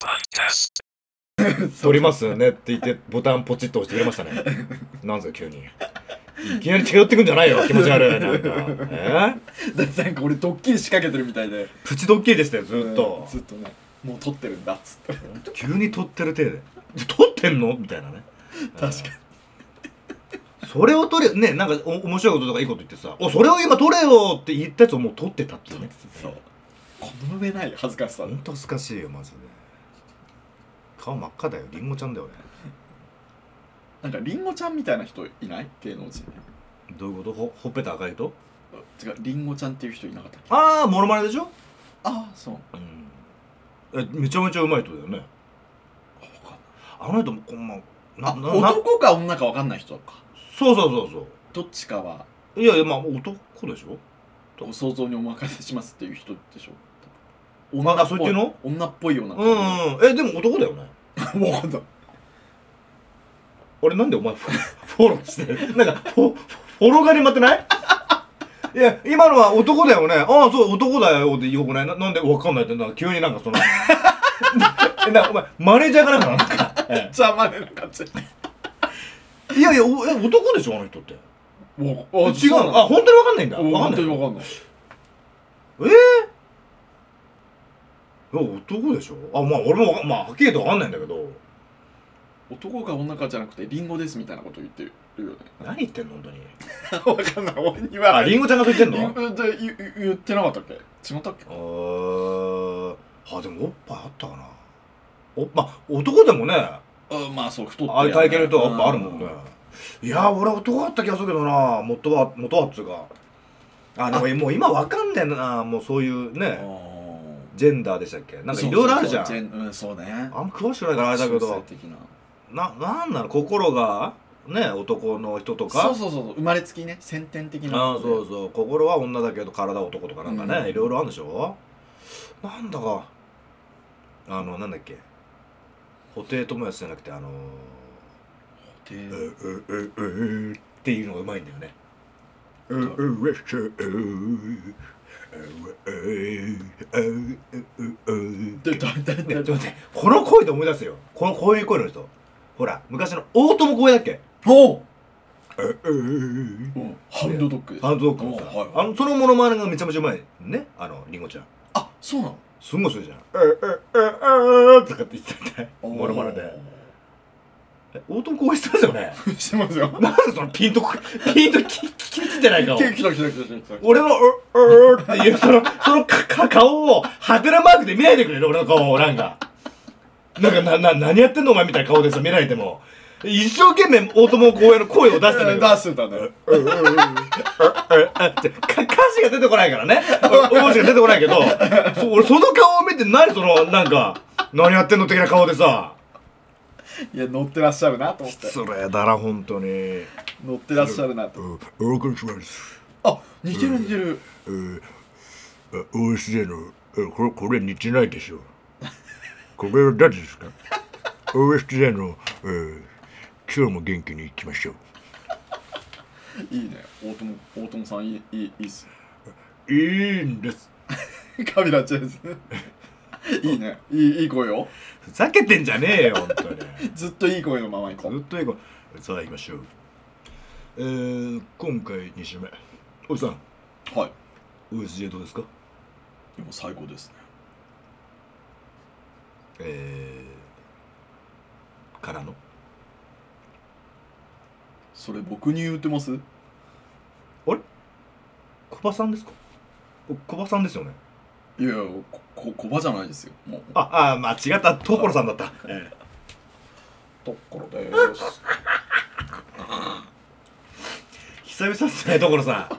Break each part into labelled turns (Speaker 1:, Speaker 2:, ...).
Speaker 1: Podcast.
Speaker 2: 撮りますよねって言ってボタンポチッと押してくれましたねなんすか急にいきなり近寄ってくんじゃないよ気持ち悪い なんかえ
Speaker 3: だってなんか俺ドッキリ仕掛けてるみたいで
Speaker 2: プチドッキリでしたよずっ
Speaker 3: うん
Speaker 2: と、
Speaker 3: ずっとねもう撮ってるんだっつって
Speaker 2: 急に撮ってる体で撮ってんのみたいなね
Speaker 3: 確か
Speaker 2: それを撮れねなんかお面白いこととかいいこと言ってさ「おそれを今撮れよ!」って言ったやつをもう撮ってたっていうね
Speaker 3: にそうこの上ない恥ずかしさ
Speaker 2: ほんと恥ずかしいよマジで顔真っ赤だよりんごちゃんだよ
Speaker 3: なんかりんごちゃんみたいな人いない芸能人
Speaker 2: 俺どういうことほほっぺた赤い人
Speaker 3: 違うりんごちゃんっていう人いなかったっけあ
Speaker 2: ああモノマネでしょ
Speaker 3: あそう
Speaker 2: うんえめちゃめちゃうまい人だよねあの人もこんまな
Speaker 3: あ
Speaker 2: なな
Speaker 3: 男か女かわかんない人か
Speaker 2: そうそうそうそ
Speaker 3: どっちかは
Speaker 2: ういやいやまあ男でしょ
Speaker 3: ご想像にお任せしますっていう人でしょ
Speaker 2: あそう言ってんの
Speaker 3: 女っぽいような
Speaker 2: うんうんえでも男だよね
Speaker 3: うん わかんない
Speaker 2: 俺なんでお前フォフォローしてるなんかフォフォローがに待ってない いや今のは男だよねああそう男だよってよくないななんでわかんないってなんか急になんかその えなんかお前マネージャーかなんかなんか
Speaker 3: 邪魔でな感じ
Speaker 2: いやいやおえ男でしょあの人って
Speaker 3: もう
Speaker 2: 違うのあ本当にわかんないんだわかん
Speaker 3: 本
Speaker 2: ない
Speaker 3: 当にわかんない
Speaker 2: ええ男でしょあまあ俺もわかまあはっきりとわかんないんだけど
Speaker 3: 男か女かじゃなくてリンゴですみたいなこと言ってるよね
Speaker 2: 何言ってんの本当に
Speaker 3: わかんない俺に
Speaker 2: あ
Speaker 3: は
Speaker 2: りんごちゃんがそう言って
Speaker 3: リ
Speaker 2: ん
Speaker 3: ン
Speaker 2: の
Speaker 3: ゴって言言言ってなかったっけ違ったっけ
Speaker 2: あーあでもおっぱいあったかなおまあ男でもねあ
Speaker 3: あまあそう太って
Speaker 2: あいう体型の人はおっぱいあるもんね
Speaker 3: う
Speaker 2: いや俺男だった気がするけどな元は元はっつうかあでももう今わかんねえなもうそういうね
Speaker 3: あ
Speaker 2: ジェンダーでしたっけなんか
Speaker 3: ー
Speaker 2: いろいろあるじゃん
Speaker 3: そうそうそううんそうね
Speaker 2: あんま詳しくないからあれだけ
Speaker 3: 中性
Speaker 2: ど
Speaker 3: 的な
Speaker 2: ななんなの心がね男の人とか
Speaker 3: そうそうそうそう生まれつきね先天的な
Speaker 2: ああそうそう心は女だけど体は男とかなんかね、
Speaker 3: うん
Speaker 2: いろいろあるんでしょなんだかあのなんだっけ布袋寅泰じゃなくてあの
Speaker 3: で
Speaker 2: うううううっていうのがうまいんだよねううううう
Speaker 3: でだいたい
Speaker 2: ねちょっ
Speaker 3: だ
Speaker 2: と待ってこの声で思い出すよこのこういう声の人ほら昔の大友声だっけ
Speaker 3: おう
Speaker 2: ハ
Speaker 3: うんハンドドッグです
Speaker 2: ンドドッグのさ
Speaker 3: おうはい
Speaker 2: あのそのモノマネがめちゃめちゃうまいねあのりんごちゃん
Speaker 3: あそうなの
Speaker 2: すんごいそれじゃん。えええええとかって言ってたね。モノマネで。 え大友光一さんですよね。
Speaker 3: おーしてます よ
Speaker 2: なんでそのピンとこ、ピンとき、き、き、きてない顔。
Speaker 3: 来た来た来た来た来た
Speaker 2: 俺の、う、うっていう、その、そのか、か、顔を、ハテナマークで見ないでくれる、俺の顔を、なんか。なんか、な、な、何やってんのお前みたいな顔でさ、見られても。一生懸命、大友光一の声を出してんだけど。
Speaker 3: 出してたね
Speaker 2: ってか歌詞が出てこないからね文字が出てこないけどそ俺その顔を見て何そのなんか何やってんの的な顔でさ
Speaker 3: いや乗ってらっしゃるなと思って
Speaker 2: 失礼だな本当に
Speaker 3: 乗ってらっしゃるなと
Speaker 2: お願いします
Speaker 3: あ似てる似てる
Speaker 2: OSJ のこれこれ似てないでしょこれは誰ですか OSJ の今日も元気にいきましょ
Speaker 3: いいね大友大友さんいいいいいいっす
Speaker 2: ういいんです
Speaker 3: カビラチェンズいいねいいいい声よ
Speaker 2: ふざけてんじゃねえよ本当に
Speaker 3: ずっといい声のままいこ
Speaker 2: ず
Speaker 3: う
Speaker 2: っと英語さあ行きましょうえー、今回2週目おじさん
Speaker 3: はい
Speaker 2: OSJ どうですか
Speaker 3: でも最高ですね
Speaker 2: えー、からの
Speaker 3: それ僕に言ってます
Speaker 2: 小バさんですかお小バさんですよね
Speaker 3: いやいやここ小バじゃないですよもう
Speaker 2: ああまあ違った所さんだった、え
Speaker 3: とっころでーす
Speaker 2: え久々っすね所さん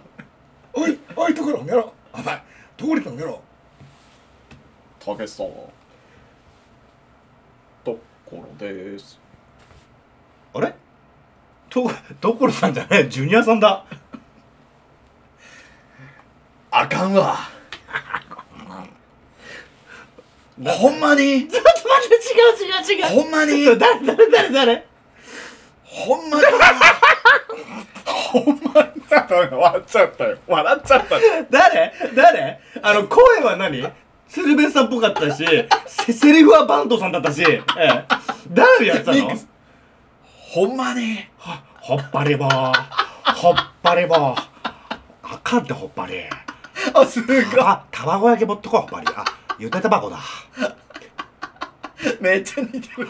Speaker 4: おいおいところやろお前ところやろ
Speaker 3: たけしさんコロです
Speaker 2: あれと所さんじゃないジュニアさんだ
Speaker 3: あかん わほんまに
Speaker 2: ちょっと待って違う違う違
Speaker 3: ほんまに
Speaker 2: う 誰誰誰誰
Speaker 3: ほんまにほんまにだったよ笑っちゃったよ笑っちゃったよ
Speaker 2: 誰誰あの声は何鶴瓶さんっぽかったしせセリフはバントさんだったし、ええ、誰やってた
Speaker 3: ミッ
Speaker 2: の
Speaker 3: クスほんまに
Speaker 2: ほっぱり棒ほっぱり棒あかんってほっぱり
Speaker 3: あすごい
Speaker 2: あ卵焼き持ってこいほっぱりあゆで卵だ
Speaker 3: めっちゃ似てる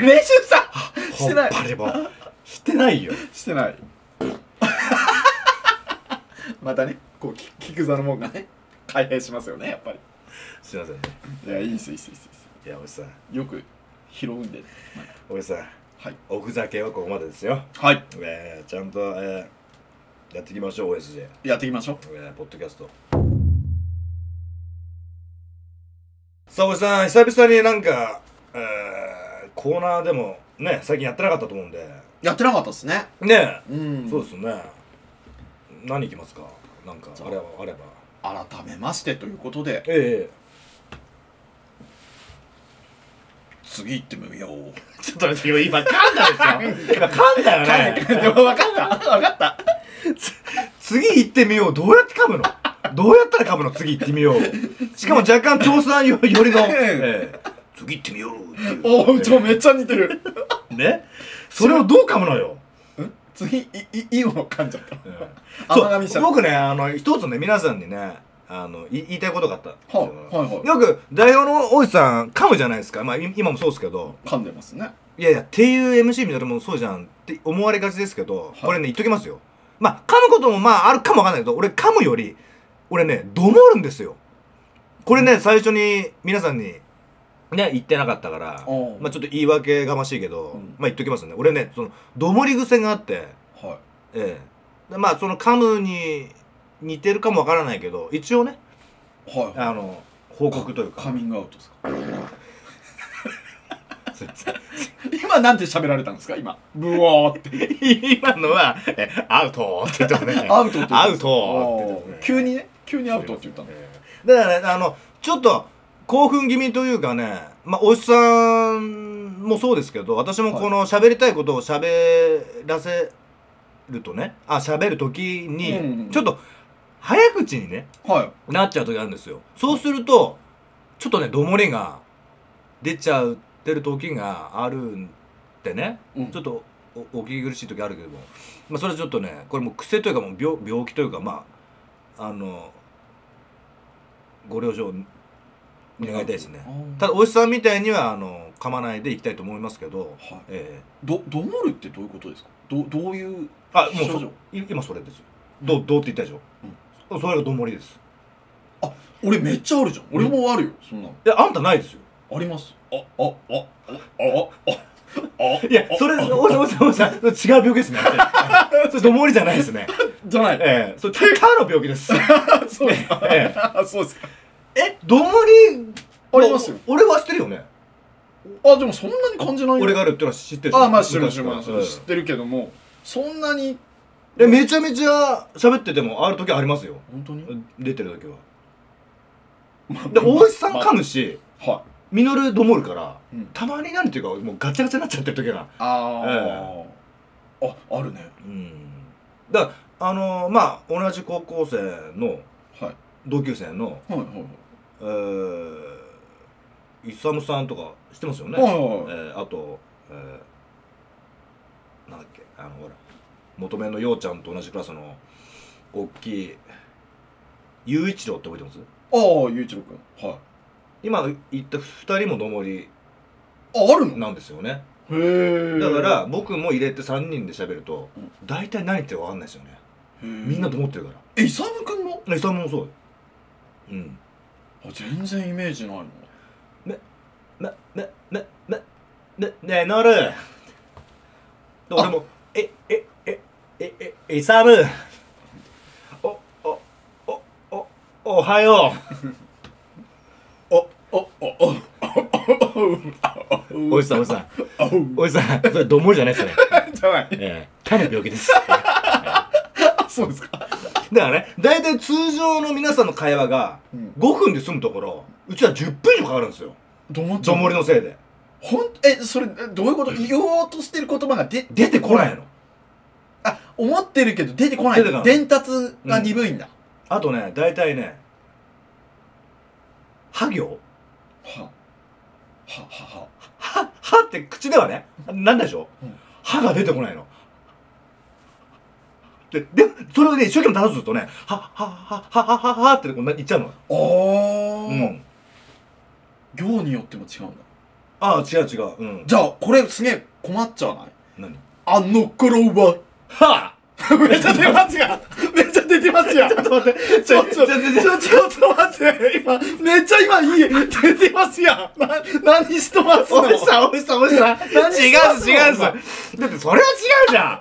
Speaker 3: 練習したしてない
Speaker 2: ほっぱり棒してないよ
Speaker 3: してない またねこうき聞く座のもんがね開閉しますよねやっぱり
Speaker 2: すいませんね
Speaker 3: いやいいっすいいっすいいっすいいっ
Speaker 2: いやおじさん
Speaker 3: すよく拾うんで
Speaker 2: おじさん
Speaker 3: はい
Speaker 2: おふざけはここまでですよ
Speaker 3: はい
Speaker 2: えー、ちゃんと、えー、やっていきましょう OSJ、え
Speaker 3: やっていきましょう
Speaker 2: ー、ポッドキャストさあおじさん久々になんか、えー、コーナーでもね最近やってなかったと思うんで
Speaker 3: やってなかったっすね
Speaker 2: ね
Speaker 3: うん
Speaker 2: そうですね何いきますかなんか
Speaker 3: そう
Speaker 2: あればあれば
Speaker 3: 改めましてということで
Speaker 2: ええ
Speaker 3: 次行ってみよう
Speaker 2: ちょっと待って今噛んだでしょ今噛んだよね
Speaker 3: でも分かった分かった
Speaker 2: 次行ってみようどうやって噛むのどうやったら噛むの次行ってみようしかも若干調査よよりの、ええ次行ってみようっていう
Speaker 3: おおちょ
Speaker 2: え
Speaker 3: めっちゃ似てる
Speaker 2: えねそれをどう噛むのよ、
Speaker 3: ん次いいいいもの噛んじゃった
Speaker 2: ええ
Speaker 3: 甘噛みしち
Speaker 2: そ
Speaker 3: ゃ
Speaker 2: う
Speaker 3: った
Speaker 2: 僕ねあの一つね皆さんにねあのい言いたいことがあったんですよ
Speaker 3: はいはいは
Speaker 2: よく代表の大石さん噛むじゃないですか、まあ、い今もそうですけど
Speaker 3: い噛んでますね
Speaker 2: いやいやっていう MC みたいなもんそうじゃんって思われがちですけど、
Speaker 3: い
Speaker 2: これね言っときますよまあ噛むこともまああるかもわかんないけど俺噛むより俺ねどもるんですよこれね最初に皆さんにね言ってなかったから
Speaker 3: おう
Speaker 2: まあちょっと言い訳がましいけど、
Speaker 3: うん
Speaker 2: まあ言っときますね俺ねそのどもり癖があって
Speaker 3: は
Speaker 2: ええでまあその噛むに似てるかもわからないけど一応ね
Speaker 3: いはいはい
Speaker 2: あの報告というか
Speaker 3: カミングアウトですか
Speaker 2: すいません
Speaker 3: 今なんて喋られたんですか今ブワーって
Speaker 2: 今のは、えアウトって言ったのね。
Speaker 3: アウトって言った
Speaker 2: アウトって言ったのね
Speaker 3: 急にね急にアウトって言ったの
Speaker 2: ええだからね、あの、ちょっと、興奮気味というかね、まあ、おじさんもそうですけど、私もこの喋りたいことを喋らせるとね、あ、喋るときに、
Speaker 3: うん
Speaker 2: ちょっと、早口にね、
Speaker 3: はい
Speaker 2: なっちゃうときあるんですよ。そうすると、ちょっとね、どもりが出ちゃうってる時があるんでね。
Speaker 3: うん
Speaker 2: ちょっとおお聞き苦しい時あるけども、まあ、それはちょっとねこれもう癖というかもう病病気というかまああのご了承願いたいですね
Speaker 3: あー
Speaker 2: ただおじさんみたいにはあの噛まないでいきたいと思いますけど、
Speaker 3: はい
Speaker 2: ええ
Speaker 3: どどもるってどういうことですかどどういう
Speaker 2: あもう
Speaker 3: 症
Speaker 2: そ
Speaker 3: 状
Speaker 2: い今それですよどうどうって言ったでしょ、それがどもりです
Speaker 3: 俺めっちゃあるじゃん俺もあるよそんなの
Speaker 2: いやあんたないですよ
Speaker 3: ありますあああああああ
Speaker 2: いやそれ
Speaker 3: あ
Speaker 2: おじさんおじさんおじさんそれ違う病気ですねそれどもりじゃないですね
Speaker 3: じゃない
Speaker 2: ええそれただの病気です
Speaker 3: あそうですか
Speaker 2: ええ
Speaker 3: あそうですか
Speaker 2: えどもり
Speaker 3: ありますよ
Speaker 2: 俺はしてるよね
Speaker 3: あでもそんなに感じないよ
Speaker 2: 俺があるってのは知ってる
Speaker 3: あまあ知ってる知ってる知ってる
Speaker 2: 昔
Speaker 3: 知ってるけどもそんなに
Speaker 2: からうんでめちゃめちゃ喋っててもある時ありますよ
Speaker 3: 本当に
Speaker 2: 出てる時は
Speaker 3: ま
Speaker 2: で大石さん
Speaker 3: ま
Speaker 2: 噛むし
Speaker 3: は
Speaker 2: ミノルどもるから
Speaker 3: いうん
Speaker 2: たまになんていうかもうガチャガチャになっちゃってる時が
Speaker 3: あーああるね
Speaker 2: うんだからあのーまあ同じ高校生の
Speaker 3: はい
Speaker 2: 同級生の
Speaker 3: はいはいはい
Speaker 2: えーイサムさんとか知ってますよね
Speaker 3: はいはいはい
Speaker 2: えーあとえーなんだっけあのほら元メンのようちゃんと同じクラスの大きい雄一郎って覚えてます
Speaker 3: ああ、ゆういちろうくん。はい。
Speaker 2: 今言った2人もどもり
Speaker 3: あ、あるの
Speaker 2: なんですよね
Speaker 3: へえ。
Speaker 2: だから、僕も入れて3人で喋ると
Speaker 3: うん
Speaker 2: 大体何言ってるか分かんないですよねみ
Speaker 3: み
Speaker 2: んなと。思ってるか
Speaker 3: え、イサムくんの
Speaker 2: らイサムもそうようん
Speaker 3: あ、全然イメージないの。
Speaker 2: めめめめねねえ乗るで俺もええええええイサムおおおおおはよう
Speaker 3: お、お、お、お、お、お、お、
Speaker 2: おじさんおじさん
Speaker 3: おう
Speaker 2: おじさんそれどもじゃないですね
Speaker 3: じゃない。
Speaker 2: ええ歯の病気ですだか
Speaker 3: あ、そうですか。
Speaker 2: らね大体通常の皆さんの会話が
Speaker 3: うん
Speaker 2: 5分で済むところうちは10分以上かかるんですよ
Speaker 3: どうなっちゃ
Speaker 2: ど
Speaker 3: う
Speaker 2: もりのせいで
Speaker 3: ほんえそれどういうこと言おうとしてる言葉がで
Speaker 2: 出てこないの
Speaker 3: あ思ってるけど出てこない
Speaker 2: 出てこない
Speaker 3: 伝達が鈍いんだ、
Speaker 2: あとね大体ね歯行
Speaker 3: はははは
Speaker 2: 歯歯って口ではねなんだでしょ、
Speaker 3: うん
Speaker 2: 歯が出てこないのででそれをね一生懸命出すとね「ははははははは」ってこうな言っちゃうの
Speaker 3: あー、
Speaker 2: うん
Speaker 3: 行によっても違うんだ
Speaker 2: ああ違う違ううん
Speaker 3: じゃあこれすげえ困っちゃわない
Speaker 2: 何
Speaker 3: あの頃は
Speaker 2: は
Speaker 3: めっちゃ出ますやんめっちゃ出てますやんち ょっと待ってちょちょちょちょっと待って今めっちゃ今いい出てますやんな何してますの
Speaker 2: おじさんおじさんおじさん違う
Speaker 3: 何してん
Speaker 2: ん
Speaker 3: す
Speaker 2: す
Speaker 3: の
Speaker 2: 違うんすだってそれは違うじゃん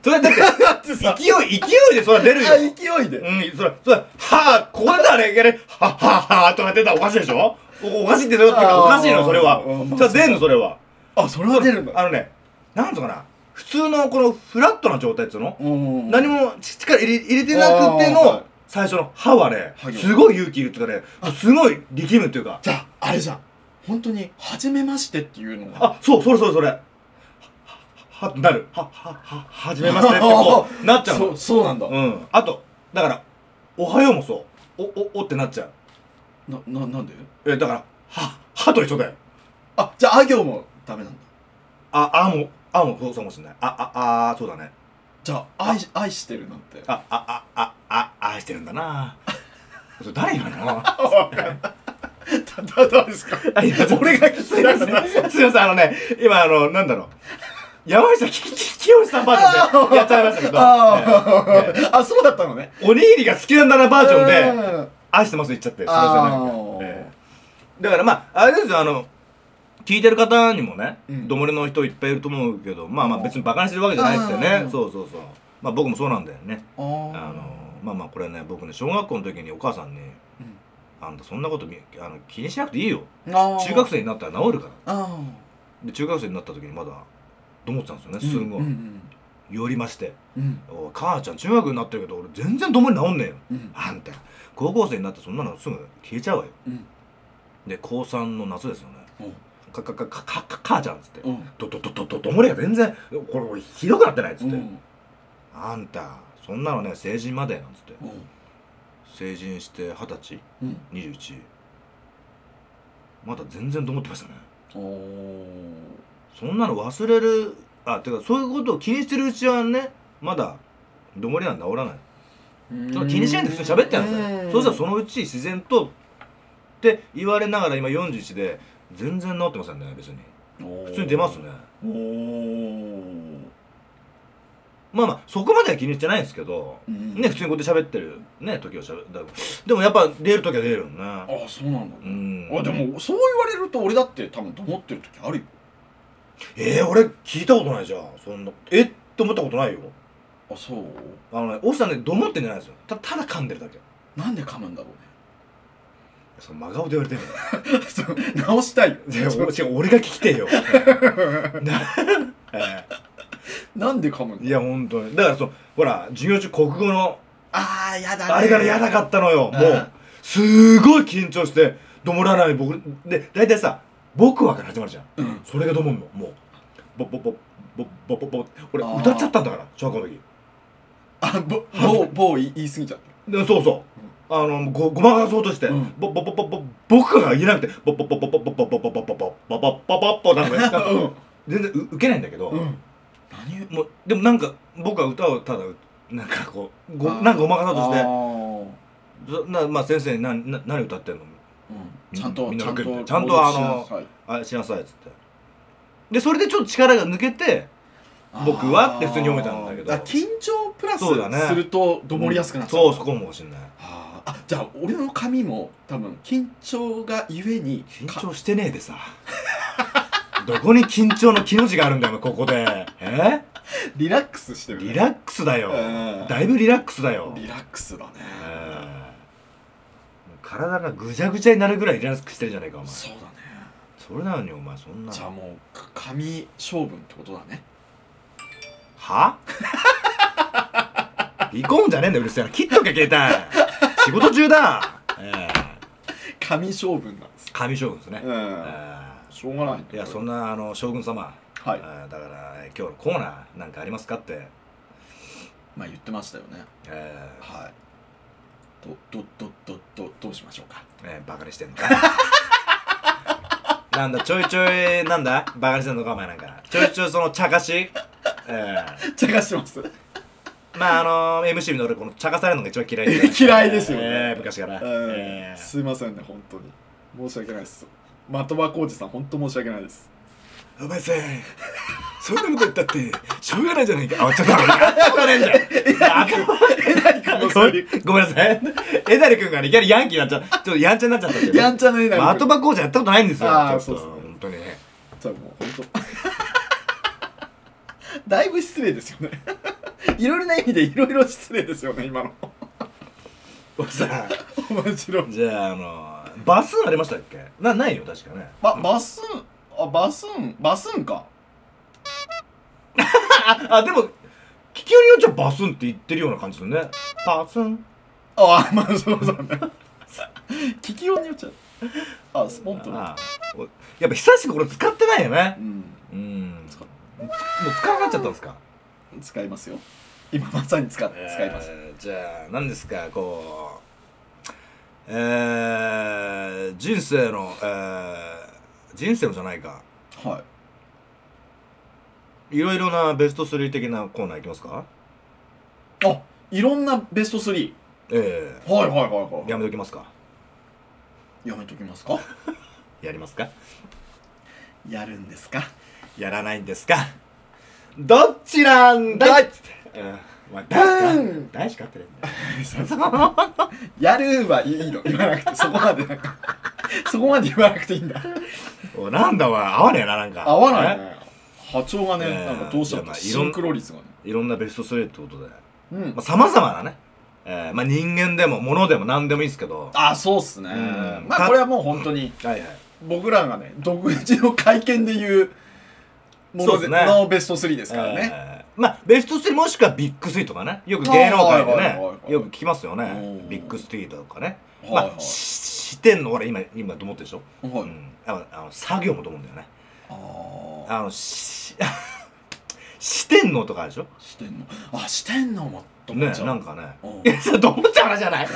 Speaker 2: それだ って
Speaker 3: だってさ
Speaker 2: 勢い勢いでそれは出るよ
Speaker 3: あ勢いで
Speaker 2: うん、それ、それ、はあ、ここであれ、あれ、はははとか出たらおかしいでしょおおかしいってどういうこと
Speaker 3: あー
Speaker 2: おかしいの、それは
Speaker 3: うん。
Speaker 2: じゃあ出んの、それは。
Speaker 3: あそれは出るんだ
Speaker 2: あのね、なんとかな、普通のこのフラットな状態っつうの
Speaker 3: うん
Speaker 2: 何も力入れ入れてなくて
Speaker 3: あーはい
Speaker 2: の、最初の歯はね
Speaker 3: はい、
Speaker 2: すごい勇気いるっていうかね、すごい力むっていうか、
Speaker 3: じゃああれじゃん本当に「初めまして」っていうのが
Speaker 2: あ、そう、それそれそれ。は、は、はなる。は、は、は、はじめましてってこ う、なっちゃう
Speaker 3: そ
Speaker 2: の
Speaker 3: う。そうなんだ、
Speaker 2: うん。あと、だから、おはようもそう。お、お、おってなっちゃう。
Speaker 3: なななんで
Speaker 2: えだからは歯と一緒だよ
Speaker 3: あじゃああ行もダメなんだ
Speaker 2: ああもあもそうかもしれないあああそうだね
Speaker 3: じゃあ愛し愛してるなんて
Speaker 2: あああああ愛してるんだなそれ誰今の
Speaker 3: ただどうですか
Speaker 2: あいや
Speaker 3: 俺が聞き出した
Speaker 2: すいませんあのね今あのなんだろう山下きき清さんバージョンでやっちゃいましたけど、
Speaker 3: あ
Speaker 2: えええ
Speaker 3: ああそうだったのね
Speaker 2: えおにぎりが好きなんだなバージョンで
Speaker 3: で
Speaker 2: 愛してます言っちゃってすいませんなんか
Speaker 3: あ
Speaker 2: ええだからまああれですよあの聞いてる方にもね、
Speaker 3: うん
Speaker 2: どもりの人いっぱいいると思うけどまあまあ別にバカにしてるわけじゃないですよ
Speaker 3: う
Speaker 2: ね
Speaker 3: ん
Speaker 2: そうそうそうまあ僕もそうなんだよね
Speaker 3: あー
Speaker 2: あのまあまあこれね僕ね小学校の時にお母さんに「あんたそんなことみあの気にしなくていいよ
Speaker 3: あー
Speaker 2: 中学生になったら治るから
Speaker 3: あー」
Speaker 2: で中学生になった時にまだと思ってたんですよねす
Speaker 3: うん
Speaker 2: ご
Speaker 3: う
Speaker 2: い
Speaker 3: ん
Speaker 2: よりまして
Speaker 3: うん
Speaker 2: 「おい母ちゃん中学になってるけど俺全然どもに治んねえよ
Speaker 3: うん
Speaker 2: あんた高校生になってそんなのすぐ消えちゃうわよ
Speaker 3: うん」
Speaker 2: で高3の夏ですよね
Speaker 3: うん
Speaker 2: 「かかかかかか母ちゃん」っつって
Speaker 3: う
Speaker 2: 「
Speaker 3: ん
Speaker 2: どどどどどどもれが全然これこれひどくなってない」っつっ
Speaker 3: う
Speaker 2: て
Speaker 3: ん
Speaker 2: 「あんたそんなのね成人まで」なんつって
Speaker 3: うん
Speaker 2: 成人して二十歳
Speaker 3: うん
Speaker 2: 21まだ全然と思ってましたね
Speaker 3: おー
Speaker 2: そんなの忘れるあてかそういうことを気にしてるうちはねまだどもりは治らないその気にしないで普通に喋ってたんですよそうしたらそのうち自然とって言われながら今41で全然治ってませんね別に普
Speaker 3: 普
Speaker 2: 通に出ますね
Speaker 3: おー
Speaker 2: まあまあそこまでは気にしてないんですけどね普通にこうやって喋ってるね時は喋るだからでもやっぱ出る時は出るよね
Speaker 3: ああそうなんだ、
Speaker 2: うん
Speaker 3: あでもそう言われると俺だって多分と思ってる時あるよ
Speaker 2: えー、俺聞いたことないじゃんそんなえっと思ったことないよ
Speaker 3: あそう
Speaker 2: あのね、オフさんね、どもってんじゃないですよ。たただ噛んでるだけ。
Speaker 3: なんで噛むんだろう
Speaker 2: その真顔で言われてるの
Speaker 3: ね そう直したいよ
Speaker 2: よで。俺違う俺が聞きてえよ。なえ
Speaker 3: なんで噛むん
Speaker 2: え
Speaker 3: だ
Speaker 2: いや、本当に。だからその、ほら、授業中国語の、
Speaker 3: ああやだね
Speaker 2: あれからやだかったのよ。も
Speaker 3: うん
Speaker 2: う、すごい緊張して、どもらない僕、で、大体さ、僕はから始まるじゃん。
Speaker 3: うん
Speaker 2: それがどもんの、もう。ぼぼぼぼぼぼぼぼ俺
Speaker 3: あー
Speaker 2: 歌っちゃったんだから小学校の時
Speaker 3: あぼぼぼ言い言い過ぎちゃっ
Speaker 2: でそうそうあのごごまかそうとして
Speaker 3: うん
Speaker 2: ぼぼぼぼぼ僕が言えなくてぼぼぼぼぼぼぼぼぼぼぼぼぼぼぼぼぼなんかな
Speaker 3: た
Speaker 2: ん か全然う受けないんだけど、
Speaker 3: うん何
Speaker 2: もうでもなんか僕は歌をただなんかこうご
Speaker 3: あー
Speaker 2: なんかごまかそうと
Speaker 3: あ
Speaker 2: し
Speaker 3: ー
Speaker 2: てそな、まあ、先生に何何何歌ってんの
Speaker 3: うんちゃんと
Speaker 2: みん
Speaker 3: ち
Speaker 2: な
Speaker 3: ゃん
Speaker 2: 受け
Speaker 3: と
Speaker 2: てちゃんとあの
Speaker 3: 行動しなさい
Speaker 2: あしなさいっつってでそれでちょっと力が抜けて僕はって普通に読めたんだけど
Speaker 3: あー緊張プラス
Speaker 2: そうだね
Speaker 3: するとどもりやすくなっちゃう
Speaker 2: そうそこもかもしんない
Speaker 3: あーあじゃあ俺の髪も多分緊張がゆえに
Speaker 2: 緊
Speaker 3: か
Speaker 2: 張してねえでさどこに緊張の気の字があるんだよお前ここでえ
Speaker 3: リラックスしてるね
Speaker 2: リラックスだよ
Speaker 3: うん
Speaker 2: だいぶリラックスだよ
Speaker 3: リラックスだね
Speaker 2: うん体がぐちゃぐちゃになるぐらいリラックスしてるじゃないかお前
Speaker 3: そうだね
Speaker 2: そそれなのにお前そんな
Speaker 3: じゃあもうか紙勝負ってことだね
Speaker 2: は離婚じゃねえんだようるせえな切っとけ携帯仕事中だええ
Speaker 3: 紙勝負なんです
Speaker 2: 神将軍ですね、
Speaker 3: うん
Speaker 2: え
Speaker 3: しょうがないね
Speaker 2: えいやそんなあの将軍様、
Speaker 3: はい
Speaker 2: ええだからえ今日のコーナーなんかありますかって、
Speaker 3: まあ言ってましたよね
Speaker 2: ええ
Speaker 3: はいどどどどどどうしましょうか
Speaker 2: ええバカにしてんのか なんだちょいちょいなんだバカにしてんのかお前なんかちょいちょいその茶化し、ええ
Speaker 3: 茶化してます
Speaker 2: まああの MC の俺この茶化されるのが一番嫌い
Speaker 3: 嫌いですよね
Speaker 2: ええ昔から、
Speaker 3: うん
Speaker 2: ええ
Speaker 3: すいませんね本当に申し訳ないです的場浩二さん本当申し訳ないです
Speaker 2: お前さん、そんなこと言ったって、しょうがないじゃないか。あ、ちょっと待って、やったことねえんだよ。ごめんごめんなさい。えなりくんがね、いきなりヤンキーになっちゃう。ちょっとやんちゃになっちゃったけど。
Speaker 3: やんちゃなえない
Speaker 2: まあ後場工事やったことないんですよ。
Speaker 3: あー
Speaker 2: ちょっと
Speaker 3: そうっすね
Speaker 2: 本当にね。
Speaker 3: じゃあもう本当 だいぶ失礼ですよねいろいろな意味でいろいろ失礼ですよね今の
Speaker 2: 俺さ、
Speaker 3: 面白い
Speaker 2: じゃあ、あの、バスありましたっけな、ないよ、確かね。
Speaker 3: ま、バスンあバスンバスンか
Speaker 2: あ、あ、でも、聞きよりよっちゃバスンって言ってるような感じするね。バスン。
Speaker 3: ああまあそうだね聞きようによっちゃうあスポンと
Speaker 2: あおやっぱ久しくこれ使ってないよね
Speaker 3: う。ん
Speaker 2: うん。もう使わなくなっちゃったんですか
Speaker 3: 使いますよ今まさに使っ使います、
Speaker 2: えーじゃあ何ですかこうえー、人生のえー、人生のじゃないか
Speaker 3: はい
Speaker 2: いろいろなベスト3的なコーナーいきますか
Speaker 3: あいろんなベスト3
Speaker 2: ええ
Speaker 3: はいはいはいはい
Speaker 2: やめときますか
Speaker 3: やめときますか
Speaker 2: やりますか
Speaker 3: やるんですか
Speaker 2: やらないんですかどっちなんだいっつってうんまあ
Speaker 3: ダ
Speaker 2: 大しか
Speaker 3: ン
Speaker 2: 大しか合ってるんだよ
Speaker 3: やるはいいの言わなくてそこまでなんか そこまで言わなくていいんだ
Speaker 2: おいなんだおい合わねえななんか
Speaker 3: 合わない
Speaker 2: え
Speaker 3: ね波長が
Speaker 2: ね
Speaker 3: ね
Speaker 2: え
Speaker 3: なんかどうしちゃっ
Speaker 2: いやま
Speaker 3: た
Speaker 2: あ
Speaker 3: シンクロ率がね
Speaker 2: いろんなベスト3ってことで
Speaker 3: うん
Speaker 2: さまざ、まなね、えーまあ、人間でも物でも何でもいいんですけど
Speaker 3: あそうっすね
Speaker 2: うん
Speaker 3: まあこれはもう本当に
Speaker 2: はいはい
Speaker 3: 僕らがね独自の会見で言うもの
Speaker 2: そうで
Speaker 3: です
Speaker 2: ね
Speaker 3: のベスト3ですからね
Speaker 2: えーまあベスト3もしくはビッグ3とかねよく芸能界で
Speaker 3: はいはいはい
Speaker 2: ね
Speaker 3: はい
Speaker 2: よく聞きますよね
Speaker 3: うん
Speaker 2: ビッグ3とかね
Speaker 3: はい
Speaker 2: まあししてんの俺今今と思ってるでしょ、
Speaker 3: は
Speaker 2: う
Speaker 3: い
Speaker 2: ん、あのあの作業もと思うんだよね
Speaker 3: あ
Speaker 2: あのし してんのとかあるでしょ
Speaker 3: あしてんのあしてんのもと思
Speaker 2: ね
Speaker 3: っちゃう
Speaker 2: なんかね
Speaker 3: うん
Speaker 2: いやそれどう思っちゃう話 じゃない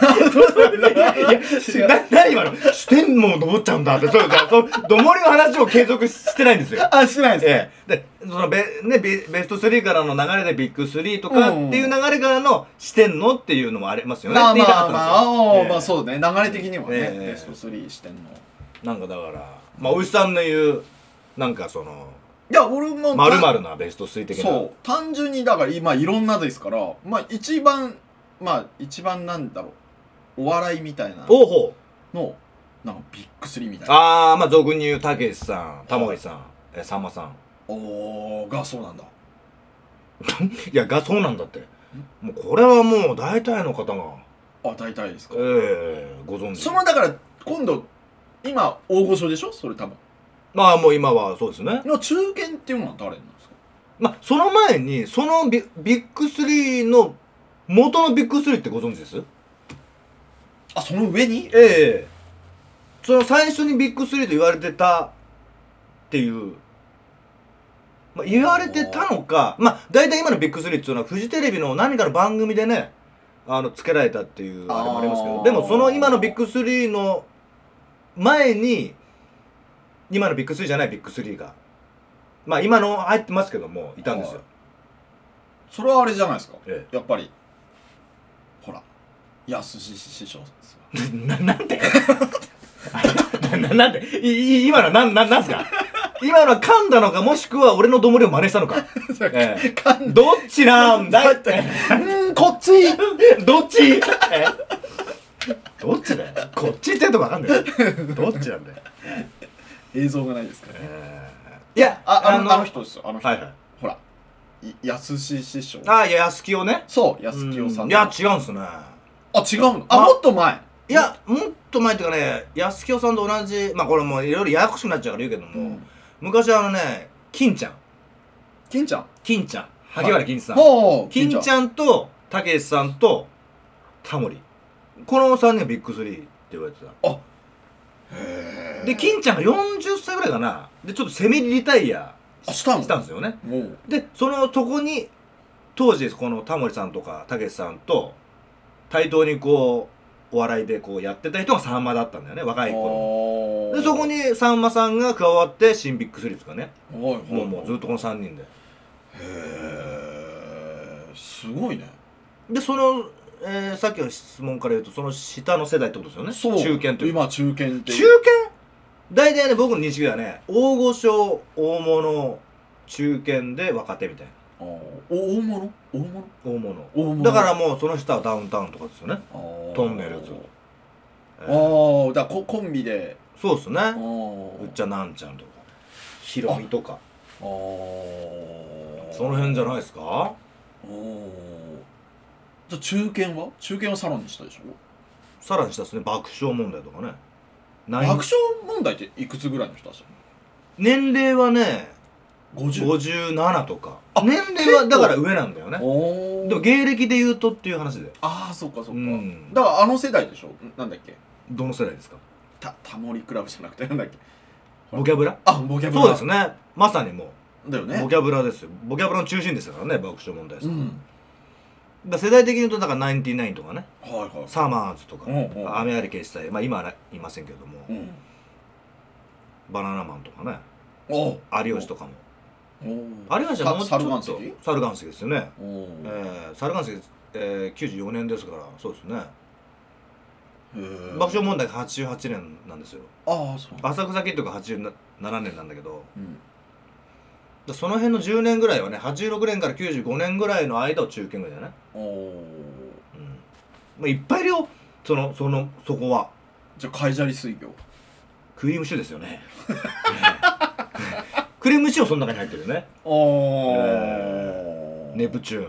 Speaker 2: い
Speaker 3: 違
Speaker 2: や
Speaker 3: う
Speaker 2: な何今のしてんのと思っちゃうんだってそうだそのどもりの話を継続してないんですよ
Speaker 3: あしてないですね
Speaker 2: ええ、でそのベ,、ね、ベベスト3からの流れでビッグ3とかっていう流れからのしてんのっていうのもありますよね。
Speaker 3: まあ
Speaker 2: って言
Speaker 3: ま
Speaker 2: いたか
Speaker 3: あ
Speaker 2: っ
Speaker 3: ま
Speaker 2: た
Speaker 3: あ、
Speaker 2: んですよ
Speaker 3: まあそうだね流れ的にはね、
Speaker 2: ええ
Speaker 3: ベスト3してんの
Speaker 2: なんかだから、まあ、おじさんの言うなんかその
Speaker 3: いや俺も
Speaker 2: まるまるなベスト3的な
Speaker 3: そう単純にだから今いろんなですからまあ一番まあ一番なんだろうお笑いみたいな
Speaker 2: おうほう
Speaker 3: のなんかビッグ3みたいな
Speaker 2: ああまあ俗に言うたけしさん玉置さんえさんまさん
Speaker 3: おーがそうなんだ
Speaker 2: いやがそうなんだってもうこれはもう大体の方が、
Speaker 3: あ大体ですか
Speaker 2: ええご存知
Speaker 3: そのだから今度今大御所でしょそれ多分
Speaker 2: まあもう今はそうですね
Speaker 3: の中堅っていうのは誰なんですか
Speaker 2: まあ、その前に、そのビビッグ3の、元のビッグ3ってご存知です
Speaker 3: あその上に
Speaker 2: ええその最初にビッグ3と言われてたっていう、まあ、言われてたのか、まあ、大体今のビッグ3っていうのは、フジテレビの何かの番組でね、あの、つけられたっていうあれもありますけ
Speaker 3: あ
Speaker 2: ど、
Speaker 3: ー
Speaker 2: でもその今のビッグ3の前に、今のビッグ3じゃないビッグ3が、まあ今の入ってますけども、いたんですよ。
Speaker 3: それはあれじゃないですか
Speaker 2: ええ
Speaker 3: やっぱりほら安志師匠ですわ
Speaker 2: な、なんで な、ななんでい、い、今のは、なん、なん、なんすか今のは噛んだのか、もしくは俺のどもりを真似したのか。 ええ
Speaker 3: 噛ん
Speaker 2: どっちなんだいって。
Speaker 3: うんこっち
Speaker 2: どっち、ええどっちだよ。こっちって言うとわかんないよ。どっちなんだよ。
Speaker 3: 映像がないですからね
Speaker 2: ええいや、
Speaker 3: ああのあの。人ですよあの人、
Speaker 2: はいはい。
Speaker 3: ほらい安志師匠
Speaker 2: あ、いや、安清ね。
Speaker 3: そう安清さん
Speaker 2: いや、違うんすね。
Speaker 3: あ違うのあ
Speaker 2: あ
Speaker 3: もっと前
Speaker 2: いや、もっと前っていうかね安清さんと同じまあこれもういろいろややこしくなっちゃうから言うけども、昔あのね金ちゃん
Speaker 3: 金ちゃん
Speaker 2: 金ちゃん
Speaker 3: い
Speaker 2: 萩原金さん、
Speaker 3: ほう
Speaker 2: 金ちゃんとたけしさんとタモリこの3人がビッグスリーって言われてた
Speaker 3: へー
Speaker 2: で金ちゃんが40歳ぐらいかなでちょっとセミリタイア
Speaker 3: あしたの
Speaker 2: したんですよね
Speaker 3: もう
Speaker 2: でそのそこに当時このタモリさんとかたけしさんと対等にこうお笑いでこうやってた人がさんまだったんだよね若い頃
Speaker 3: あー
Speaker 2: でそこにさんまさんが加わって新ビッグスリーですかね
Speaker 3: はいはい
Speaker 2: もうもうずっとこの3人で
Speaker 3: へえすごいね
Speaker 2: でその、えーさっきの質問から言うとその下の世代ってことですよね
Speaker 3: そう
Speaker 2: 中堅というか
Speaker 3: 今中堅って
Speaker 2: 中堅大体ね僕の認識ではね大御所大物中堅で若手みたいな
Speaker 3: あーお大物大物
Speaker 2: 大物
Speaker 3: 大物
Speaker 2: だからもうその下はダウンタウンとかですよね、
Speaker 3: ト
Speaker 2: トンネルズえ
Speaker 3: あ
Speaker 2: ー
Speaker 3: ーだからココンビで
Speaker 2: そうです
Speaker 3: あ
Speaker 2: ねう
Speaker 3: ー
Speaker 2: っちゃなんちゃんとかヒロミとか
Speaker 3: あー
Speaker 2: その辺じゃないですか
Speaker 3: おーじゃあ中堅は中堅はさらにしたでしょ
Speaker 2: さらにしたですね爆笑問題とかねナイン
Speaker 3: 爆笑問題っていくつぐらいの人たち
Speaker 2: 年齢はね
Speaker 3: 五十。
Speaker 2: 57とか
Speaker 3: あ
Speaker 2: 年齢はだから上なんだよね
Speaker 3: おー
Speaker 2: でも芸歴で言うとっていう話で
Speaker 3: ああそっかそっか、
Speaker 2: うん
Speaker 3: だからあの世代でしょなんだっけ
Speaker 2: どの世代ですか
Speaker 3: たタモリクラブじゃなくてなんだっけ
Speaker 2: ボキャブラ
Speaker 3: あボキャブラ
Speaker 2: そうですねまさにもう
Speaker 3: だよね
Speaker 2: ボキャブラですよボキャブラの中心ですからね爆笑問題さ、
Speaker 3: うん
Speaker 2: だか
Speaker 3: ん
Speaker 2: ら世代的に言うとだからナインティナインとかね
Speaker 3: はいはい
Speaker 2: サマーズとか、
Speaker 3: うんうん
Speaker 2: アメアリケスタイまあ今はいませんけども、
Speaker 3: うん
Speaker 2: バナナマンとかね
Speaker 3: お
Speaker 2: 有吉とかも
Speaker 3: お
Speaker 2: 有吉はもうちょっ
Speaker 3: さ
Speaker 2: と
Speaker 3: 猿岩石
Speaker 2: 猿岩石ですよね、
Speaker 3: おー
Speaker 2: えー、猿岩石、えー、94年ですからそうですね
Speaker 3: へー
Speaker 2: 爆笑問題が88年なんですよ
Speaker 3: ああそう
Speaker 2: 浅草キッドが87年なんだけど
Speaker 3: うん
Speaker 2: だその辺の10年ぐらいはね86年から95年ぐらいの間を中堅ぐらいだね、
Speaker 3: おー
Speaker 2: うんまあ、いっぱいいるよそのそのそこは
Speaker 3: じゃあ海砂利水魚
Speaker 2: クリームシチューですよね ねクリームシチューもその中に入ってるよね
Speaker 3: おー
Speaker 2: ネプチューン、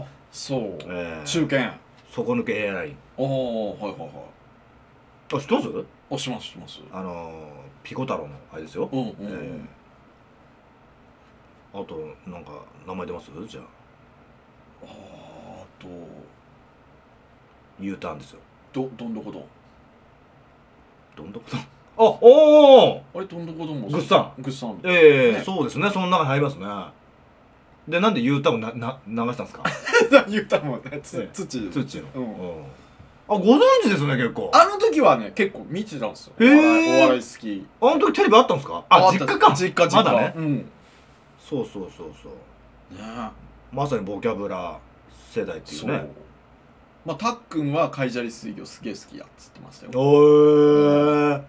Speaker 3: あそう
Speaker 2: えー、
Speaker 3: 中堅
Speaker 2: 底抜けエアライン
Speaker 3: おーはいはいはい
Speaker 2: あ知ってます
Speaker 3: おしますします
Speaker 2: あのー、ピコ太郎のあれですよ、
Speaker 3: うんうん、
Speaker 2: えーあとなんか名前出ますじゃあ
Speaker 3: あーあと
Speaker 2: U ターンですよ
Speaker 3: どどんどこどん
Speaker 2: どんどことあおお
Speaker 3: あれどんどこどんも
Speaker 2: グッサ
Speaker 3: ングッサ ン
Speaker 2: ええ
Speaker 3: ね
Speaker 2: そうですねその中に入りますねでなんで U ターンをなな流したん ですか
Speaker 3: 言ったもんねつ
Speaker 2: ね
Speaker 3: 土
Speaker 2: ツッチー
Speaker 3: う
Speaker 2: の、
Speaker 3: ん
Speaker 2: うんあご存知ですね結構あ
Speaker 3: あの時はね結構見てたんですよお
Speaker 2: へー
Speaker 3: 笑いお笑い好き
Speaker 2: の時テレビあったんですかあ
Speaker 3: あ
Speaker 2: 実家か
Speaker 3: 実家実家
Speaker 2: まだね
Speaker 3: うんね
Speaker 2: そうそうそうそう
Speaker 3: え
Speaker 2: まさにボキャブラ世代っていう
Speaker 3: そう
Speaker 2: ね
Speaker 3: まあたっくんは海砂利水魚すげえ好きやっつってましたよ
Speaker 2: お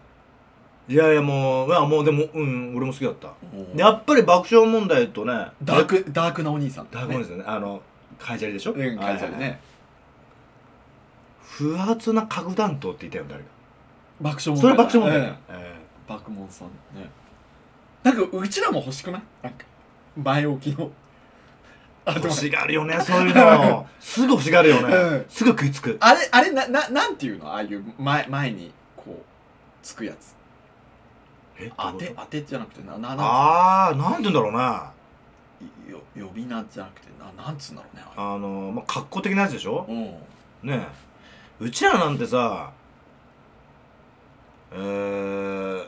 Speaker 2: えいやいやもういやもうでもうん俺も好きだった
Speaker 3: うん
Speaker 2: やっぱり爆笑問題とね
Speaker 3: ダークダークなお兄さん
Speaker 2: ダークですよねあのカイジャリでしょ、
Speaker 3: うん海砂利
Speaker 2: はいはいはい
Speaker 3: ね
Speaker 2: 不発な核弾頭って言ったよね誰
Speaker 3: 爆
Speaker 2: か
Speaker 3: 笑問題
Speaker 2: それ爆笑問題、
Speaker 3: ええ爆問さんねなんかうちらも欲しくないなんか前置きのあでも
Speaker 2: 欲しがるよねそういう のすぐ欲しがるよね、
Speaker 3: うん
Speaker 2: すぐ食いつく
Speaker 3: あれあれなななんていうのああいう前前にこうつくやつ
Speaker 2: え
Speaker 3: 当て当てじゃなくてなななん
Speaker 2: ああなんて言うんだろうな
Speaker 3: つよ呼び名じゃなくてななんつうんだろうねあ
Speaker 2: あのまあ格好的なやつでしょ
Speaker 3: れうん
Speaker 2: ねえうちらなんてさえー、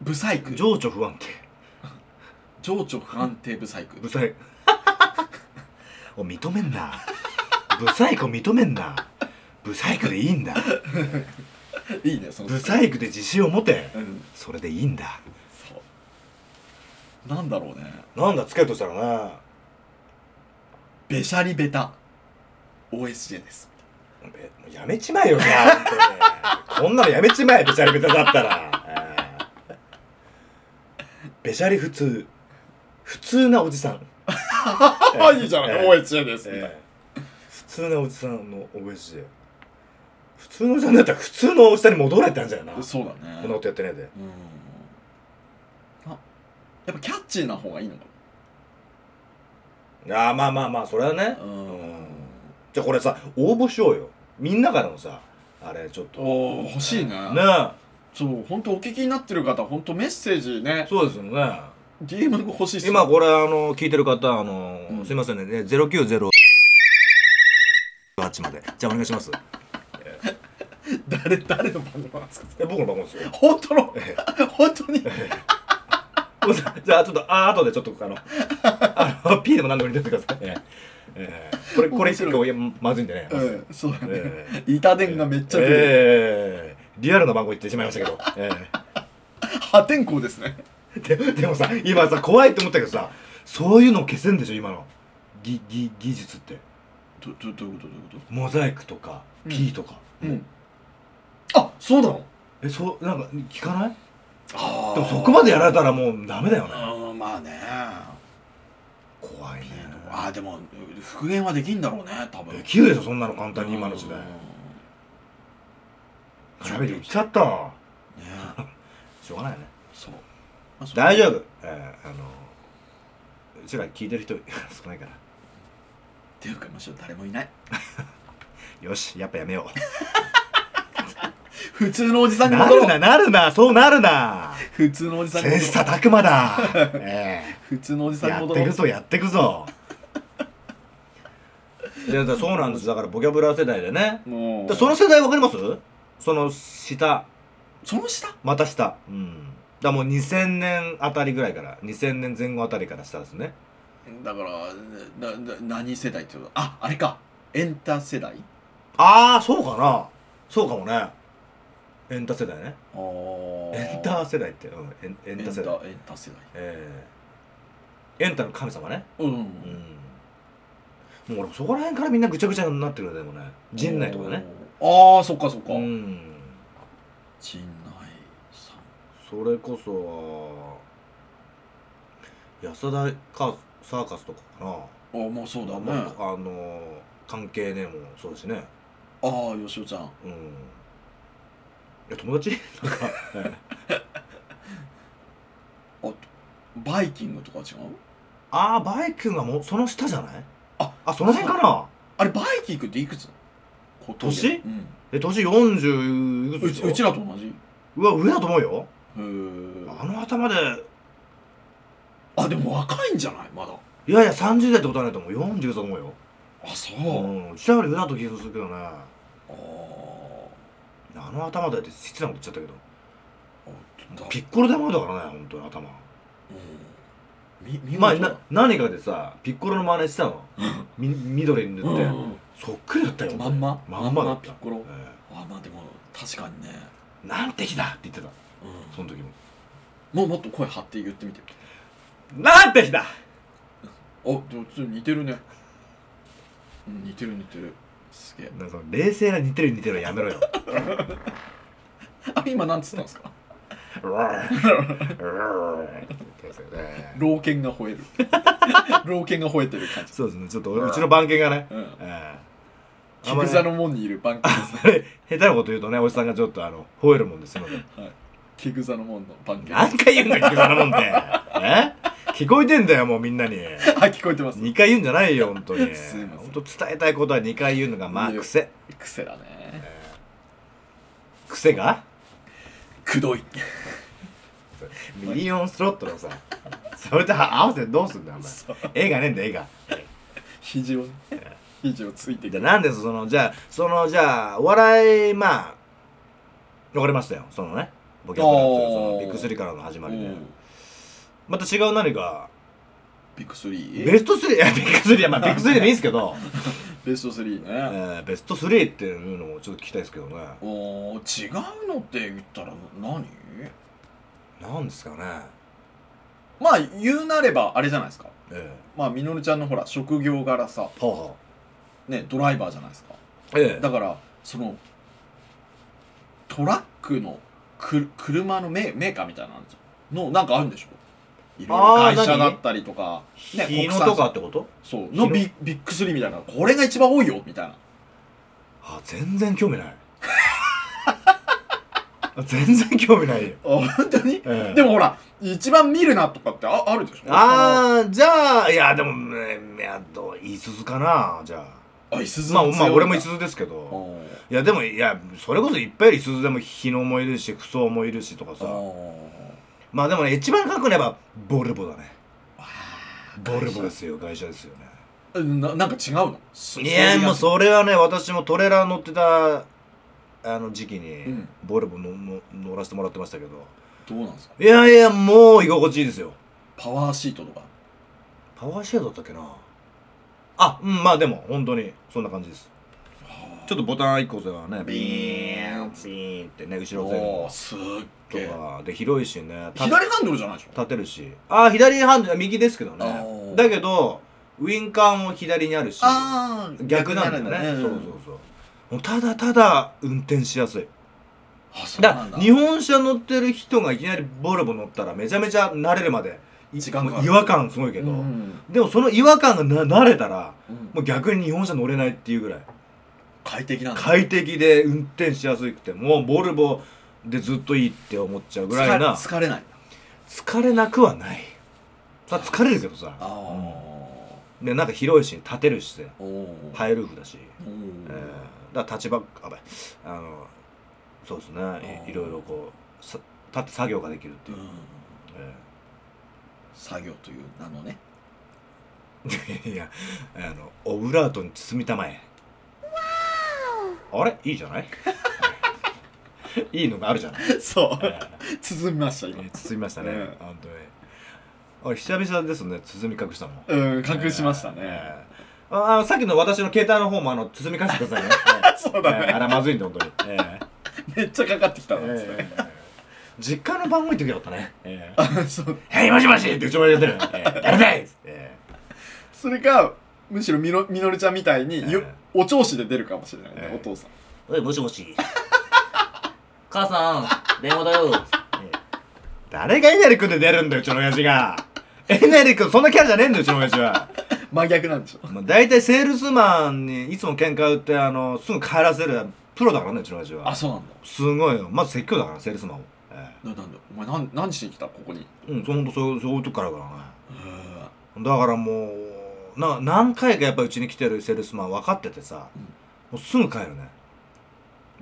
Speaker 3: ブサイク
Speaker 2: 情緒不安定
Speaker 3: 情緒不安定ブサイク
Speaker 2: ブサイ お認めんなブサイクを認めんなブサイクでいいんだ
Speaker 3: いいねその
Speaker 2: ブサイクで自信を持て
Speaker 3: うん
Speaker 2: それでいいんだ
Speaker 3: そうなんだろうね
Speaker 2: なんだつけるとしたらね
Speaker 3: べしゃりべた OSJ です
Speaker 2: べやめちまえよじゃあ本当にこんなのやめちまえべしゃりべただった らえーべしゃり普通普通なおじさん、
Speaker 3: ああいいじゃない
Speaker 2: ええ
Speaker 3: OSJ ですみたいな
Speaker 2: えー普通なおじさんのおべし普通のおじさんだったら普通のおじさんに戻れたんじゃないなこ
Speaker 3: そうだ
Speaker 2: んな
Speaker 3: ね
Speaker 2: ことやってねえで
Speaker 3: うんあやっぱキャッチーな方がいいのか
Speaker 2: ああまあまあまあそれはね
Speaker 3: なうん
Speaker 2: じゃあこれさ応募しようよみんなからのさあれちょっとね
Speaker 3: おー欲しいねそう本当お聞きになってる方本当メッセージね
Speaker 2: そうですよね
Speaker 3: DM 欲しいっす
Speaker 2: 今これあの聞いてる方あの、
Speaker 3: うん
Speaker 2: すいませんねね090 8までじゃあお願いします
Speaker 3: 誰 誰の番号なんですか
Speaker 2: え僕の番号ですよ
Speaker 3: 本当の本当に
Speaker 2: ごめんなさ いじゃあちょっとあ後でちょっとあのあの P でも何でも入れてってください、ええええこれこれ結構いやまずいんでね、
Speaker 3: うんそうだね
Speaker 2: ええ
Speaker 3: 板伝がめっちゃ来る
Speaker 2: ええリアルな番号言ってしまいましたけど、え
Speaker 3: 破天荒ですね
Speaker 2: えででもさ今さ怖いと思ったけどさそういうの消せんでしょ今のぎぎ技術って
Speaker 3: どどどういうことどういうこ
Speaker 2: モザイクとか
Speaker 3: うん
Speaker 2: P とか、
Speaker 3: とうんあそうなの
Speaker 2: えそうなんか聞かない
Speaker 3: あ
Speaker 2: でもそこまでやられたらもうダメだよね
Speaker 3: うんまあね
Speaker 2: 怖いね
Speaker 3: あーでも復元はできんだろうね多分
Speaker 2: できるでしょそんなの簡単に今の時代
Speaker 3: うん
Speaker 2: 調べてきちゃったわ
Speaker 3: ね
Speaker 2: しょうがないよね
Speaker 3: そうまあそう
Speaker 2: 大丈夫、えー、あのうちら聞いてる人少ないから
Speaker 3: っていうかむしろ誰もいない
Speaker 2: よしやっぱやめよ
Speaker 3: 普通のおじさ
Speaker 2: うん
Speaker 3: に
Speaker 2: な
Speaker 3: 戻ろ
Speaker 2: る
Speaker 3: う
Speaker 2: ななるなそうなるな
Speaker 3: 普通のおじさんに戻
Speaker 2: 切
Speaker 3: ろう
Speaker 2: 磋琢磨 だ、え
Speaker 3: 普通のおじ
Speaker 2: ー、
Speaker 3: さんに
Speaker 2: やっ
Speaker 3: 戻
Speaker 2: て
Speaker 3: ろ
Speaker 2: く
Speaker 3: う
Speaker 2: ぞやってくぞいやだからそうなん ですだからボキャブラ世代でね
Speaker 3: も
Speaker 2: でその世代わかりますその下
Speaker 3: その下
Speaker 2: また下うんだからもう2000年あたりぐらいから2000年前後あたりから下ですね
Speaker 3: だからなな何世代っていうのああれかエンタ世代
Speaker 2: ああそうかなそうかもねエンタ世代ねエ
Speaker 3: エ
Speaker 2: ンター世代って、うん、エンエ
Speaker 3: エ
Speaker 2: ン
Speaker 3: ン
Speaker 2: タ
Speaker 3: タ
Speaker 2: ー世代。
Speaker 3: エンタ世代
Speaker 2: ええエンタの神様ね。
Speaker 3: うん、
Speaker 2: うん。もう俺、そこら辺からみんなぐちゃぐちゃになってくるね、でもね。陣内とかね。
Speaker 3: ああそっかそっか、
Speaker 2: うん。
Speaker 3: 陣内さん
Speaker 2: それこそは、安田かサーカスとかかな。
Speaker 3: ああまあそうだ
Speaker 2: あ
Speaker 3: ね
Speaker 2: まああの、関係ねえもんそうだしね。
Speaker 3: ああよしおちゃん
Speaker 2: うん。いや、友達 なんか、ええ
Speaker 3: バイキングとかは違う
Speaker 2: ああ、バイキングはもうその下じゃない
Speaker 3: あ
Speaker 2: あ、その辺かな
Speaker 3: あれバイキングっていくつ今
Speaker 2: 年
Speaker 3: うん、
Speaker 2: え、年40いく
Speaker 3: う
Speaker 2: つで
Speaker 3: ち
Speaker 2: しょ
Speaker 3: うちらと同じへ
Speaker 2: うわ上だと思うよ
Speaker 3: え
Speaker 2: あの頭で
Speaker 3: あでも若いんじゃないまだ
Speaker 2: いやいや30代ってことはないと思う40だと思うよ
Speaker 3: あそうう、あ
Speaker 2: んうちらより上だと気がするけどねあ
Speaker 3: あ
Speaker 2: の頭でって失礼なこと言っちゃったけ
Speaker 3: あだ
Speaker 2: どピッコロ玉だからね本当に頭
Speaker 3: うんみ見事
Speaker 2: 前
Speaker 3: だ
Speaker 2: な何かでさピッコロの真似し たのみ緑に塗って、
Speaker 3: うん
Speaker 2: そっくりだったよ
Speaker 3: まんま
Speaker 2: まんまだった
Speaker 3: ピッコロ
Speaker 2: え
Speaker 3: あまあでも確かにね、
Speaker 2: えなんて日だって言ってた
Speaker 3: う
Speaker 2: その時も
Speaker 3: ん、もうもっと声張って言ってみて
Speaker 2: なんて日だ
Speaker 3: あでもちょっと似てるねうん似てる似てるすげえ
Speaker 2: なんかその冷静な似てる似てるやめ ろよ
Speaker 3: あ今なんつったんですか
Speaker 2: うわーうわーって言ってましたよね
Speaker 3: 老犬が吠える 老犬が吠えてる感じ
Speaker 2: そうですねちょっとうちの番犬がね
Speaker 3: うん
Speaker 2: ええあん
Speaker 3: 菊
Speaker 2: まり
Speaker 3: 座
Speaker 2: ね
Speaker 3: の門にいる番犬ですね
Speaker 2: 下手なこと言うとねおじさんがちょっとあの吠えるもんですので
Speaker 3: 菊座の門の番犬あ
Speaker 2: 何回言うんだよそんなもんってえ聞こえてんだよもうみんなに
Speaker 3: 聞こえてます
Speaker 2: 2回言うんじゃないよ本当 に
Speaker 3: すいません
Speaker 2: 本当伝えたいことは2回言うのがまあ
Speaker 3: いいよ
Speaker 2: 癖
Speaker 3: 癖だね
Speaker 2: 癖が
Speaker 3: くどい
Speaker 2: ミリオンスロットのさそれと合わせてどうすんだよ
Speaker 3: そう
Speaker 2: お前絵がねえんだよ絵が
Speaker 3: 肘をね肘をついて
Speaker 2: じ
Speaker 3: く
Speaker 2: ゃあ
Speaker 3: る
Speaker 2: なんですそのじゃあそのじゃあお笑いまあ分かりましたよそのねボキャブラというそのビッグスリーからの始まりで
Speaker 3: うん
Speaker 2: また違う何か
Speaker 3: ビッグ3
Speaker 2: ベスト3いやビッグスリーまあビッグスリーでもいいんですけど、
Speaker 3: ベスト3
Speaker 2: え
Speaker 3: ね
Speaker 2: ーベスト3っていうのもちょっと聞きたいですけどね
Speaker 3: おー違うのって言ったら何
Speaker 2: なんですかね
Speaker 3: まあ言うなればあれじゃないですか
Speaker 2: え
Speaker 3: まあみのるちゃんのほら職業柄さ
Speaker 2: えはあは
Speaker 3: ねドライバーじゃないですか
Speaker 2: あえ
Speaker 3: だからそのトラックのく車のメーメーカーみたいなのあるじゃんのなんかあるんでしょいろい
Speaker 2: あー
Speaker 3: ろ会社
Speaker 2: 何
Speaker 3: だったりとか
Speaker 2: え日野
Speaker 3: 国産
Speaker 2: とかってこと
Speaker 3: そうのビビッグ3みたいなこれが一番多いよみたいな
Speaker 2: あ全然興味ない あ全然興味ないよ、
Speaker 3: あ本当に
Speaker 2: え え
Speaker 3: でもほら一番見るなとかってああるでしょ
Speaker 2: ああじゃあいやでもねいやどういい鈴かなじゃあ
Speaker 3: あいすず
Speaker 2: まあ、まあ、俺もい
Speaker 3: い
Speaker 2: すずですけどいやでもいやそれこそいっぱいいるいすずでも日野もいるしクソもいるしとかさまあでもね一番書くのはやっぱボルボだねボルボですよ会社ですよね
Speaker 3: ななんか違うの
Speaker 2: いやもう
Speaker 3: う
Speaker 2: それはね私もトレーラー乗ってたあの時期に、
Speaker 3: うん
Speaker 2: ボルボのの乗らせてもらってましたけど
Speaker 3: どうなんですか
Speaker 2: いやいやもう居心地いいですよ
Speaker 3: パワーシートとか
Speaker 2: パワーシェードだったっけなあうんまあでも本当にそんな感じですちょっとボタン1個押せばねビーンビーンってね後ろ前
Speaker 3: お
Speaker 2: 後
Speaker 3: ーすっ
Speaker 2: と
Speaker 3: げえ
Speaker 2: かで広いしねた
Speaker 3: 左ハンドルじゃないでしょ
Speaker 2: 立てるしあー左ハンドル右ですけど
Speaker 3: あ
Speaker 2: ね
Speaker 3: ー
Speaker 2: だけどウインカーも左にあるし
Speaker 3: あー
Speaker 2: 逆なんだよね
Speaker 3: 逆
Speaker 2: そう
Speaker 3: な
Speaker 2: そうん
Speaker 3: だ
Speaker 2: そうもうただただ運転しやすい
Speaker 3: あそう
Speaker 2: だ
Speaker 3: な
Speaker 2: か
Speaker 3: んだ
Speaker 2: ら日本車乗ってる人がいきなりボルボ乗ったらめちゃめちゃ慣れるまでい
Speaker 3: 時間かかる
Speaker 2: もう違和感すごいけ
Speaker 3: け
Speaker 2: ど、
Speaker 3: ど
Speaker 2: でもその違和感がな慣れたら
Speaker 3: うん
Speaker 2: もう逆に日本車乗れないっていうぐらい
Speaker 3: 快適なんだ
Speaker 2: 快適で運転しやすくてもうボルボでずっといいって思っちゃうぐらいな
Speaker 3: 疲れ疲れない
Speaker 2: 疲れなくはないさ疲れるけどさ
Speaker 3: ああ
Speaker 2: うんでなんか広いし立てるし
Speaker 3: おお
Speaker 2: ハイルーフだし、
Speaker 3: お
Speaker 2: え
Speaker 3: ー
Speaker 2: ーだから立ちばっあばいあのそうですね
Speaker 3: ー
Speaker 2: いいろいろこうさ立って作業ができるって
Speaker 3: う
Speaker 2: いう、
Speaker 3: ん
Speaker 2: え
Speaker 3: 作業という名のね
Speaker 2: ー いやあのオブラートに包みたまえあれいいじゃないいいのがあるじゃない、
Speaker 3: そ
Speaker 2: えー
Speaker 3: 包みました今
Speaker 2: えー包みましたね、
Speaker 3: え
Speaker 2: 本当にあれ久々ですね包み隠したの
Speaker 3: うん隠しましたね、
Speaker 2: えーああさっきの私の携帯の方もあの包み隠してくださいね、
Speaker 3: そう
Speaker 2: え
Speaker 3: だ
Speaker 2: ーあ
Speaker 3: ね、
Speaker 2: らまずいんで本当に、えー
Speaker 3: めっちゃかかってきたなつって、
Speaker 2: えー実家の番号言ってきよったね「え
Speaker 3: あそう
Speaker 2: ーはいもしもし!」ってうちまでやってる「えー誰だい!」っつってえ
Speaker 3: それかむしろみのみのるちゃんみたいに、よ
Speaker 2: え
Speaker 3: お調子で出るかもしれないね、
Speaker 2: ええ
Speaker 3: お父さん
Speaker 2: ー「おいもしもし 母さん電話だよ」えー誰がえなりくんで出るんだようちの親父がえなりくんそんなキャラじゃねえんだようちの親父は
Speaker 3: 真逆なんでしょ
Speaker 2: まあ、大体セールスマンにいつも喧嘩売ってあのすぐ帰らせるプロだからねうちの親父は
Speaker 3: そうなん
Speaker 2: すごいよまず説教だからセールスマンを、え
Speaker 3: だななんだお前なん何しに来たここに
Speaker 2: えうんそほんとそうそういうとこからだからねだからもうな何回かやっぱうちに来てるセールスマン分かっててさ、
Speaker 3: うん
Speaker 2: もうすぐ帰るね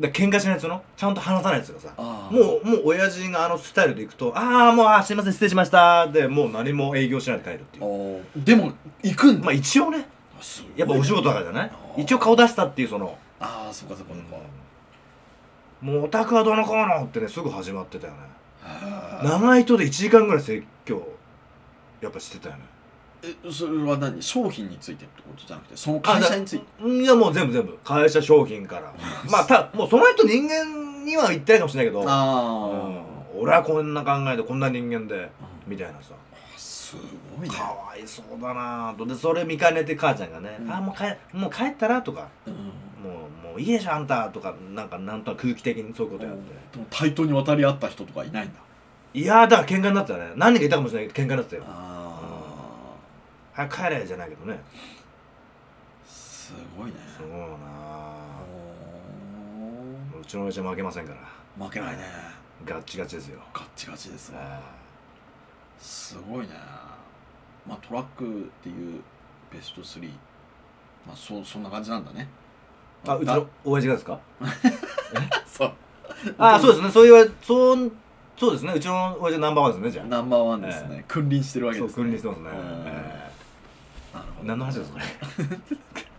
Speaker 2: で喧嘩しないやつのちゃんと話さないやつがさ
Speaker 3: ああ
Speaker 2: もうもう親父があのスタイルで行くと「ああもうあーすいません失礼しました」でもう何も営業しないで帰るっていう
Speaker 3: おーでも行くんだ、
Speaker 2: まあ一応ね
Speaker 3: すごいね
Speaker 2: やっぱお仕事だからじゃない
Speaker 3: あー
Speaker 2: 一応顔出したっていうその
Speaker 3: ああそうかそうかそうか、
Speaker 2: もうオタクはどうのこうのってねすぐ始まってたよね
Speaker 3: あー
Speaker 2: 長い人で1時間ぐらい説教やっぱしてたよね
Speaker 3: えそれは何商品についてってことじゃなくてその会社について
Speaker 2: いやもう全部全部会社商品からまあたもうその人人間には言ってないかもしれないけど、うん
Speaker 3: あ
Speaker 2: 俺はこんな考えでこんな人間でみたいなさ
Speaker 3: あすごいね
Speaker 2: かわいそうだなぁとでそれ見かねて母ちゃんがね「
Speaker 3: うん
Speaker 2: あもう帰もう帰ったら?」とか
Speaker 3: うん
Speaker 2: 「もうもういいでしょあんた」とかなんかなんとなく空気的にそういうことやって
Speaker 3: でも対等に渡り合った人とかいないんだ
Speaker 2: いやーだから喧嘩になってたね何人かいたかもしれないけど喧嘩になってたよ
Speaker 3: あ
Speaker 2: 早く帰れじゃないけどね
Speaker 3: あすごいね
Speaker 2: そうだなぁ
Speaker 3: お
Speaker 2: うちの親父は負けませんか
Speaker 3: ー
Speaker 2: ら
Speaker 3: 負けないね
Speaker 2: ガッチガチですよ
Speaker 3: ガッチガチですね
Speaker 2: あ
Speaker 3: すごいねまあトラックっていうベスト3まあそそんな感じなんだね
Speaker 2: ーあうちの親父がですか
Speaker 3: だ そう
Speaker 2: ああそうですねそう言われそうそうですねうちの親父ナンバーワンですねじゃあ
Speaker 3: ナンバーワンですね、君臨してるわけ
Speaker 2: そ
Speaker 3: で
Speaker 2: う
Speaker 3: すね
Speaker 2: 君臨してますね、
Speaker 3: うん
Speaker 2: え
Speaker 3: なるほ
Speaker 2: ー
Speaker 3: ど
Speaker 2: 何の話ですかね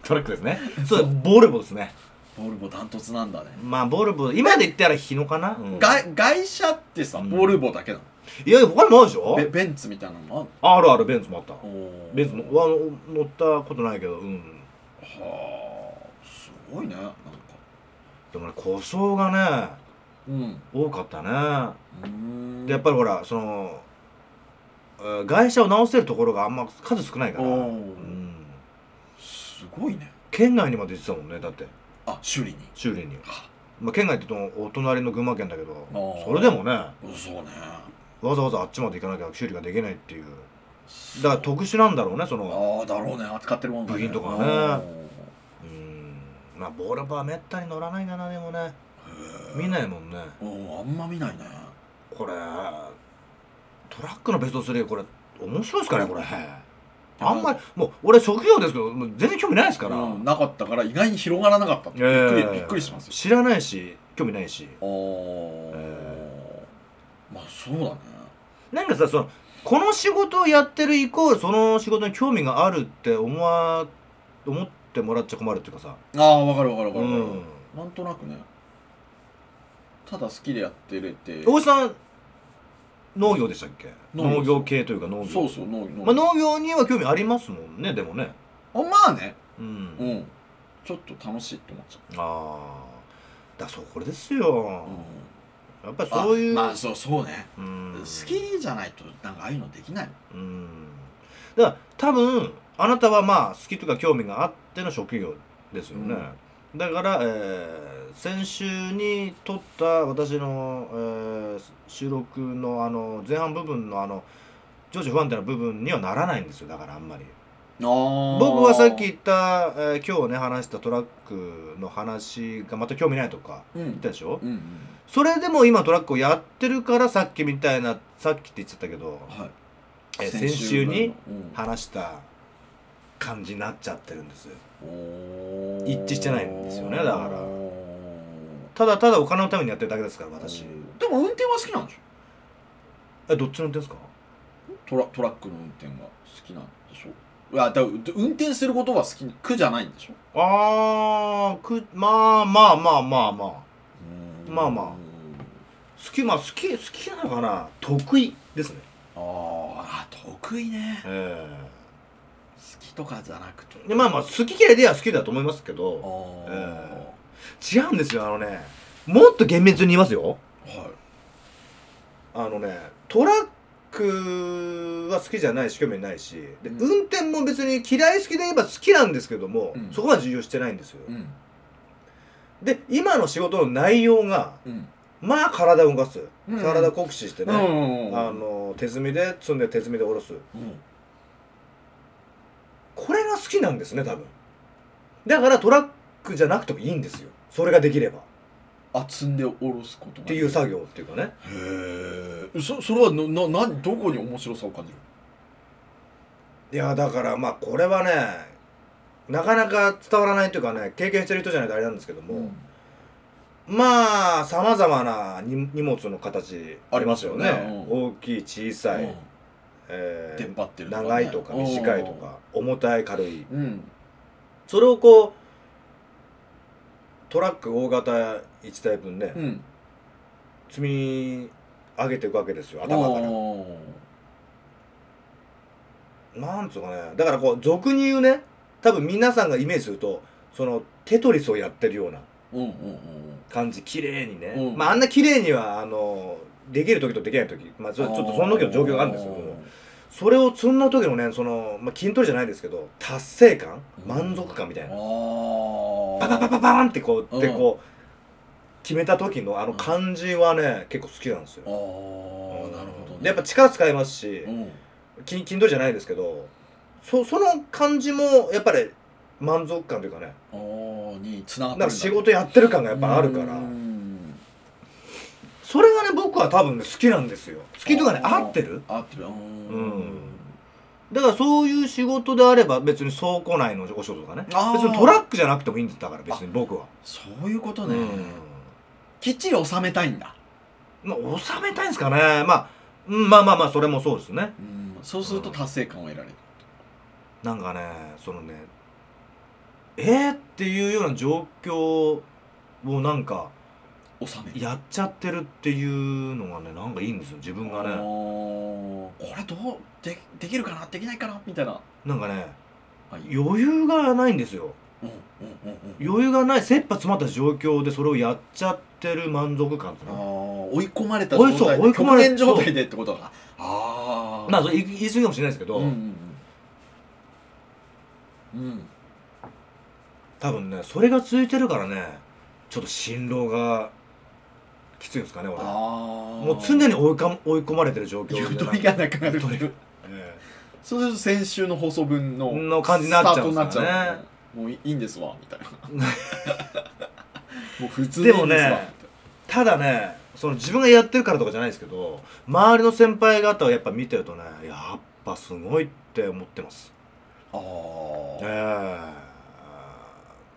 Speaker 2: トラックですねそうボルボですね
Speaker 3: ボルボダントツなんだね、
Speaker 2: まあボルボ今で言ったら日野かな、うん
Speaker 3: が外車ってさ
Speaker 2: うん
Speaker 3: ボルボだけなの、
Speaker 2: いやいや他にもあるでしょ
Speaker 3: ベベンツみたいなのも
Speaker 2: あるあるベンツもあった
Speaker 3: あるの
Speaker 2: ベンツのは乗ったことないけどうん
Speaker 3: はあすごいねなんか
Speaker 2: でもね故障がね
Speaker 3: うん
Speaker 2: 多かったね
Speaker 3: うーん
Speaker 2: でやっぱりほらそのえー外車を直せるところがあんま数少ないから、
Speaker 3: おー
Speaker 2: うん、
Speaker 3: すごいね
Speaker 2: 県外にまで行ってたもんねだって
Speaker 3: あ修理に
Speaker 2: 修理に、
Speaker 3: あ
Speaker 2: まあ、県外って言うとお隣の群馬県だけど
Speaker 3: おー
Speaker 2: それでもねわ
Speaker 3: そうね
Speaker 2: ざわざあっちまで行かなきゃ修理ができないっていうだから特殊なんだろうねその
Speaker 3: ああだろうね扱ってるもん
Speaker 2: 部品とかね
Speaker 3: あ
Speaker 2: うんまあボールパはめったに乗らないかなでもね
Speaker 3: ーへえ
Speaker 2: 見ないもんね
Speaker 3: うんあんま見ないね
Speaker 2: これトラックのベスト3これ面白いっすかねこれあんまりもう俺職業ですけどもう全然興味ないですから、
Speaker 3: うんなかったから意外に広がらなかったってびっくり,、
Speaker 2: ええ
Speaker 3: びっくりしますよ
Speaker 2: 知らないし興味ないし
Speaker 3: あー、まあそうだね
Speaker 2: なんかさそのこの仕事をやってるイコールその仕事に興味があるって思わ思ってもらっちゃ困るっていうかさ
Speaker 3: ああわかるわかるわか
Speaker 2: う
Speaker 3: る、
Speaker 2: ん
Speaker 3: なんとなくねただ好きでやってれて
Speaker 2: 大石さん農業でしたっけ
Speaker 3: 農業
Speaker 2: 農業系というか農業
Speaker 3: そうそう農業
Speaker 2: まあ、農業には興味ありますもんねでもね
Speaker 3: あまあね
Speaker 2: うん、
Speaker 3: うんちょっと楽しいって思っちゃ
Speaker 2: ああだそうこれですよ
Speaker 3: う、うん、
Speaker 2: やっぱりそういう、
Speaker 3: あまあそうそうね、
Speaker 2: うん、
Speaker 3: 好きじゃないとなんかああいうのできない
Speaker 2: うんだから多分あなたはまあ好きとか興味があっての職業ですよね、だから、えー先週に撮った私の、えー収録のあの前半部分のあの情緒不安定な部分にはならないんですよだからあんまり僕
Speaker 3: 僕
Speaker 2: はさっき言った、えー今日ね話したトラックの話がまた興味ないとか
Speaker 3: うん
Speaker 2: 言ったでしょ、
Speaker 3: うんうん
Speaker 2: それでも今トラックをやってるからさっきみたいなさっきって言っちゃったけど、
Speaker 3: はい
Speaker 2: えー先週に
Speaker 3: 分の
Speaker 2: 話した感じになっちゃってるんです
Speaker 3: うんおー
Speaker 2: 一致してないんですよねだからただただお金のためにやってるだけですから私
Speaker 3: うんでも運転は好きなんでしょ
Speaker 2: えどっちの運転ですか
Speaker 3: トラトラックの運転が好きなんでしょいやだ運転することは好き苦じゃないんでしょ
Speaker 2: あーくまあまあまあまあまあまあまあ
Speaker 3: うん
Speaker 2: 好きまあ好き好きなのかな得意ですね
Speaker 3: あーあ得意ね好
Speaker 2: え
Speaker 3: きとかじゃなくて
Speaker 2: えでまあまあ好き嫌いでは好きだと思いますけ
Speaker 3: あ
Speaker 2: ど
Speaker 3: ー、
Speaker 2: え違うんですよあのねもっと厳密に言いますよ
Speaker 3: はい
Speaker 2: あのねトラックは好きじゃないし興味ないしで、
Speaker 3: うん
Speaker 2: 運転も別に嫌い好きで言えば好きなんですけども、
Speaker 3: うん
Speaker 2: そこは重要してないんですよ、
Speaker 3: うん
Speaker 2: で今の仕事の内容が
Speaker 3: うん
Speaker 2: まあ体を動かす、
Speaker 3: うん
Speaker 2: 体酷使して
Speaker 3: う
Speaker 2: ね、
Speaker 3: ん
Speaker 2: あの手積みで積んで手積みで下ろす
Speaker 3: うん
Speaker 2: これが好きなんですね多分だからトラックじゃなくてもいいんですよそれができればっ
Speaker 3: あ積んで下ろすことが
Speaker 2: ていう作業っていうかね
Speaker 3: へえそそれはなななどこに面白さを感じる
Speaker 2: いやだからまあこれはねなかなか伝わらないというかね経験してる人じゃないとあれなんですけども、
Speaker 3: うん
Speaker 2: まあさまざまなに荷物の形ありますよね
Speaker 3: ありますよねう
Speaker 2: 大きい小さい、え
Speaker 3: 出
Speaker 2: ー
Speaker 3: っ張ってるね
Speaker 2: 長いとか短いとか重たい軽い
Speaker 3: うん
Speaker 2: それをこうトラック大型1台分ね、
Speaker 3: うん
Speaker 2: 積み上げていくわけですよ頭から
Speaker 3: おー
Speaker 2: なんつうかねだからこう俗に言うね多分皆さんがイメージするとそのテトリスをやってるような
Speaker 3: うんうんうん
Speaker 2: 感じ綺麗にね、
Speaker 3: うん
Speaker 2: まああんな綺麗にはあのできる時とできない時、まあ、それちょっとその時の状況があるんですけどもそれを積んだ時のねその、まあ、筋トレじゃないですけど達成感満足感みたいな、
Speaker 3: あ
Speaker 2: パパパ
Speaker 3: あ
Speaker 2: パパーンってこう、
Speaker 3: うん
Speaker 2: でこう決めた時のあの感じはね結構好きなんですよ、
Speaker 3: あーなるほどね
Speaker 2: でやっぱ力使いますし
Speaker 3: うん
Speaker 2: 筋筋トレじゃないですけどそその感じもやっぱり満足感というかね
Speaker 3: あーに繋が
Speaker 2: な
Speaker 3: ってる
Speaker 2: んか
Speaker 3: んだ
Speaker 2: 仕事やってる感がやっぱあるから
Speaker 3: うん
Speaker 2: それがね僕は多分ね好きなんですよ好きとかね
Speaker 3: あー
Speaker 2: 合ってる
Speaker 3: 合ってるう
Speaker 2: うんだからそういう仕事であれば別に倉庫内のお仕事とかね別
Speaker 3: あー
Speaker 2: にトラックじゃなくてもいいんだから別に僕は
Speaker 3: そういうことね
Speaker 2: うん
Speaker 3: きっちり収めたいんだ
Speaker 2: まあ収めたいんですかねまあうんまあまあまあそれもそうですね
Speaker 3: うんそうすると達成感を得られる
Speaker 2: なんかねそのねえー、っていうような状況をなんか
Speaker 3: 収める
Speaker 2: やっちゃってるっていうのがねなんかいいんですよ自分が
Speaker 3: あ
Speaker 2: ね
Speaker 3: ーこれどうでできるかなできないかなみたいな
Speaker 2: なんかね
Speaker 3: あいい
Speaker 2: 余裕がないんですよ
Speaker 3: うんうんうんうん
Speaker 2: 余裕がない切羽詰まった状況でそれをやっちゃってる満足感っていう
Speaker 3: あ
Speaker 2: の
Speaker 3: ー追い込まれた
Speaker 2: 追いそう追い込まれ
Speaker 3: 極限状態でってことかああ
Speaker 2: まあそれ言い言い過ぎかもしれないですけど、
Speaker 3: うんうんうんうん
Speaker 2: 多分ねそれが続いてるからねちょっと辛労がきついんですかね俺
Speaker 3: ああ
Speaker 2: もう常に追いか追い込まれてる状況で
Speaker 3: ゆとりがなくなる
Speaker 2: ゆとりえ
Speaker 3: そうすると先週の放送分の
Speaker 2: の感じになっちゃうん
Speaker 3: スタートに
Speaker 2: ですよね
Speaker 3: なっちゃうねもういいいん ですわみたいなもう普通
Speaker 2: でもね
Speaker 3: いいんですわみたいな
Speaker 2: えただねその自分がやってるからとかじゃないですけど周りの先輩方をやっぱ見てるとねやっぱすごいって思ってます
Speaker 3: ああ
Speaker 2: ええ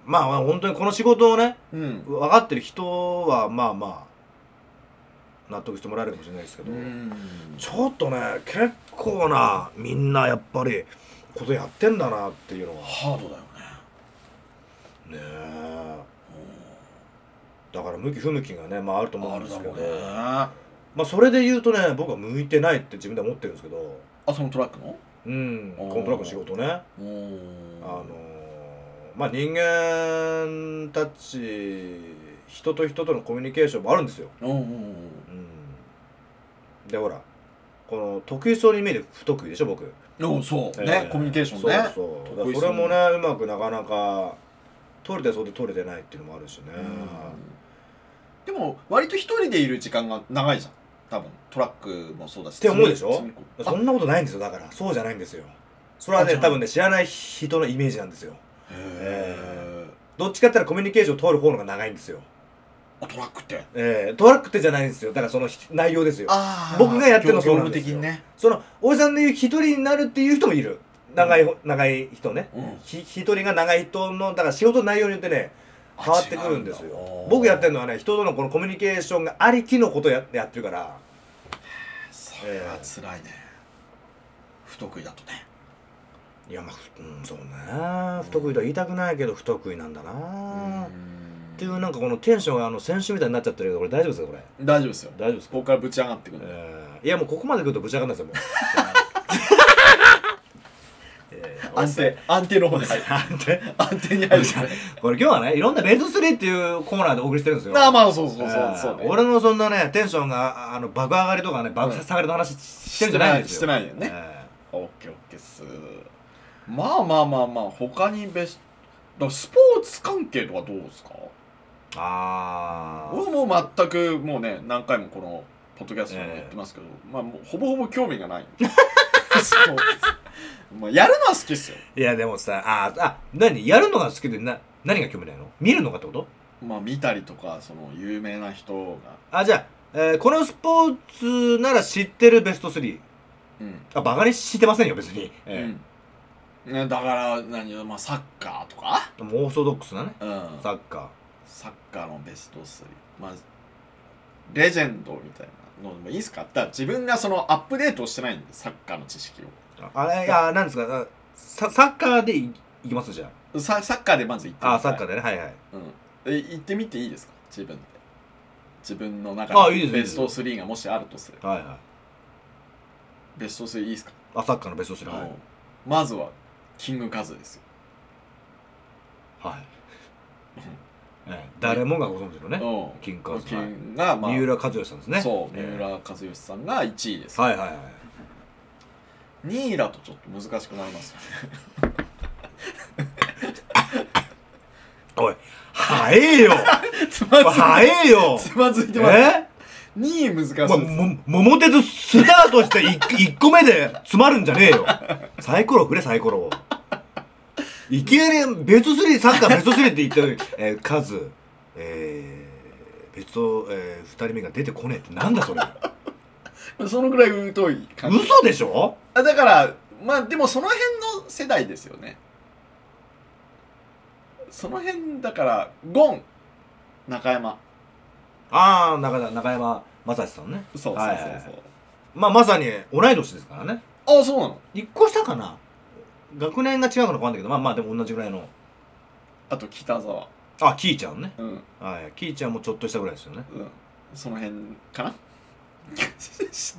Speaker 2: まあまあ本当にこの仕事をね
Speaker 3: うん
Speaker 2: 分かってる人はまあまあ納得してもらえるかもしれないですけど、ちょっとね結構なみんなやっぱりことやってんだなっていうのはね
Speaker 3: ハードだよね
Speaker 2: えだから向き不向きがね、まあ、あると思
Speaker 3: あ
Speaker 2: うん
Speaker 3: る
Speaker 2: です
Speaker 3: だ
Speaker 2: け
Speaker 3: ろ
Speaker 2: ど
Speaker 3: うねあ
Speaker 2: まあ、それで言うとね僕は向いてないって自分では思ってるんですけど
Speaker 3: そのトラックの
Speaker 2: うん
Speaker 3: あー
Speaker 2: コントラックの仕事ね
Speaker 3: おー
Speaker 2: あのーまあ人間たち人と人とのコミュニケーションもあるんですよ、
Speaker 3: うんうんうん
Speaker 2: うん、でほらこの得意そうに見えて不得意でしょ僕
Speaker 3: うんそう
Speaker 2: え
Speaker 3: ね、
Speaker 2: え
Speaker 3: コミュニケーションね
Speaker 2: そうそうだか
Speaker 3: 得意
Speaker 2: ら
Speaker 3: そう
Speaker 2: それもねうまくなかなか取れてそうで取れてないっていうのもあるしね、
Speaker 3: でも割と一人でいる時間が長いじゃん多分トラックもそうだし
Speaker 2: って思うでしょ
Speaker 3: 積み込む
Speaker 2: そんなことないんですよだからそうじゃないんですよそれは
Speaker 3: あ
Speaker 2: ね
Speaker 3: じゃあ
Speaker 2: 多分ね知らない人のイメージなんですよ
Speaker 3: あへ
Speaker 2: どっちかって言ったらコミュニケーションを取る方のが長いんですよ
Speaker 3: ーあトラックって
Speaker 2: えー、トラックってじゃないんですよだからそのひ内容ですよ
Speaker 3: あ
Speaker 2: ー僕がやってるの
Speaker 3: 業
Speaker 2: そう
Speaker 3: 業
Speaker 2: なん
Speaker 3: 務
Speaker 2: ですよ
Speaker 3: 的にね
Speaker 2: そのおじさんで言う一人になるっていう人もいる長い,、長い人ね
Speaker 3: うん
Speaker 2: ひ一人が長い人のだから仕事の内容によってね変わってくるんです
Speaker 3: あ違うん
Speaker 2: よ
Speaker 3: だ
Speaker 2: 僕やってるのはね人とのこのコミュニケーションがありきのことをややってるから
Speaker 3: それは辛いね不得意だとね
Speaker 2: いやまあ、ふうん、そうね不得意とは言いたくないけど不得意なんだな、
Speaker 3: うん
Speaker 2: っていうなんかこのテンションがあの選手みたいになっちゃってるけどこれ大丈夫ですかこれ
Speaker 3: 大丈夫ですよ
Speaker 2: 大丈夫ですか、
Speaker 3: ここからぶち上がってくる
Speaker 2: えーいやもうここまで来るとぶち上がんな いですよもうえー
Speaker 3: 安定安定の 方に入る
Speaker 2: 安定
Speaker 3: 安定に入る
Speaker 2: これ今日はねいろんなベース3っていうコーナーでお送りしてるんですよ
Speaker 3: ああまあそうそうそう
Speaker 2: え
Speaker 3: そう
Speaker 2: ー
Speaker 3: そうね
Speaker 2: 俺のそんなねテンションがああの爆上がりとかね爆下がりの話してるんじゃないんですよ
Speaker 3: してないしてないよね
Speaker 2: え
Speaker 3: オッケーオッケーっすまあまあまあまあ他にベストだからスポーツ関係とかどうですか
Speaker 2: ーあー
Speaker 3: 俺もう全くもうね何回もこのポッドキャストでも言ってますけど、まあもうほぼほぼ興味がない そうまあやるのは好きっすよ
Speaker 2: いやでもさあーあ何やるのが好きでな何が興味ないの見るのかってこと
Speaker 3: まあ見たりとかその有名な人が
Speaker 2: あじゃあ、えーこのスポーツなら知ってるベスト3
Speaker 3: うん、
Speaker 2: あバカにしてませんよ別に、
Speaker 3: うんね、だから何よ、まあ、サッカーとか、
Speaker 2: でもオーソドックスなね
Speaker 3: うん、
Speaker 2: サッカ
Speaker 3: サッカーのベスト3まあレジェンドみたいなのでもいいですかだから自分がそのアップデートをしてないんでサッカーの知識を
Speaker 2: ーあれいやなんですかあササッカーでいいきますじゃ
Speaker 3: ササッカーでまず行って
Speaker 2: ああーサッカー
Speaker 3: で、
Speaker 2: でねはいはい
Speaker 3: うん、え行ってみていいですか自分で自分の中
Speaker 2: あ
Speaker 3: の
Speaker 2: いいです
Speaker 3: ベスト3がもしあるとする
Speaker 2: はいはい
Speaker 3: ベスト3いいですか、
Speaker 2: あサッカーのベスト3はい
Speaker 3: もうまずはキングカズですよ、
Speaker 2: はいええ誰もがご存知のね
Speaker 3: うん
Speaker 2: キングカズ
Speaker 3: キングが、まあ
Speaker 2: 三浦和義さんですね
Speaker 3: そう三
Speaker 2: ええ
Speaker 3: 浦知良さんが1位です、
Speaker 2: はいはいはい
Speaker 3: 2位だとちょっと難しくなり ますよね
Speaker 2: おい早えよ
Speaker 3: つまず
Speaker 2: 早え よ
Speaker 3: いつまずいてます
Speaker 2: え
Speaker 3: 2位難しいです、
Speaker 2: もも桃鉄スタートし て一一個目で詰まるんじゃねえよサイコロ振れサイコロをいきなりベスト3サッカーベスト3って言ったのに、 えー、カズえー、ベスト、えー、2人目が出てこねえってなん だそれ
Speaker 3: そのぐらい疎い感じ
Speaker 2: 嘘でしょ
Speaker 3: あだからまあでもその辺の世代ですよねその辺だからゴン中山
Speaker 2: ああ中田中山正史さんね
Speaker 3: そうそうそうそう、
Speaker 2: はいはいはいまあまさに同い年ですからね
Speaker 3: あそうなの
Speaker 2: 一個下かな学年が違うのか分かんないけどまあまあでも同じぐらいの
Speaker 3: あと北沢
Speaker 2: あキーちゃんね
Speaker 3: うん、うん、
Speaker 2: はいキーちゃんもちょっとしたぐらいですよね
Speaker 3: その辺かな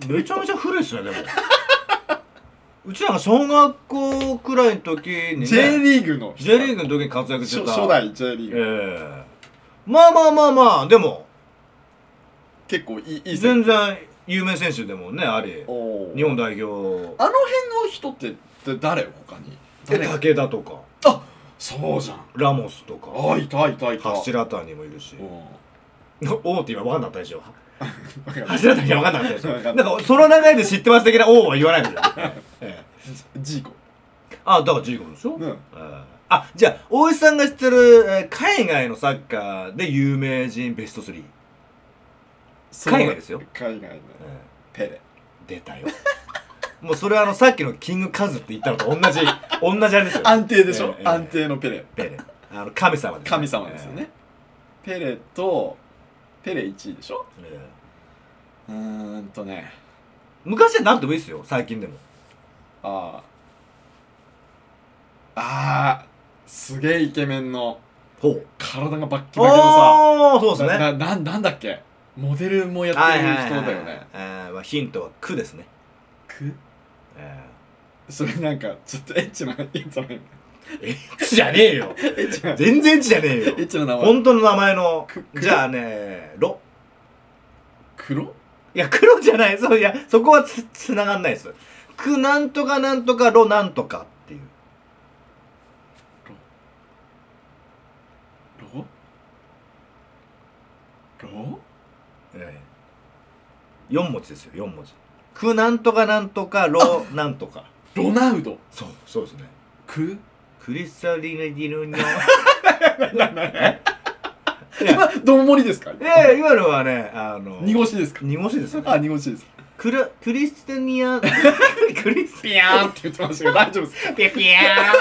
Speaker 2: めちゃめちゃ古いっすねでも うちらが小学校くらいの時に、ね、
Speaker 3: J リーグの
Speaker 2: J リー
Speaker 3: グ
Speaker 2: グの時に活躍して
Speaker 3: 初
Speaker 2: た
Speaker 3: 初代 J リー
Speaker 2: ええ
Speaker 3: グ、
Speaker 2: まあまあまあまあでも
Speaker 3: 結構いいいい
Speaker 2: 全然有名選手でもねあり
Speaker 3: おー
Speaker 2: 日本代表
Speaker 3: あの辺の人ってって誰他に
Speaker 2: で
Speaker 3: 誰
Speaker 2: 武田とか
Speaker 3: そうじゃん
Speaker 2: ラモスとか
Speaker 3: ああいたいたいた
Speaker 2: 柱谷もいるし
Speaker 3: うん
Speaker 2: 王って今分かんなかったでしょ
Speaker 3: わかんない
Speaker 2: 柱谷は分かんなかったでしょ
Speaker 3: わかんない
Speaker 2: なんかその流れで知ってます的な王は言わないんだよ、ええ
Speaker 3: ジーコ
Speaker 2: あだからジーコでしょ、
Speaker 3: うん
Speaker 2: あじゃあ大石さんが知ってる、えー海外のサッカーで有名人ベスト3、海外ですよ
Speaker 3: 海外ね
Speaker 2: え
Speaker 3: ペレ
Speaker 2: ー出たよ もうそれはあの、さっきのキングカズって言ったのと同じ、同じあれですよ。
Speaker 3: 安定でしょ
Speaker 2: ええええ
Speaker 3: 安定のペレ
Speaker 2: ペレ。あの、神様です。
Speaker 3: 神様ですよねペレとペレ1位でしょ
Speaker 2: ええ。え
Speaker 3: う
Speaker 2: え
Speaker 3: ーんとね
Speaker 2: 昔はなくてもいいですよ、最近でも。
Speaker 3: あああーすげえイケメンの
Speaker 2: ほう。
Speaker 3: 体がバッキバキのさ
Speaker 2: ああ、そうですね。
Speaker 3: なななんだっけモデルもやってる人だよね
Speaker 2: えーまあヒントは「く」ですね。
Speaker 3: く
Speaker 2: え
Speaker 3: それなんかちょっとエッチなやつじゃない
Speaker 2: ー、エッチじゃねえよ。
Speaker 3: エッチなエ
Speaker 2: 全然エッチじゃねえよ。
Speaker 3: ッチな名前
Speaker 2: 本当の名前の
Speaker 3: く、く
Speaker 2: じゃあね、ろ。
Speaker 3: 黒
Speaker 2: いや、黒じゃない。そういや、そこはつ、つながんないです。くなんとかなんとか、ろなんとかっていう。
Speaker 3: ロロ
Speaker 2: えー、4文字ですよ、4文字。くなんとかなんとか、ろなんとか。
Speaker 3: ロナウド
Speaker 2: そう、そうですね。
Speaker 3: く
Speaker 2: クリスタリーナ・ディルニ ョ。
Speaker 3: 今どんもりですか
Speaker 2: いやいや、今のはね、あの、
Speaker 3: 濁しですか
Speaker 2: 濁しですよね。
Speaker 3: あ濁しです
Speaker 2: クラクリステニア クリス
Speaker 3: ピヤーンって言ってましたけど大丈夫ですか
Speaker 2: ピピア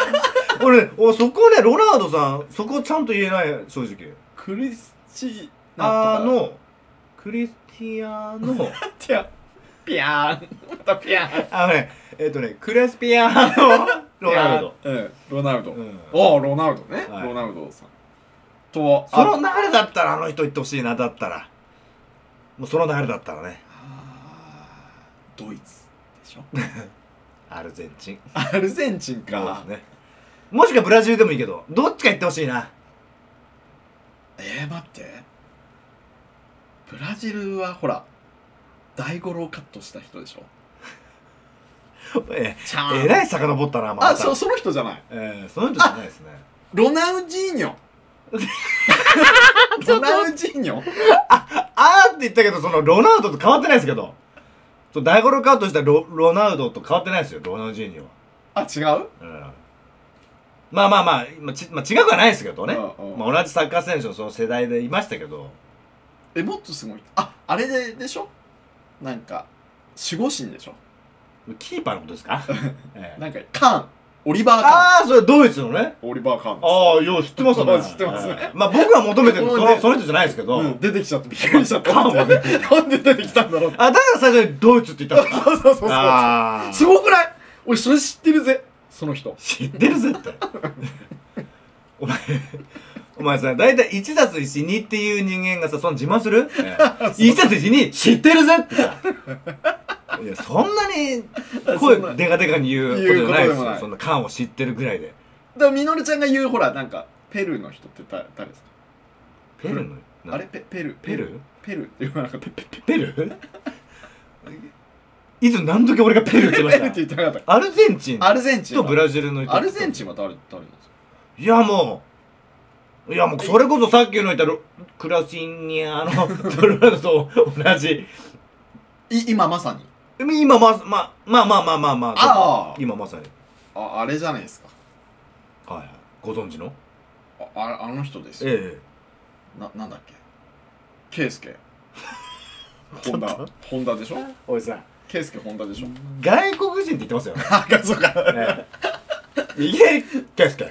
Speaker 2: ー俺おそこねロナウドさんそこちゃんと言えない正直
Speaker 3: クリスチ
Speaker 2: あ
Speaker 3: なんとか
Speaker 2: のクリスティアの
Speaker 3: ピヤピヤーンまたピヤーン
Speaker 2: あのねえっ、とねクレスピアのロナウド
Speaker 3: ドうんロナウド
Speaker 2: うん
Speaker 3: おおロナウドね
Speaker 2: はい
Speaker 3: ロナウドさんと
Speaker 2: その
Speaker 3: あ
Speaker 2: 流れだったらあの人言ってほしいなだったらもうその流れだったらね
Speaker 3: あードイツでしょ
Speaker 2: アルゼンチン
Speaker 3: アルゼンチン
Speaker 2: が
Speaker 3: か
Speaker 2: ねもしくはブラジルでもいいけどどっちか言ってほしいな
Speaker 3: えー、待ってブラジルはほら大五郎カットした人でしょ
Speaker 2: え
Speaker 3: ちゃ
Speaker 2: えらい遡ったなまた
Speaker 3: あそうその人じゃない
Speaker 2: えー、その人じゃないですね
Speaker 3: ロナウジーニ ョロナウジーニョ
Speaker 2: あーって言ったけど、そのロナウドと変わってないですけど。そう第5ロカウトしたロロナウドと変わってないですよ、ロナウジーニョは。
Speaker 3: あ違う
Speaker 2: うん。まあまあまあ、まあ、ちまあ、違くはないですけどね。
Speaker 3: うんうん
Speaker 2: まあ、同じサッカー選手のその世代でいましたけど。
Speaker 3: えもっとすごいああれででしょなんか守護神でしょ
Speaker 2: キーパーのことですか、 ええ
Speaker 3: なんかカーンオリバー・カ
Speaker 2: ああ、それドイツのね。
Speaker 3: ーンオリバー・カーンです
Speaker 2: ああ、よう知ってますね。
Speaker 3: 知ってますね
Speaker 2: ええまあ僕が求めてるのそ
Speaker 3: 求めて
Speaker 2: のその人じゃないですけど。
Speaker 3: うん、出てきちゃってびっくりしちゃった。
Speaker 2: カーンはね
Speaker 3: なんで出てきたんだろうって。
Speaker 2: あ、だから最初にドイツって言ったんですか
Speaker 3: そう そうそうそう。
Speaker 2: ああ。
Speaker 3: すごくない俺、それ知ってるぜ。その人。
Speaker 2: 知ってるぜって お前お前さ大体1たす1 2っていう人間がさその自慢す る1たす1 2知ってるぜってさいやそんなに
Speaker 3: そんな
Speaker 2: 声デカデカに言うことじゃない
Speaker 3: 言うことで
Speaker 2: です
Speaker 3: もな
Speaker 2: よ
Speaker 3: い
Speaker 2: そんな感を知ってるぐらいで
Speaker 3: だから、みのるちゃんが言う、ほら、なんか、ペルーの人って誰誰ですか
Speaker 2: ペルのな
Speaker 3: あれペペル
Speaker 2: ペル
Speaker 3: ペルって言わなかった。
Speaker 2: ペペル いつ何時俺がペルって言いま
Speaker 3: ペルっ言
Speaker 2: して
Speaker 3: ってなかった
Speaker 2: アルゼンチン
Speaker 3: た。アルゼンチン
Speaker 2: と
Speaker 3: は。
Speaker 2: ブラジルの人
Speaker 3: アルゼンチンは誰誰なんですか
Speaker 2: いやもう、いやもうそれこそさっきの言ったロクラシンニアの トルナドと同じ。
Speaker 3: い今まさに。
Speaker 2: 今まさ、ま、まあまあまあまあまあ、
Speaker 3: ああ
Speaker 2: 今まさに。
Speaker 3: あ、あれじゃないですか。
Speaker 2: はいはい。ご存知の
Speaker 3: あああの人ですよ。
Speaker 2: え
Speaker 3: な、なんだっけケイス ケ。ホンダ
Speaker 2: ちょっ。
Speaker 3: ホンダでしょ
Speaker 2: え。おいさん、
Speaker 3: ケイスケホンダでしょ
Speaker 2: 外国人って言ってますよね。
Speaker 3: あ、そうか。
Speaker 2: ええ いきなり、ケイスケ。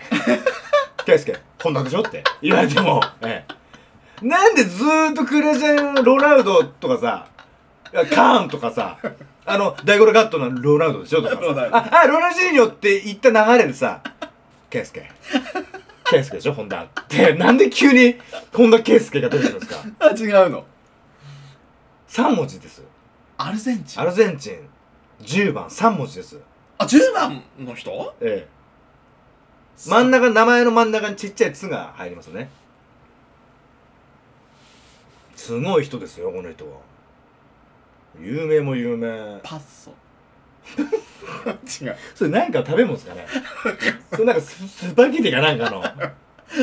Speaker 2: ケイスケ、こんなんでしょって言われても、ええなんでずーっとクレジェンロナウドとかさ、いやカーンとかさ、あの、ダイゴルガットのロナウドでしょとかさ
Speaker 3: ロナウド
Speaker 2: あ、あ、ロナウジーニョって言った流れでさ、ケイスケ。ケイスケでしょ、ホンダ。って、なんで急に、ホンダケイスケが出てくるんですか
Speaker 3: あ、違うの。
Speaker 2: ?3 文字です。
Speaker 3: アルゼンチン
Speaker 2: アルゼンチン、10番3文字です。
Speaker 3: あ、10番の人
Speaker 2: ええ。真ん
Speaker 3: 中。
Speaker 2: 中、名前の真ん中にちっちゃい「つ」が入りますね。すごい人ですよ、この人は。有名も有名。
Speaker 3: パッソ。 違う。
Speaker 2: それなんか食べ物です かねそれなんかススパゲティかなんかの。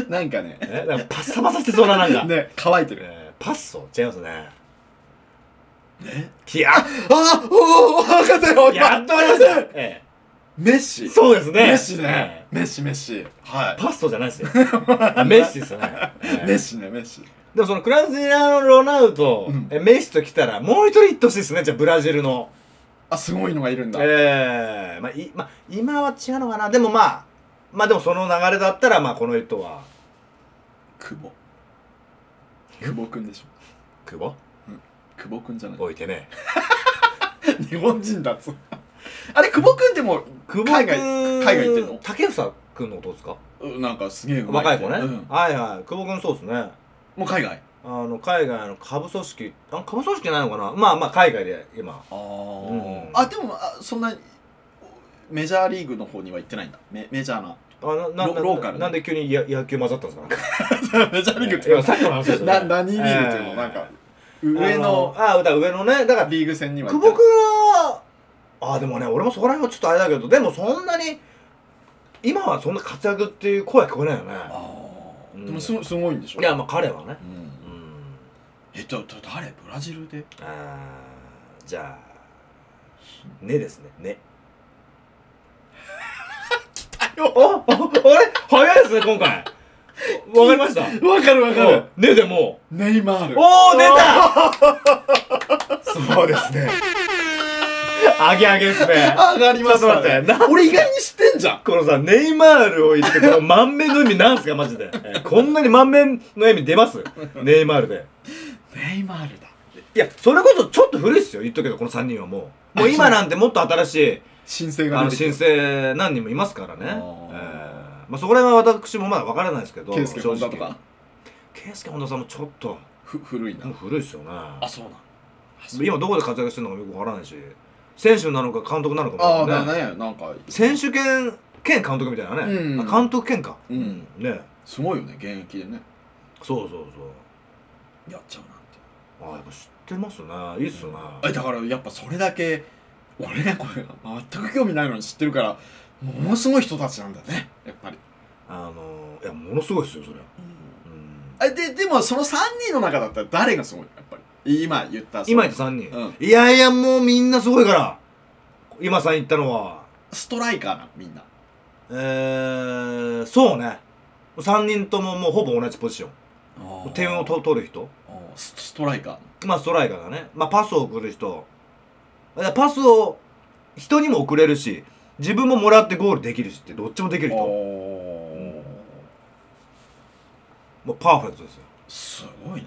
Speaker 3: なんかね、
Speaker 2: えなんかパッサパサしてそうななんか。
Speaker 3: ね、乾いてる。
Speaker 2: えーパッソ違いますね。
Speaker 3: ね。
Speaker 2: いや、
Speaker 3: あおお分かったよ
Speaker 2: や
Speaker 3: 今
Speaker 2: っとありま した、え
Speaker 3: メッシ
Speaker 2: え。そうですね。
Speaker 3: メッシね
Speaker 2: え。
Speaker 3: メッシ、メッシ。は
Speaker 2: えパッソじゃな いですよ。メッシですよね。え
Speaker 3: い。
Speaker 2: え
Speaker 3: メッシね、メッシ。
Speaker 2: でもそのクラスティアーノ・ロナウド、
Speaker 3: うん
Speaker 2: えメッシと来たらもう一人いってほしいですねじゃあブラジルの
Speaker 3: あすごいのがいるんだ、
Speaker 2: ええまあ、いまあ今は違うのかなでもまあまあでもその流れだったらまあこの人は
Speaker 3: 久保久保くんでしょ
Speaker 2: 久保
Speaker 3: 久保くんじゃない
Speaker 2: 置いてね
Speaker 3: 日本人だっつあれ久保くんでも
Speaker 2: 久保
Speaker 3: 海外海外行ってんの
Speaker 2: 竹房君のことですか
Speaker 3: うんなんかすげえうま
Speaker 2: 若
Speaker 3: っ
Speaker 2: い
Speaker 3: て
Speaker 2: 子ね、
Speaker 3: うん
Speaker 2: はいはい久保君そうですね
Speaker 3: もう海外
Speaker 2: あの海外の下部組織あ下部組織ないのかなまあまあ海外で今
Speaker 3: あ、ー
Speaker 2: うん
Speaker 3: あでもあそんなメジャーリーグの方には行ってないんだメメジャーな
Speaker 2: あなな
Speaker 3: ロ
Speaker 2: な
Speaker 3: ローカル
Speaker 2: なんで急にや野球混ざったんですかなんか
Speaker 3: メジャーリーグっ
Speaker 2: いや
Speaker 3: て
Speaker 2: さっきの話ですよね
Speaker 3: な何リーグっていうの、
Speaker 2: ええ
Speaker 3: なんか上の
Speaker 2: ああだから上のねだから
Speaker 3: リーグ戦には
Speaker 2: 久
Speaker 3: 行っ
Speaker 2: 保
Speaker 3: て
Speaker 2: 君
Speaker 3: ない
Speaker 2: はあでもね俺もそこら辺はちょっとあれだけどでもそんなに今はそんな活躍っていう声は聞こえないよね
Speaker 3: あー
Speaker 2: うん
Speaker 3: でもすすごいんでしょ
Speaker 2: いやまあ彼はね
Speaker 3: う
Speaker 2: うんん
Speaker 3: えっとと誰ブラジルで
Speaker 2: あーじゃあねですね ねあああれ早いですね今回 わかりました
Speaker 3: わかるわ
Speaker 2: うんねでも
Speaker 3: ネイマール
Speaker 2: おお出たそうですねあげあげですね
Speaker 3: 上がりまし
Speaker 2: ちょ
Speaker 3: た
Speaker 2: っと待っ
Speaker 3: ね
Speaker 2: てな
Speaker 3: 俺意外に知ってんじゃん
Speaker 2: このさネイマールを言ってこの満面の意味なんすかマジでえーこんなに満面の意味出ますネイマールで
Speaker 3: ネイマールだ
Speaker 2: いやそれこそちょっと古いっすよ言っとくけどこの3人はもうもう今なんてもっと新しい
Speaker 3: 申 請
Speaker 2: あ
Speaker 3: が
Speaker 2: の
Speaker 3: 出て
Speaker 2: 新
Speaker 3: き
Speaker 2: 生何人もいますからね、え
Speaker 3: あー
Speaker 2: ーまあ、そこら辺は私もまだ分からないですけど
Speaker 3: たケイスケホンダとか
Speaker 2: 圭佑本田さんもちょっと
Speaker 3: ふ古いな
Speaker 2: もう古いですよね
Speaker 3: あそうなん
Speaker 2: 今どこで活躍してるのかよく分からないし選手なのか監督なのかも
Speaker 3: ああ
Speaker 2: 分から
Speaker 3: だ
Speaker 2: ないね
Speaker 3: ねなんか
Speaker 2: 選手兼兼監督みたいなね、
Speaker 3: うん
Speaker 2: あ監督兼か、
Speaker 3: うん
Speaker 2: ね
Speaker 3: すごいよね現役でね
Speaker 2: そうそう
Speaker 3: やっちゃうなんて
Speaker 2: そうあやっぱ知ってますねいいっすね、
Speaker 3: えだからやっぱそれだけ俺ねこれ全く興味ないのに知ってるからものすごい人たちなんだねやっぱり、
Speaker 2: あのいやものすごいっすよそれは、うん
Speaker 3: えででもその3人の中だったら誰がすごいのやっぱり今言ったその
Speaker 2: 今言った3人、
Speaker 3: うん
Speaker 2: いやいやもうみんなすごいから今さん言ったのは
Speaker 3: ストライカーなみんな
Speaker 2: えー、そうね3人とももうほぼ同じポジション点をと取る人
Speaker 3: あースストライカー
Speaker 2: まあストライカーだね、まあ、パスを送る人だからパスを人にも送れるし自分ももらってゴールできるしってどっちもできる人
Speaker 3: おー
Speaker 2: もうパーフェクトですよ、
Speaker 3: すごいね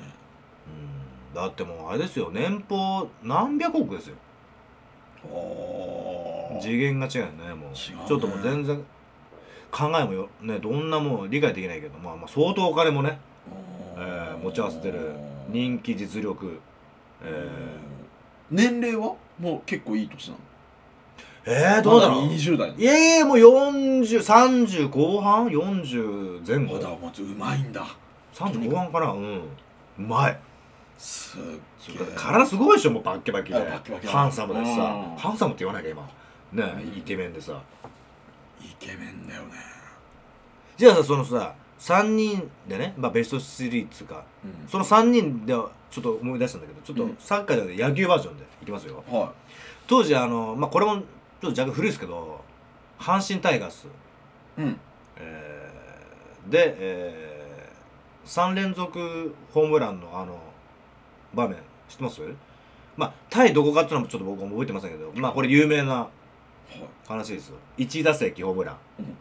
Speaker 2: うん、だってもうあれですよ年俸何百億ですよ
Speaker 3: おー
Speaker 2: 次元が違うよねもう
Speaker 3: 違うね
Speaker 2: ちょっともう全然考えもよねどんなもん理解できないけど、まあ、まあ相当お金もね、えー持ち合わせてる人気実力え
Speaker 3: 年齢はもう結構いい年なの
Speaker 2: ー、えー、どうだろう、
Speaker 3: ま20代
Speaker 2: いやいやもう4030後半40前
Speaker 3: ま
Speaker 2: 後
Speaker 3: だまずうまいんだ
Speaker 2: 30後半かなうんうまい
Speaker 3: すっげえ
Speaker 2: 体すごいでしょもうバッキバキで
Speaker 3: あバッキバキだ
Speaker 2: ハンサムだしさ
Speaker 3: うん
Speaker 2: ハンサムって言わないか今ね
Speaker 3: うん
Speaker 2: イケメンでさ
Speaker 3: イケメンだよね
Speaker 2: じゃあさそのさ3人でね、まあ、ベスト3っつうかその3人ではちょっと思い出したんだけどちょ
Speaker 3: う
Speaker 2: っ
Speaker 3: ん
Speaker 2: とサッカーじゃなくて野球バージョンでいきますよ
Speaker 3: は
Speaker 2: 当時あの、まあ、これもちょっと若干古いですけど阪神タイガース
Speaker 3: い うん
Speaker 2: えーで、え3連続ホームランのあの場面知ってますまあ対どこかっていうのもちょっと僕も覚えてませんけどまあこれ有名な話ですよ1打席ホームラン、
Speaker 3: うん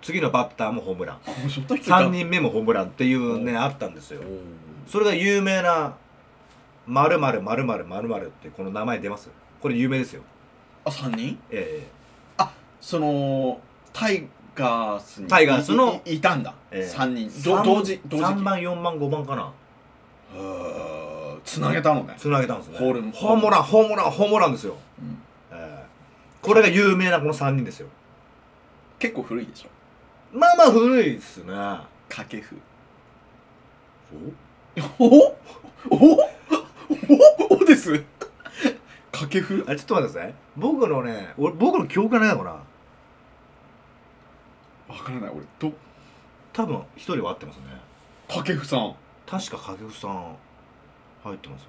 Speaker 2: 次のバッターもホームラン
Speaker 3: はいそんな人いた
Speaker 2: 3人目もホームランっていうね、
Speaker 3: う
Speaker 2: あったんですよ
Speaker 3: おー
Speaker 2: それが有名な「まるまるまるまるまるまるってこの名前出ますこれ有名ですよ
Speaker 3: あ三人
Speaker 2: え
Speaker 3: そのタイガースに
Speaker 2: タイガースの
Speaker 3: いいいたんだ
Speaker 2: ええ
Speaker 3: 三人
Speaker 2: え
Speaker 3: ど同時同時期
Speaker 2: 3番4番5番かな
Speaker 3: へーつなげたのね
Speaker 2: つなげたんですね
Speaker 3: ホール
Speaker 2: ホームランホームランホームランですよ、
Speaker 3: うん
Speaker 2: えーこれが有名なこの3人ですよ
Speaker 3: 結構古いでしょ
Speaker 2: まあまあ古いっすね
Speaker 3: 掛布
Speaker 2: お
Speaker 3: おおおおおです掛布
Speaker 2: あちょっと待ってください僕のね俺僕の記憶がないのかな
Speaker 3: わからない俺ど
Speaker 2: 多分一人は合ってますね
Speaker 3: 掛布さん
Speaker 2: 確か掛布さん入ってます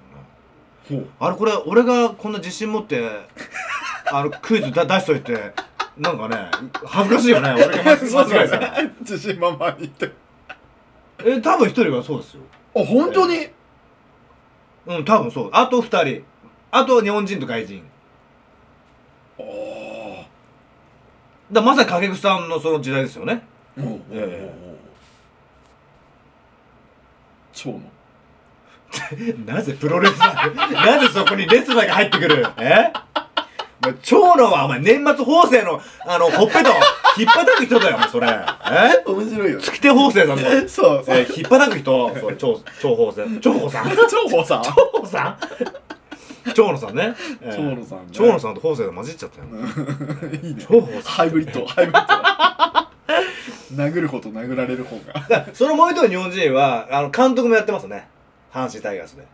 Speaker 2: よね
Speaker 3: ほう
Speaker 2: あれこれ俺がこんな自信持って あのクイズだ出しといてなんかね恥ずかしいよね俺が間違えたら
Speaker 3: ね自信満々に言ってあ
Speaker 2: え多分一人はそうですよ
Speaker 3: 本当に
Speaker 2: うん多分そうあと二人あと日本人と外人だからまさに影口さんのその時代ですよね
Speaker 3: おうおうおうおう
Speaker 2: え
Speaker 3: 蝶の
Speaker 2: なぜプロレスラー なぜそこにレスラーが入ってくるえお前長野はお前年末法政のあのほっぺたを引っ叩く人だよお前それえ
Speaker 3: 面白いよ
Speaker 2: 月手法政さんの、え
Speaker 3: そうそう
Speaker 2: ー、引っ叩く人そう長長法政長法さん
Speaker 3: 蝶野さん
Speaker 2: 長さん長野さんね、えー
Speaker 3: 蝶野さんね
Speaker 2: 長野さんと法政が混じっちゃったよ、
Speaker 3: いいね
Speaker 2: 蝶野さん
Speaker 3: ハイブリッドハイブリッドだ殴る方と殴られる方が
Speaker 2: だからそのもう一人の日本人はあの監督もやってますね阪神タイガースで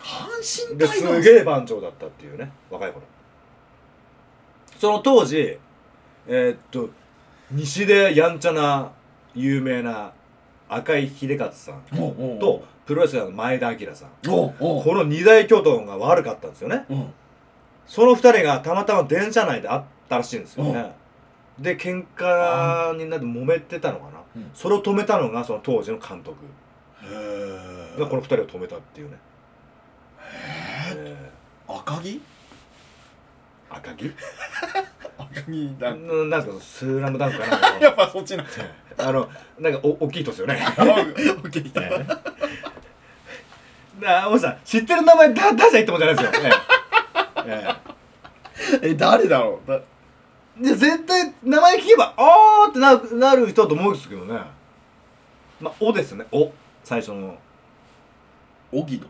Speaker 3: 阪神
Speaker 2: で
Speaker 3: タイ
Speaker 2: す
Speaker 3: ガース
Speaker 2: げえ番長だったっていうね若い頃その当時えーっと西でやんちゃな有名な赤井秀勝さん
Speaker 3: おうおうおう
Speaker 2: とプロレスラーの前田明さん
Speaker 3: おうおう
Speaker 2: この二大巨頭が悪かったんですよね
Speaker 3: うん
Speaker 2: その二人がたまたま電車内で会ったらしいんですよねで喧嘩になって揉めてたのかな、
Speaker 3: うん
Speaker 2: それを止めたのがその当時の監督
Speaker 3: へ
Speaker 2: がこ
Speaker 3: え
Speaker 2: の二人を止めたっていうねえ
Speaker 3: 赤木
Speaker 2: ー赤木
Speaker 3: 赤木だ
Speaker 2: ななんですかスーラムダンクかなんか の
Speaker 3: やっぱそっ ちな
Speaker 2: あの、なんかお大きい人ですよ ね。
Speaker 3: オッケー
Speaker 2: なあ、おじさん、知ってる名前だ、出しゃいいってもんじゃないですよ。ええ
Speaker 3: え誰だろうだ
Speaker 2: ええで、絶対名前聞けば、あーってなるなる人だと思うんですけどね。まあ、おですね、お、最初の。
Speaker 3: 荻野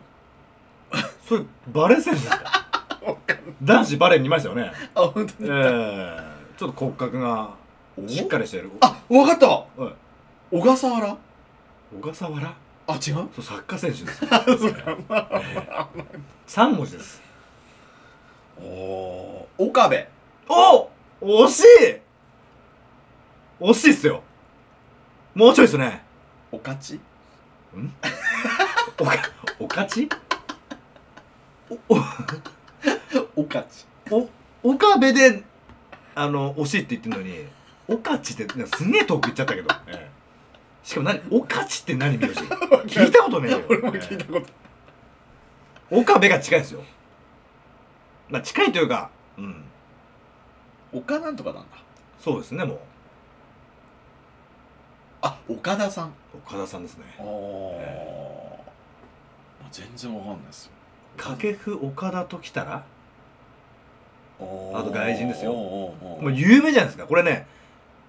Speaker 2: それ、バレー戦ですか。男子バレーにいましたよね。
Speaker 3: あ本当
Speaker 2: ええ
Speaker 3: に
Speaker 2: ちょっと骨格が
Speaker 3: お
Speaker 2: しっかりしてる。
Speaker 3: あわかった
Speaker 2: はい
Speaker 3: 小笠原
Speaker 2: 小笠原。
Speaker 3: あ違う
Speaker 2: そう、サッカー選 手です。
Speaker 3: あそうかまあ
Speaker 2: 三文字です。
Speaker 3: おー岡部
Speaker 2: お惜しい惜しいっすよもうちょいっすね
Speaker 3: おかち
Speaker 2: おか、おかち
Speaker 3: おかち
Speaker 2: お、岡部で、あの、惜しいって言ってんのに、おかちって、なんかすげえ遠く行っちゃったけど。ええしかも何、おかちって何名 字聞いたことねえよ。
Speaker 3: 俺も聞いたこと
Speaker 2: ええ岡部が近いですよ。まあ、近いというか、うん。
Speaker 3: 岡なんとかなんだ
Speaker 2: そうですね、もう。
Speaker 3: あ岡田さん
Speaker 2: 岡田さんですね。
Speaker 3: あーまあ全然わかんないですよ
Speaker 2: 掛布岡田ときたら
Speaker 3: あ
Speaker 2: あと外人ですよ
Speaker 3: おーおー
Speaker 2: もう有名じゃないですか。これね、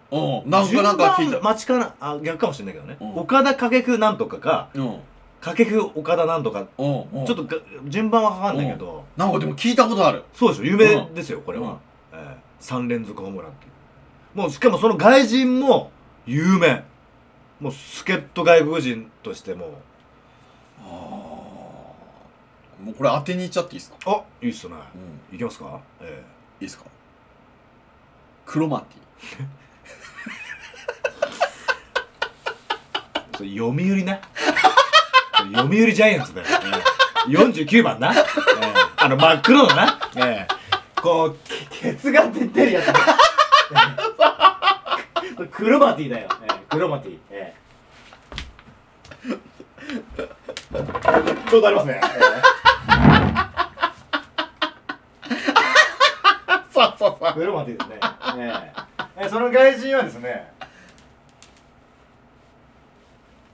Speaker 3: おーなんかなんか聞い
Speaker 2: 順
Speaker 3: た
Speaker 2: 番待ちかなあ逆かもしれないけどね、
Speaker 3: うん
Speaker 2: 岡田掛布なんとかか
Speaker 3: うん
Speaker 2: 掛布岡田なんとか
Speaker 3: うんうん
Speaker 2: ちょっとが順番はわかんないけど、
Speaker 3: なんかでも聞いたことある
Speaker 2: そうでしょ有名ですよこれは、え3連続ホームランっていうもうしかもその外人も有名もう助っ人外国人としても
Speaker 3: あーもうこれ当てにいっちゃっていいですか
Speaker 2: あいいっすね
Speaker 3: うんい
Speaker 2: いきますかえ
Speaker 3: いですかクロマティ
Speaker 2: えそれ読 売なそれ読売ジャイアンツだよ、ええ49番な、ええあの真っ黒のな、ええこうけケツが出てるやつ
Speaker 4: クロマティだよ、ええクロマティ、ええちょうどありますね、え
Speaker 3: さあさあ
Speaker 4: えクロマティですね、えええその外人はですね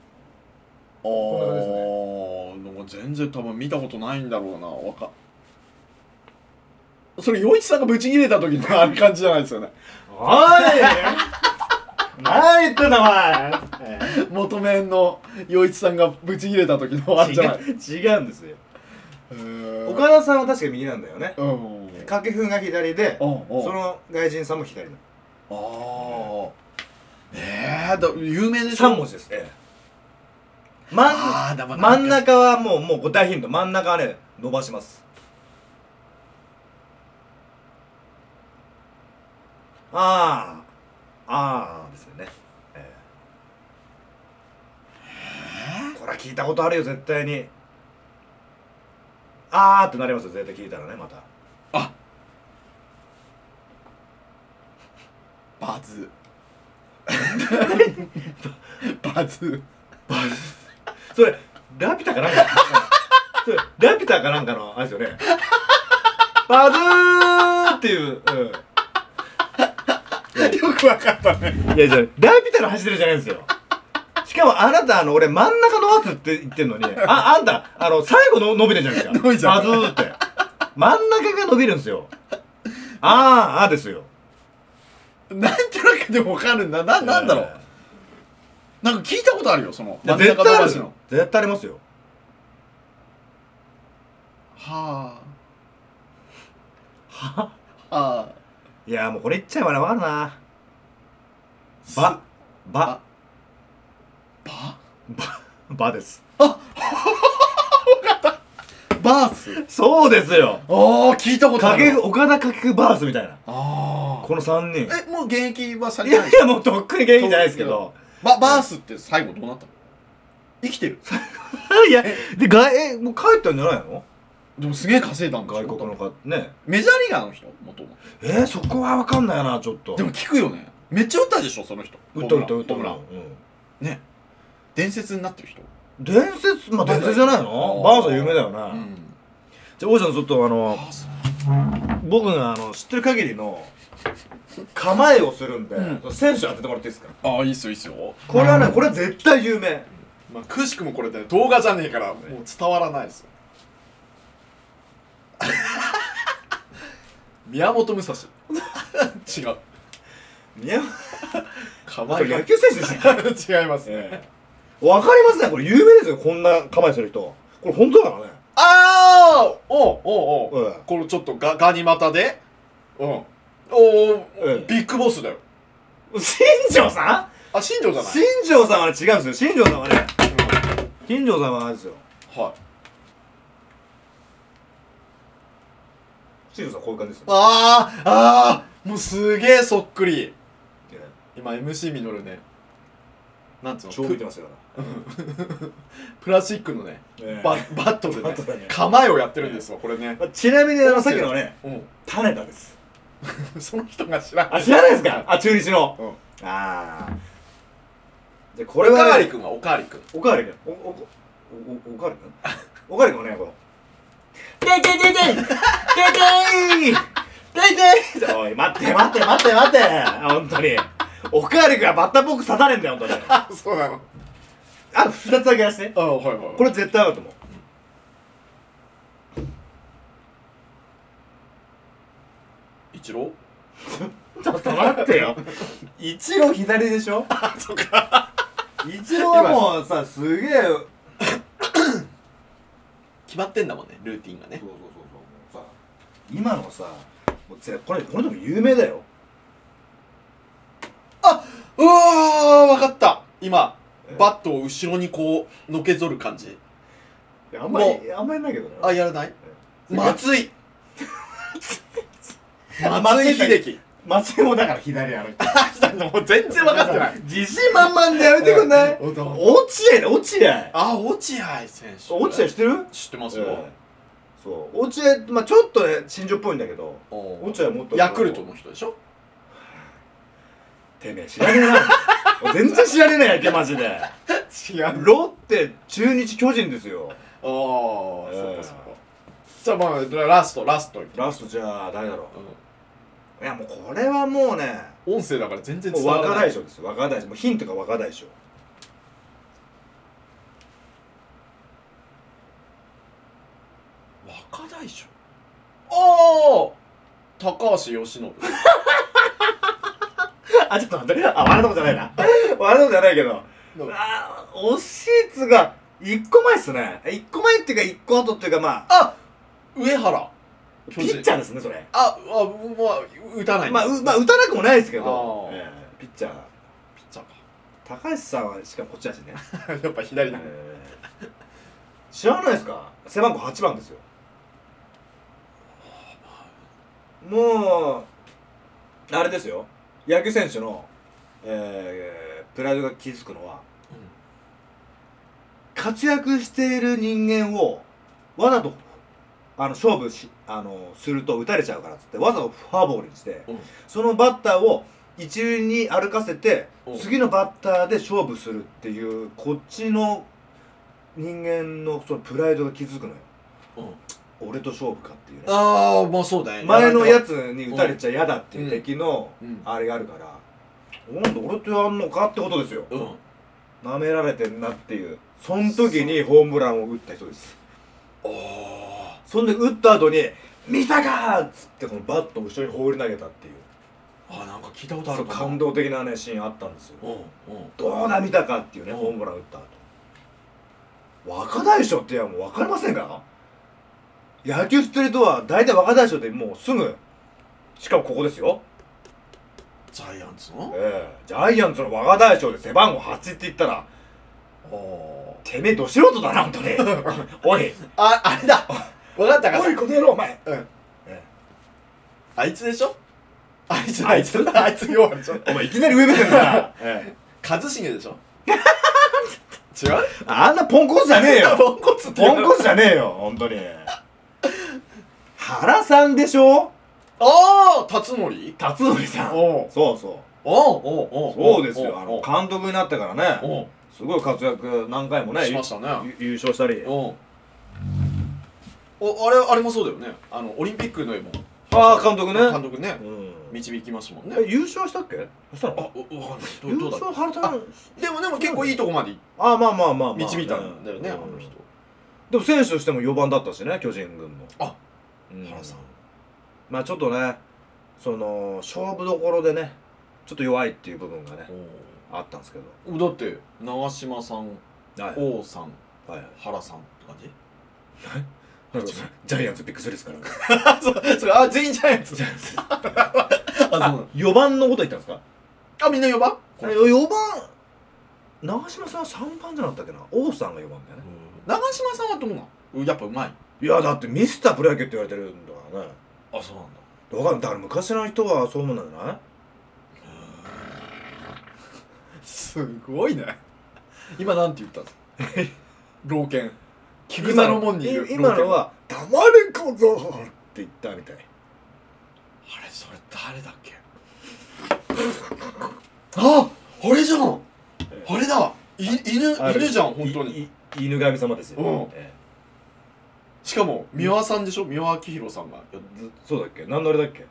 Speaker 4: んな感じです
Speaker 3: おーなんか全然多分見たことないんだろうなわかそれ洋一さんがブチ切れた時のある感じじゃないですよね
Speaker 4: お い何言ってんだお前、え
Speaker 3: 元面の洋一さんがブチ切れた時のあ
Speaker 2: 違
Speaker 3: る
Speaker 2: う
Speaker 3: じゃない
Speaker 2: 違うんですよ
Speaker 3: へー
Speaker 2: 岡田さんは確か右なんだよね
Speaker 3: うんうんうん
Speaker 2: 掛布が左で
Speaker 3: う
Speaker 2: そ
Speaker 3: んうん
Speaker 2: の外人さんも左なの
Speaker 3: ああええだ有名でしょ
Speaker 2: 3文字ですええ真ん
Speaker 3: ああだから
Speaker 2: 真
Speaker 3: なん
Speaker 2: ん
Speaker 3: か
Speaker 2: 中はもうもう大ヒント真ん中はね伸ばしますああああですよねええこれは聞いたことあるよ絶対にああってなりますよ絶対聞いたらねまた
Speaker 3: バズバズ
Speaker 2: それラピュタかなんか それラピュタかなんかのあれですよねバズーっていう、うん
Speaker 3: よくわかったね。
Speaker 2: いやじゃあ大ピタの走ってるじゃないんですよしかもあなたあの俺真ん中伸ばすって言ってんのにああんたあの最後の伸びてんじゃないですか
Speaker 3: 伸びちゃう
Speaker 2: バズーって真ん中が伸びるんですよあーあーですよ
Speaker 3: なんとなくでもわかるんだ。な、なんだろう。なんか聞いたことあるよ、その。
Speaker 2: いや
Speaker 3: 真ん中
Speaker 2: 絶対あ
Speaker 3: 話
Speaker 2: るよ。絶対ありますよ
Speaker 3: はあ。はあ。
Speaker 2: いやもうこれ言っちゃえばねわかるな
Speaker 3: す
Speaker 2: ばば
Speaker 3: ば
Speaker 2: ばばです
Speaker 3: バース。
Speaker 2: そうですよ
Speaker 3: ああ、聞いたことあ
Speaker 2: か
Speaker 3: る
Speaker 2: け。岡田かけくバースみたいな
Speaker 3: あ
Speaker 2: この3人
Speaker 3: あ。え、もう現役はされ
Speaker 2: い
Speaker 3: てない
Speaker 2: やいやもうとっくに芸人じゃないですけど
Speaker 3: ババースって最後どうなったの生きてる
Speaker 2: いやで外えもう帰ったんじゃないの
Speaker 3: でもすげえ稼いだんでしょ
Speaker 2: 外国の方ね
Speaker 3: メジャーリーガーの人元々
Speaker 2: えー、そこは分かんないなちょっと
Speaker 3: でも聞くよねめっちゃ打ったでしょその人
Speaker 2: うっとうっとうっと
Speaker 3: ホーム
Speaker 2: う
Speaker 3: ラン
Speaker 2: うん
Speaker 3: ね伝説になってる人
Speaker 2: 伝説まあ伝説じゃないの
Speaker 3: あ
Speaker 2: バ
Speaker 3: ー
Speaker 2: ーサ有名だよ
Speaker 3: う
Speaker 2: な、
Speaker 3: ん
Speaker 2: じゃあ王子さんちょっとあの
Speaker 3: バース
Speaker 2: 僕があの知ってる限りの構えをするんで、
Speaker 3: う
Speaker 2: 選手当ててもらっていいですか
Speaker 3: ああいいっすよいいっすよ
Speaker 2: これはねこれは絶対有名
Speaker 3: まあくしくもこれで動画じゃねえからもう伝わらない ですよ宮本武蔵違う
Speaker 2: 宮
Speaker 3: かわ
Speaker 2: 本
Speaker 3: いい違
Speaker 2: 野球選手でしたっけ
Speaker 3: いますね、
Speaker 2: わかりますねこれ有名ですよこんな構えする人これ本当だからね
Speaker 3: ああおうおうおう、
Speaker 2: ええ
Speaker 3: これちょっとガガニ股でうんおうおう、
Speaker 2: ええ
Speaker 3: ビッグボスだよ
Speaker 2: 新庄さ
Speaker 3: あ新庄じゃ
Speaker 2: ん
Speaker 3: ない、
Speaker 2: 新庄さんはね違うんですよ新庄さんはね新庄さんはあれですよ
Speaker 3: うんはい
Speaker 2: 新庄さんこういう感じですよ
Speaker 3: あーあーもうすげえそっくり今 MC ミノルねなんつうの
Speaker 2: 超見てましたか
Speaker 3: プラスチックのね
Speaker 2: ら、ええ
Speaker 3: ババットで
Speaker 2: バ
Speaker 3: ね
Speaker 2: ットでね
Speaker 3: 構えをやってるんですわこれ ね、
Speaker 2: まあちなみにあのさっきのね
Speaker 3: う
Speaker 2: 種田です
Speaker 3: ん、 その人が知らん
Speaker 2: あ知らないですかあ中日の、
Speaker 3: うん
Speaker 2: ああじゃあこ
Speaker 3: お
Speaker 2: れ
Speaker 3: かわ
Speaker 2: は、
Speaker 3: り
Speaker 2: ね、
Speaker 3: くんはおかわりくん
Speaker 2: おかわりくんおおおおおかわり くんおかわりくんお願いこうででででででででおい待って待って待って待って本当におかわりくんはバッターボックス立たねえんだよ本当に
Speaker 3: あそうなの
Speaker 2: あと2つだけ出して
Speaker 3: あはいはい
Speaker 2: これ絶対あると思う
Speaker 3: 一郎
Speaker 2: ちょっと待ってよ。一郎左でしょあ、
Speaker 3: そっ
Speaker 2: か。一郎はもうさ、すげえ。そう
Speaker 3: 決まってんだもんねルーティンがね
Speaker 2: そうそうそう。今のさ、もうぜこれ、これでも有名だよ。
Speaker 3: うわーわかった今
Speaker 2: え
Speaker 3: バットを後ろにこうのけぞる感じ
Speaker 2: いやあんまり、あんまりないけどね。
Speaker 3: あやらない
Speaker 2: え
Speaker 3: 松井松
Speaker 2: 松
Speaker 3: 井
Speaker 2: 井
Speaker 3: 秀喜
Speaker 2: 松井もだから左やる。
Speaker 3: もう全然分かってない
Speaker 2: 自信満々でやめてくんない
Speaker 3: うん
Speaker 2: 落合だ、落合。
Speaker 3: あ落合選手
Speaker 2: 落合知ってる
Speaker 3: 知ってますよ
Speaker 2: ええそう。落合、まあちょっとね新庄っぽいんだけど、
Speaker 3: お
Speaker 2: 落合はもっと。
Speaker 3: ヤクル トの人でしょ
Speaker 2: てめえ、知らねえな。全然知らねえな、野球マジで。
Speaker 3: 違う
Speaker 2: ロッテ、中日、巨人ですよ。
Speaker 3: ああそっ
Speaker 2: ええ
Speaker 3: かそっかじゃあまあラストラストいきま
Speaker 2: ラストじゃあ誰だろ
Speaker 3: す
Speaker 2: ういやもうこれはもうね
Speaker 3: うん音声だから全然
Speaker 2: も
Speaker 3: 伝
Speaker 2: う
Speaker 3: わら
Speaker 2: 若
Speaker 3: ない
Speaker 2: 大将ですよ若大将もうヒントが若大将
Speaker 3: 若大将ああ高橋由 伸
Speaker 2: あちょっと待ってあ笑ったことじゃないな 笑ったことじゃないけど
Speaker 3: どう
Speaker 2: あー惜しいっつうか1個前っすね1個前っていうか1個後っていうかまあ
Speaker 3: あ上原
Speaker 2: ピッチャーですねそれ
Speaker 3: あ、あ、まあ、打たない。
Speaker 2: まあ、うまあ、打たなくもないですけど
Speaker 3: あ、ー
Speaker 2: ええピッチャー
Speaker 3: ピッチャー
Speaker 2: 高橋さんはしかもこっちだしね、
Speaker 3: か。 やっぱ左だ。
Speaker 2: ええ知らないですか背番号8番ですよもうあれですよ野球選手の、えープライドが気づくのは、活躍している人間をわざとあの勝負しあのすると打たれちゃうからっつってわざとフォアボールにして、
Speaker 3: うん
Speaker 2: そのバッターを一塁に歩かせて、
Speaker 3: うん
Speaker 2: 次のバッターで勝負するっていうこっちの人間のそのプライドが気づくのよ
Speaker 3: うん。
Speaker 2: 俺と勝負かっていうね
Speaker 3: ああまあそうだね
Speaker 2: 前のやつに打たれちゃ嫌だっていう敵の
Speaker 3: うん
Speaker 2: あれがあるから、なんで俺とやんのかってことですよ
Speaker 3: うん
Speaker 2: なめられてんなっていうその時にホームランを打った人ですそんで打った後に「見たか!」っつってこのバットを後ろに放り投げたっていう
Speaker 3: あなんか聞いたことあ
Speaker 2: そ
Speaker 3: る
Speaker 2: う
Speaker 3: かも
Speaker 2: 感動的なねシーンあったんですよ
Speaker 3: うんうん
Speaker 2: どうだ見たかっていうね
Speaker 3: うん
Speaker 2: ホームラン打った後若大将っていやもう分かりませんか野球してる人は大体若大将ってもうすぐしかもここですよ
Speaker 3: ジャイアンツの
Speaker 2: ええジャイアンツの若大将で背番号8って言ったらてめえど素人だな本 当におい
Speaker 3: ああれだ分かったか
Speaker 2: おいこの野郎お前
Speaker 3: うん
Speaker 2: え
Speaker 3: あいつでしょあいつ
Speaker 2: あいつ
Speaker 3: あいつ弱いでしょ
Speaker 2: お前いきなり上目線だ な
Speaker 3: 一茂でしょ 違う
Speaker 2: あんなポンコツじゃねえよ
Speaker 3: ポンコツって
Speaker 2: ポンコツじゃねえよ本当 に原さんでしょ
Speaker 3: ああ辰森
Speaker 2: 辰徳さん
Speaker 3: おう
Speaker 2: そうそう
Speaker 3: おうおうおう
Speaker 2: そうですよ、あ
Speaker 3: おう
Speaker 2: の監督になってからね、
Speaker 3: おう
Speaker 2: すごい活躍、何回もね、
Speaker 3: しましたね
Speaker 2: ゆ優勝したり、
Speaker 3: おうおあれあれもそうだよねあのオリンピックの絵も
Speaker 2: ああ、監督ね、
Speaker 3: 監督ね
Speaker 2: うん
Speaker 3: 導きますもんね
Speaker 2: え優勝したっけそした
Speaker 3: あ
Speaker 2: ら、
Speaker 3: わわかんない
Speaker 2: 優
Speaker 3: どうどうだ
Speaker 2: 勝、原さん、
Speaker 3: でもでも結構いいとこまで
Speaker 2: ああ、まあまあまあ、まあね
Speaker 3: 導いたんだよねあの人
Speaker 2: でも選手としても4番だったしね、巨人軍の。
Speaker 3: あ
Speaker 2: うん
Speaker 3: 原さん
Speaker 2: まあちょっとね、その、勝負どころでね、ちょっと弱いっていう部分がね、あったんですけど、
Speaker 3: だって長嶋さん
Speaker 2: はい、
Speaker 3: 王さん
Speaker 2: はい、
Speaker 3: 原さんって感じ
Speaker 2: なんかジャイアンツびっくりするですか ら、
Speaker 3: あそう そうあ全員ジャイアンツあそう
Speaker 2: 4番のこと言ったんですか
Speaker 3: あみんな呼ば
Speaker 2: 4番長嶋さんは3番じゃなかったっけな王さんが4番だよね
Speaker 3: 長嶋さんはどうなんうんやっぱうまい
Speaker 2: いやだってミスタープロ野球って言われてるんだからね
Speaker 3: あそうなんだ
Speaker 2: わかんないだから昔の人はそう思うんじゃない
Speaker 3: すごいね今なんて言 ったんですか老犬菊草の門にいる
Speaker 2: 今の今のは「黙れ小僧!」って言ったみたい
Speaker 3: 老犬あれそれ誰だっけ ああれじゃんあれだい犬
Speaker 2: あれ
Speaker 3: 犬じゃん本当に
Speaker 2: いい犬神様ですよ、
Speaker 3: うん
Speaker 2: え
Speaker 3: しかも三輪さんでしょ三輪明宏さんがやっ
Speaker 2: えずそうだっけ何のあれだっけ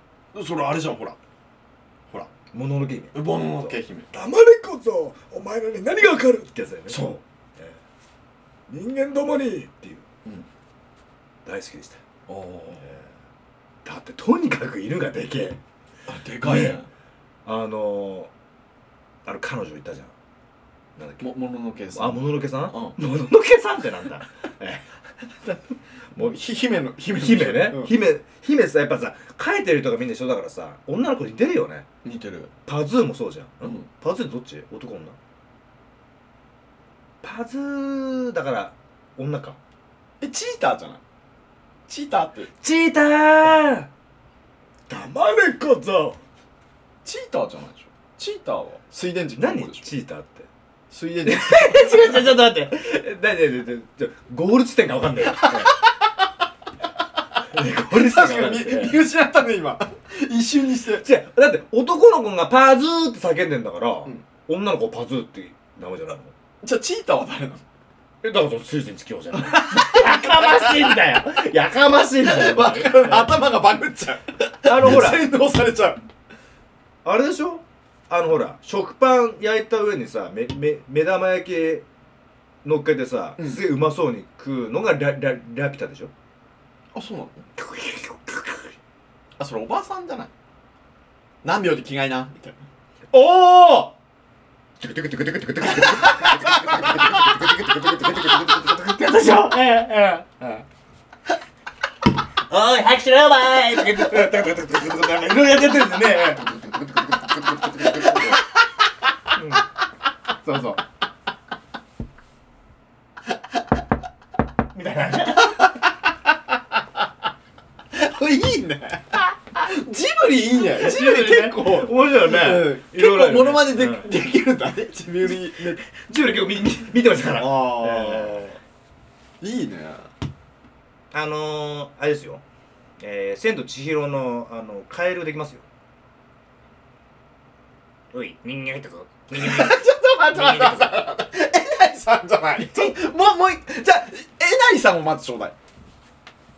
Speaker 3: それあれじゃんほらほら
Speaker 2: もののけ姫
Speaker 3: 「ボンのけ姫
Speaker 2: 黙れ小僧お前らに何がわかる!」ってやつだよね
Speaker 3: そう、
Speaker 2: ええ人間どもにっていう、
Speaker 3: うん
Speaker 2: 大好きでした」
Speaker 3: あ
Speaker 2: だってとにかく犬がでけえ
Speaker 3: あでかいね
Speaker 2: ねあのー、あれ彼女いたじゃんなんだっけ
Speaker 3: ももののけさん
Speaker 2: あもののけさんも
Speaker 3: う
Speaker 2: ののけさんってなんだええも
Speaker 3: もう
Speaker 2: う
Speaker 3: ひ姫の姫の
Speaker 2: 姫ね、
Speaker 3: うん
Speaker 2: 姫姫さやっぱさ書いてる人がみんな一緒だからさ女の子に出るよね
Speaker 3: 似てる
Speaker 2: パズーもそうじゃ
Speaker 3: う
Speaker 2: ん、
Speaker 3: ん
Speaker 2: パズーどっち男女パズーだから女か
Speaker 3: えチーターじゃないチーターって
Speaker 2: チーター黙れ小僧
Speaker 3: チーターじゃないでしょチーターは水田寺
Speaker 2: 何
Speaker 3: の子でしょ
Speaker 2: チーターって
Speaker 3: 水田寺
Speaker 2: 違う違う、ちょっと待って。だいだいだいだいゴール地点がわかんない。ね
Speaker 3: 確か
Speaker 2: ゴール地点がわかんない。
Speaker 3: に見見失ったね今一瞬にして
Speaker 2: 違う、だって男の子がパズーって叫んでんだから、
Speaker 3: ん
Speaker 2: 女の子パズーって名前じゃないの
Speaker 3: じゃあチーターは誰なの
Speaker 2: え、だからその水前地教じゃないやかましいんだよやかましいんだよ
Speaker 3: わからない 頭がバグっちゃう
Speaker 2: あのほら、
Speaker 3: 洗脳されちゃう
Speaker 2: あれでしょあのほら、食パン焼いた上にさ、め、め、目玉焼き乗っけてさ、
Speaker 3: うん
Speaker 2: すげえうまそうに食うのがラ、ラ、ラピュタでしょ
Speaker 3: あそうなのあそれおばさんじゃない何秒で着替えなみたいな
Speaker 2: おー
Speaker 4: おい、拍手のお前
Speaker 2: なんかいろいろやってるんですよね。そうそう。みたいな。
Speaker 3: いいねジブリいいねジブリ結構
Speaker 2: 面白いよね。
Speaker 3: 結構モノマネで,、
Speaker 2: うん
Speaker 3: できるんだねジブリね
Speaker 2: ジュリー今日見 見てましたから。
Speaker 3: あ
Speaker 2: え
Speaker 3: あいいね
Speaker 2: あのー、あれですよ。えー、千と千尋の、あの、カエルできますよ。おい、人間入ったぞ。人間入ったぞ。
Speaker 3: ちょっと待って待って待ってえなりさんじゃないちょもうもういじゃあえなりさんもまずちょうだい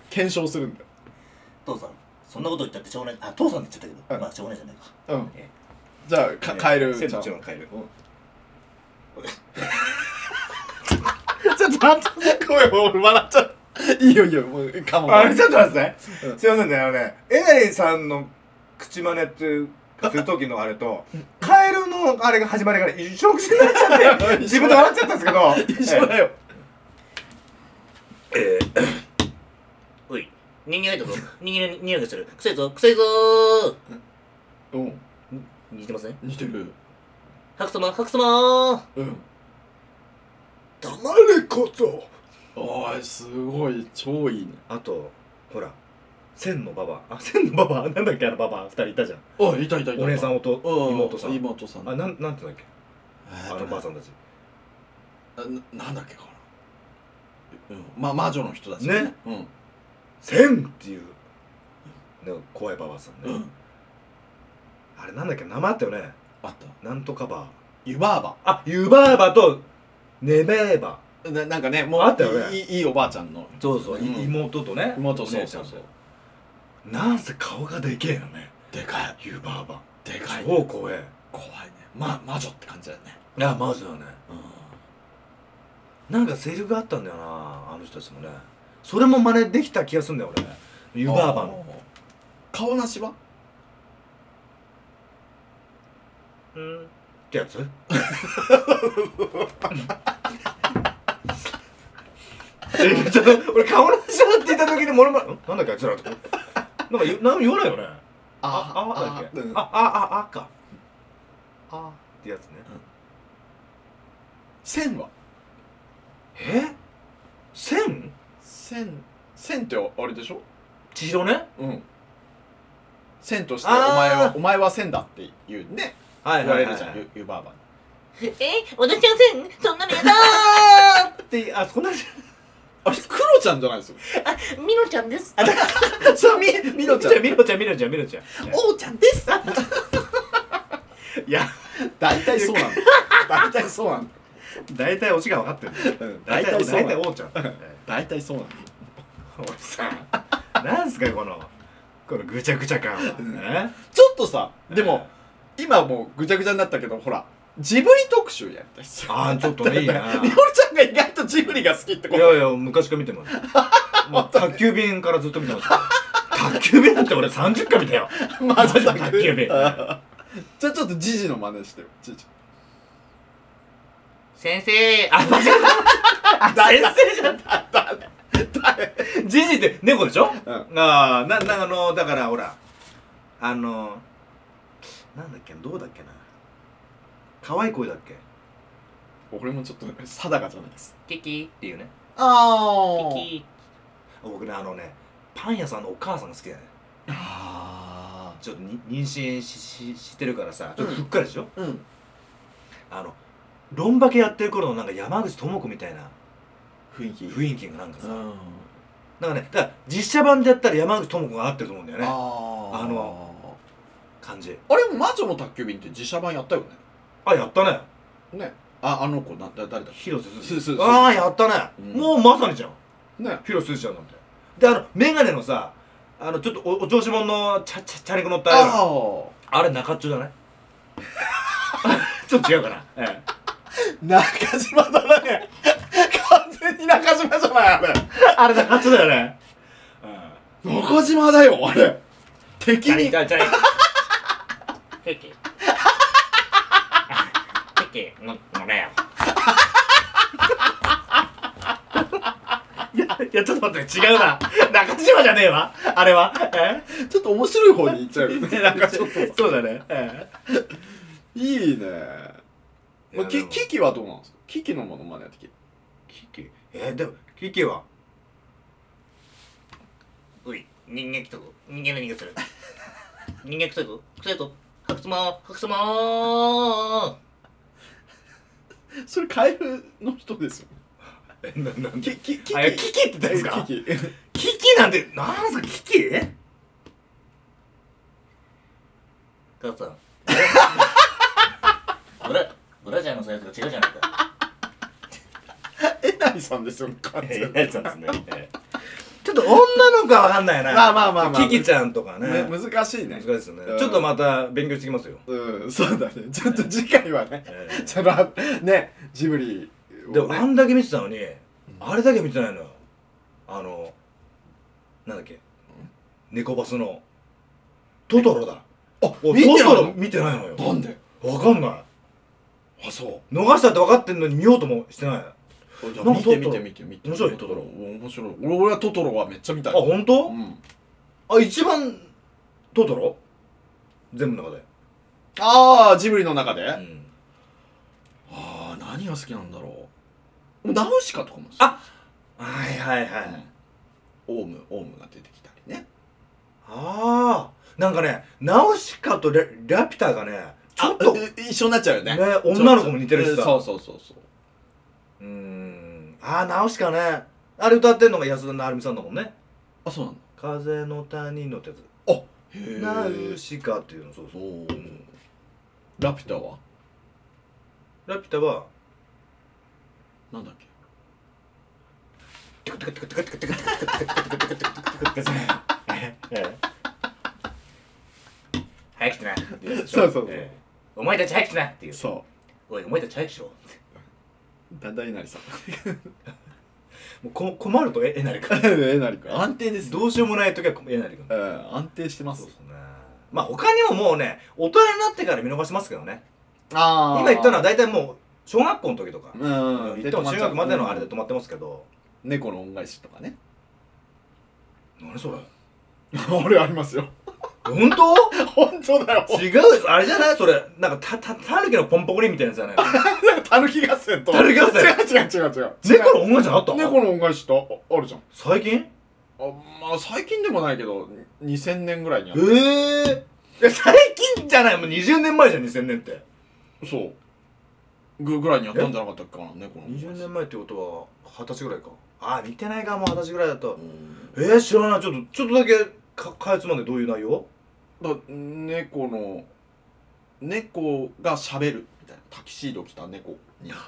Speaker 3: 検証するんだよ
Speaker 5: 父さんそんなこと言ったってしょうがないあ父さんって言っちゃったけど、
Speaker 3: うん
Speaker 5: まあしょうがないじゃないか
Speaker 3: うん
Speaker 5: え
Speaker 3: じゃあか変える
Speaker 2: せ
Speaker 3: じゃあ
Speaker 2: もちろん帰る
Speaker 3: ちょっと待って、ごめん、俺笑っちゃった。いいよいいよ、もう、かも。
Speaker 2: あれちょっと待ってください、
Speaker 3: うん
Speaker 2: すいませんねあのねえなりさんの口真似っていうかする時のあれとカエルのあれが始まりから一緒くしになっちゃって自分で笑っちゃったんですけど
Speaker 3: 一緒だよ。
Speaker 5: おい人間ないとこ人間匂いがする臭いぞ臭いぞー
Speaker 3: うん、
Speaker 5: 似てますね
Speaker 3: 似てる。
Speaker 5: 白様白様ー
Speaker 3: うん。
Speaker 5: 黙
Speaker 3: れこそ。おい、すごい、超いいね。
Speaker 2: あとほら千のババアあ千のババアなんだっけあのババア二人いたじゃん
Speaker 3: あ、いたいたいた。
Speaker 2: お姉さんおと
Speaker 3: うん、
Speaker 2: 妹さん
Speaker 3: 妹さん。
Speaker 2: あなんなんて言うんだっ
Speaker 3: え
Speaker 2: けあ
Speaker 3: ー
Speaker 2: の
Speaker 3: と
Speaker 2: ばあさんたち
Speaker 3: ねななんだっけかな。うん、ま魔女の人たち。
Speaker 2: ね。
Speaker 3: うん。
Speaker 2: 千っていうね怖いばばあさん
Speaker 3: う
Speaker 2: ね、
Speaker 3: ん。
Speaker 2: あれなんだっけ名前あったよね
Speaker 3: あった。
Speaker 2: なんとかば
Speaker 3: 湯婆婆。
Speaker 2: あ湯婆婆とねべーば
Speaker 3: ななんかね、もう、
Speaker 2: あったよね
Speaker 3: いいいいいおばあちゃんの。
Speaker 2: そうそう、い
Speaker 3: うん
Speaker 2: 妹とね
Speaker 3: 妹
Speaker 2: お
Speaker 3: そう
Speaker 2: 姉ち
Speaker 3: そ
Speaker 2: ゃん
Speaker 3: う
Speaker 2: と
Speaker 3: そう。
Speaker 2: なんせ顔がでけえのね
Speaker 3: でかい。
Speaker 2: 湯婆婆
Speaker 3: でかい。
Speaker 2: 超怖え
Speaker 3: 怖いね。ま、魔女って感じだよね。
Speaker 2: いやマジだね
Speaker 3: うん。
Speaker 2: なんかセリフがあったんだよなあの人たちもねそれも真似できた気がするんだよ俺湯婆婆の
Speaker 3: 顔なしは
Speaker 5: うん
Speaker 2: ってや つえちょっと俺顔なしだって言った時にもろもろんなんだっけあいつらとなんか言うなんも言わないよねあああだっけああああかあってやつね
Speaker 3: 線は
Speaker 2: え千
Speaker 3: 線線ってあれでしょ
Speaker 2: 千尋ね
Speaker 3: うん線としてお
Speaker 2: あ
Speaker 3: 前
Speaker 2: ー
Speaker 3: はお前は線だって言うね
Speaker 2: は
Speaker 3: 言われるじゃんゆゆばあばに
Speaker 5: え私はせんそんなのやだ
Speaker 2: ってあそこなじ
Speaker 3: あれクロちゃんじゃないですよ
Speaker 5: ーミロちゃんですあ
Speaker 3: そうみみろちゃん
Speaker 2: みろちゃんみろちゃんみろちゃん
Speaker 3: おうちゃんです
Speaker 2: いや
Speaker 3: 大体そうなんだ 大体そうなん
Speaker 2: 大体オチが分かってる
Speaker 3: だうん
Speaker 2: 大
Speaker 3: 大
Speaker 2: 体
Speaker 3: 体そうな
Speaker 2: 大体
Speaker 3: んだ
Speaker 2: 王ちゃん
Speaker 3: 大体そうなんだ
Speaker 2: 俺さなんすかこのこのぐちゃぐちゃ感は
Speaker 3: ちょっとさでも今もうぐちゃぐちゃになったけどほらジブリ特集やったりする
Speaker 2: ああちょっと ねい いな
Speaker 3: みおるちゃんが意外とジブリが好きって
Speaker 2: い
Speaker 3: こと
Speaker 2: やいや昔から見てます もう宅急便からずっと見てます宅急便なんて俺30回見 たよ
Speaker 3: マジ
Speaker 2: マジ宅急 便
Speaker 3: じゃあちょっとジジの真似してよジジ
Speaker 5: 先生あ
Speaker 2: 先生じゃんジジって猫でしょ、
Speaker 3: うん
Speaker 2: ああななあのだからほらあのなんだっけどうだっけな可愛い声だっけっ
Speaker 3: 俺もちょっと定かじゃないです
Speaker 5: キキ
Speaker 2: ていうね
Speaker 3: あ
Speaker 5: キキ
Speaker 2: 僕ねあのねパン屋さんのお母さんが好きだね
Speaker 3: あ
Speaker 2: ちょっとに妊娠しししてるからさちょっとふっかりでしょ、
Speaker 3: うん
Speaker 2: あのロンバケやってる頃のなんか山口智子みたいな
Speaker 3: 雰囲気囲
Speaker 2: 雰囲気がなんかさ、
Speaker 3: うん
Speaker 2: なんかねだから実写版でやったら山口智子が合ってると思うんだよね
Speaker 3: あ
Speaker 2: あの感じ
Speaker 3: あれ魔女の宅急便って自社版やったよ
Speaker 2: あやったね
Speaker 3: ねねああの子なだ誰だっ
Speaker 2: 広瀬す
Speaker 3: す
Speaker 2: ず
Speaker 3: す
Speaker 2: ちゃんああやったね、
Speaker 3: うん
Speaker 2: もうまさにじゃん
Speaker 3: けね
Speaker 2: 広瀬すずちゃんなんてであの眼鏡のさあのちょっとおお調子者のチャチャチャリコ乗ったあ
Speaker 3: ああ
Speaker 2: あれ中っちょじゃないちょっと違うかな、え
Speaker 3: 中島だね完全に中島じゃないあれ
Speaker 2: え、あれ中っちょだよねうん
Speaker 3: 中島だよあれ敵
Speaker 5: チャリ
Speaker 3: に
Speaker 5: チャリチャリケケケケももらえよ
Speaker 2: いや、いや、ちょっと待って、違うな。中島じゃねえわ。あれは。え
Speaker 3: ちょっと面白い方に行っちゃうよね
Speaker 2: なんかちょっと。そうだね。え
Speaker 3: いいね
Speaker 2: え
Speaker 3: まあ、キキキはどうなんですかキキのものまねって
Speaker 2: キキ。えーでも、キキは。
Speaker 5: おい人間来たぞ人間の匂いがする人間臭いぞ臭いぞ白様白様
Speaker 3: それカエルの人ですよ
Speaker 2: え、な、なん
Speaker 3: キキキ
Speaker 2: あいやキキって誰ですか
Speaker 3: キキ
Speaker 2: キキなんて、なんすか、キキ
Speaker 5: 母 さんブラブラジャーのサイズが違うじゃないか
Speaker 3: えなりさんですよ完全に
Speaker 5: たんですね
Speaker 2: ちょっと女の子はわかんないな。
Speaker 3: まあまあまあまあ
Speaker 2: キキちゃんとかね。
Speaker 3: む難しいね
Speaker 2: 難しいですね
Speaker 3: う。ん
Speaker 2: ちょっとまた勉強してきますよ。
Speaker 3: うんそうだねちょっと次回はね
Speaker 2: え
Speaker 3: ちょっとねジブリを
Speaker 2: えでも、
Speaker 3: ね
Speaker 2: あんだけ見てたのに、あれだけ見てないのよ。あの、なんだっけ。猫バスの、トトロだ。
Speaker 3: あ
Speaker 2: お
Speaker 3: 見てない
Speaker 2: トトロ見てないのよ。
Speaker 3: なんで
Speaker 2: わかんない。
Speaker 3: あそう
Speaker 2: 逃したって分かってんのに見ようともしてない。あ、
Speaker 3: じゃあ
Speaker 2: なんか
Speaker 3: 見て
Speaker 2: ト
Speaker 3: 見
Speaker 2: ト
Speaker 3: て
Speaker 2: ロ
Speaker 3: 見て見て
Speaker 2: 面白い
Speaker 3: トトロ面白い俺俺はトトロはめっちゃ見たい
Speaker 2: ほんと
Speaker 3: うん
Speaker 2: あ、一番、トトロ全部の中で。
Speaker 3: ああジブリの中で、あ
Speaker 2: ん。
Speaker 3: あ何が好きなんだろうナウシカとかも好き
Speaker 2: はいはいはい。
Speaker 3: オウムオウムが出てきたりね
Speaker 2: ああなんかねナウシカとララピュタがねちょっと
Speaker 3: あ
Speaker 2: ね
Speaker 3: う一緒になっちゃうよね
Speaker 2: 女の子も似てるし
Speaker 3: そ
Speaker 2: さ
Speaker 3: うそうそうそう
Speaker 2: うーんああナウシカねあれ歌ってんのが安田成美さんだもんね
Speaker 3: あそうなんだ
Speaker 2: 「風の谷の鉄」
Speaker 3: へ
Speaker 2: ナウシカっていうのそう
Speaker 3: お
Speaker 2: そう
Speaker 3: おラピュタは
Speaker 2: ラピュタは
Speaker 3: なんだっけ
Speaker 5: 早くしな。
Speaker 3: そうそうそう
Speaker 2: え
Speaker 5: お前たち早くしなっていう。
Speaker 3: そ
Speaker 5: おい、お前たち早くしろ。
Speaker 3: うだんだんえなりさん
Speaker 2: えもうこ困るとええなりか
Speaker 3: えなりくん安定です
Speaker 2: どうしようもない時はえなりか
Speaker 3: うん安定してま
Speaker 2: そう
Speaker 3: す
Speaker 2: ですねまあ他にももうね大人になってから見逃しますけどね
Speaker 3: あ
Speaker 2: 今言ったのは大体もう小学校の時とか
Speaker 3: うん
Speaker 2: 言っても中学までのあれで止まってますけど、
Speaker 3: 猫の恩返しと かね
Speaker 2: 何それ
Speaker 3: あれありますよ
Speaker 2: 本当
Speaker 3: 本当だよ
Speaker 2: 違うですあれじゃないそれなんかたたたぬきのポンポコリンみたいなやつじゃない
Speaker 3: たぬき合戦と
Speaker 2: たぬき合戦
Speaker 3: 違う違う違う違う
Speaker 2: 猫の音楽じゃなかった
Speaker 3: 猫の恩返しとああるじゃん
Speaker 2: 最近
Speaker 3: あまあ最近でもないけど2000年ぐらいにあ
Speaker 2: ええ最近じゃないもう20年前じゃん2000年って
Speaker 3: そうぐぐらいにやったんじゃなかったっけかな猫の恩返し
Speaker 2: 20年前ってことは二十歳ぐらいかあ見てないかもう二十歳ぐらいだと
Speaker 3: うん
Speaker 2: えー、知らないちょっとちょっとだけか開発までどういう内容
Speaker 3: だ猫の猫が喋るみたいなタキシード着た猫になな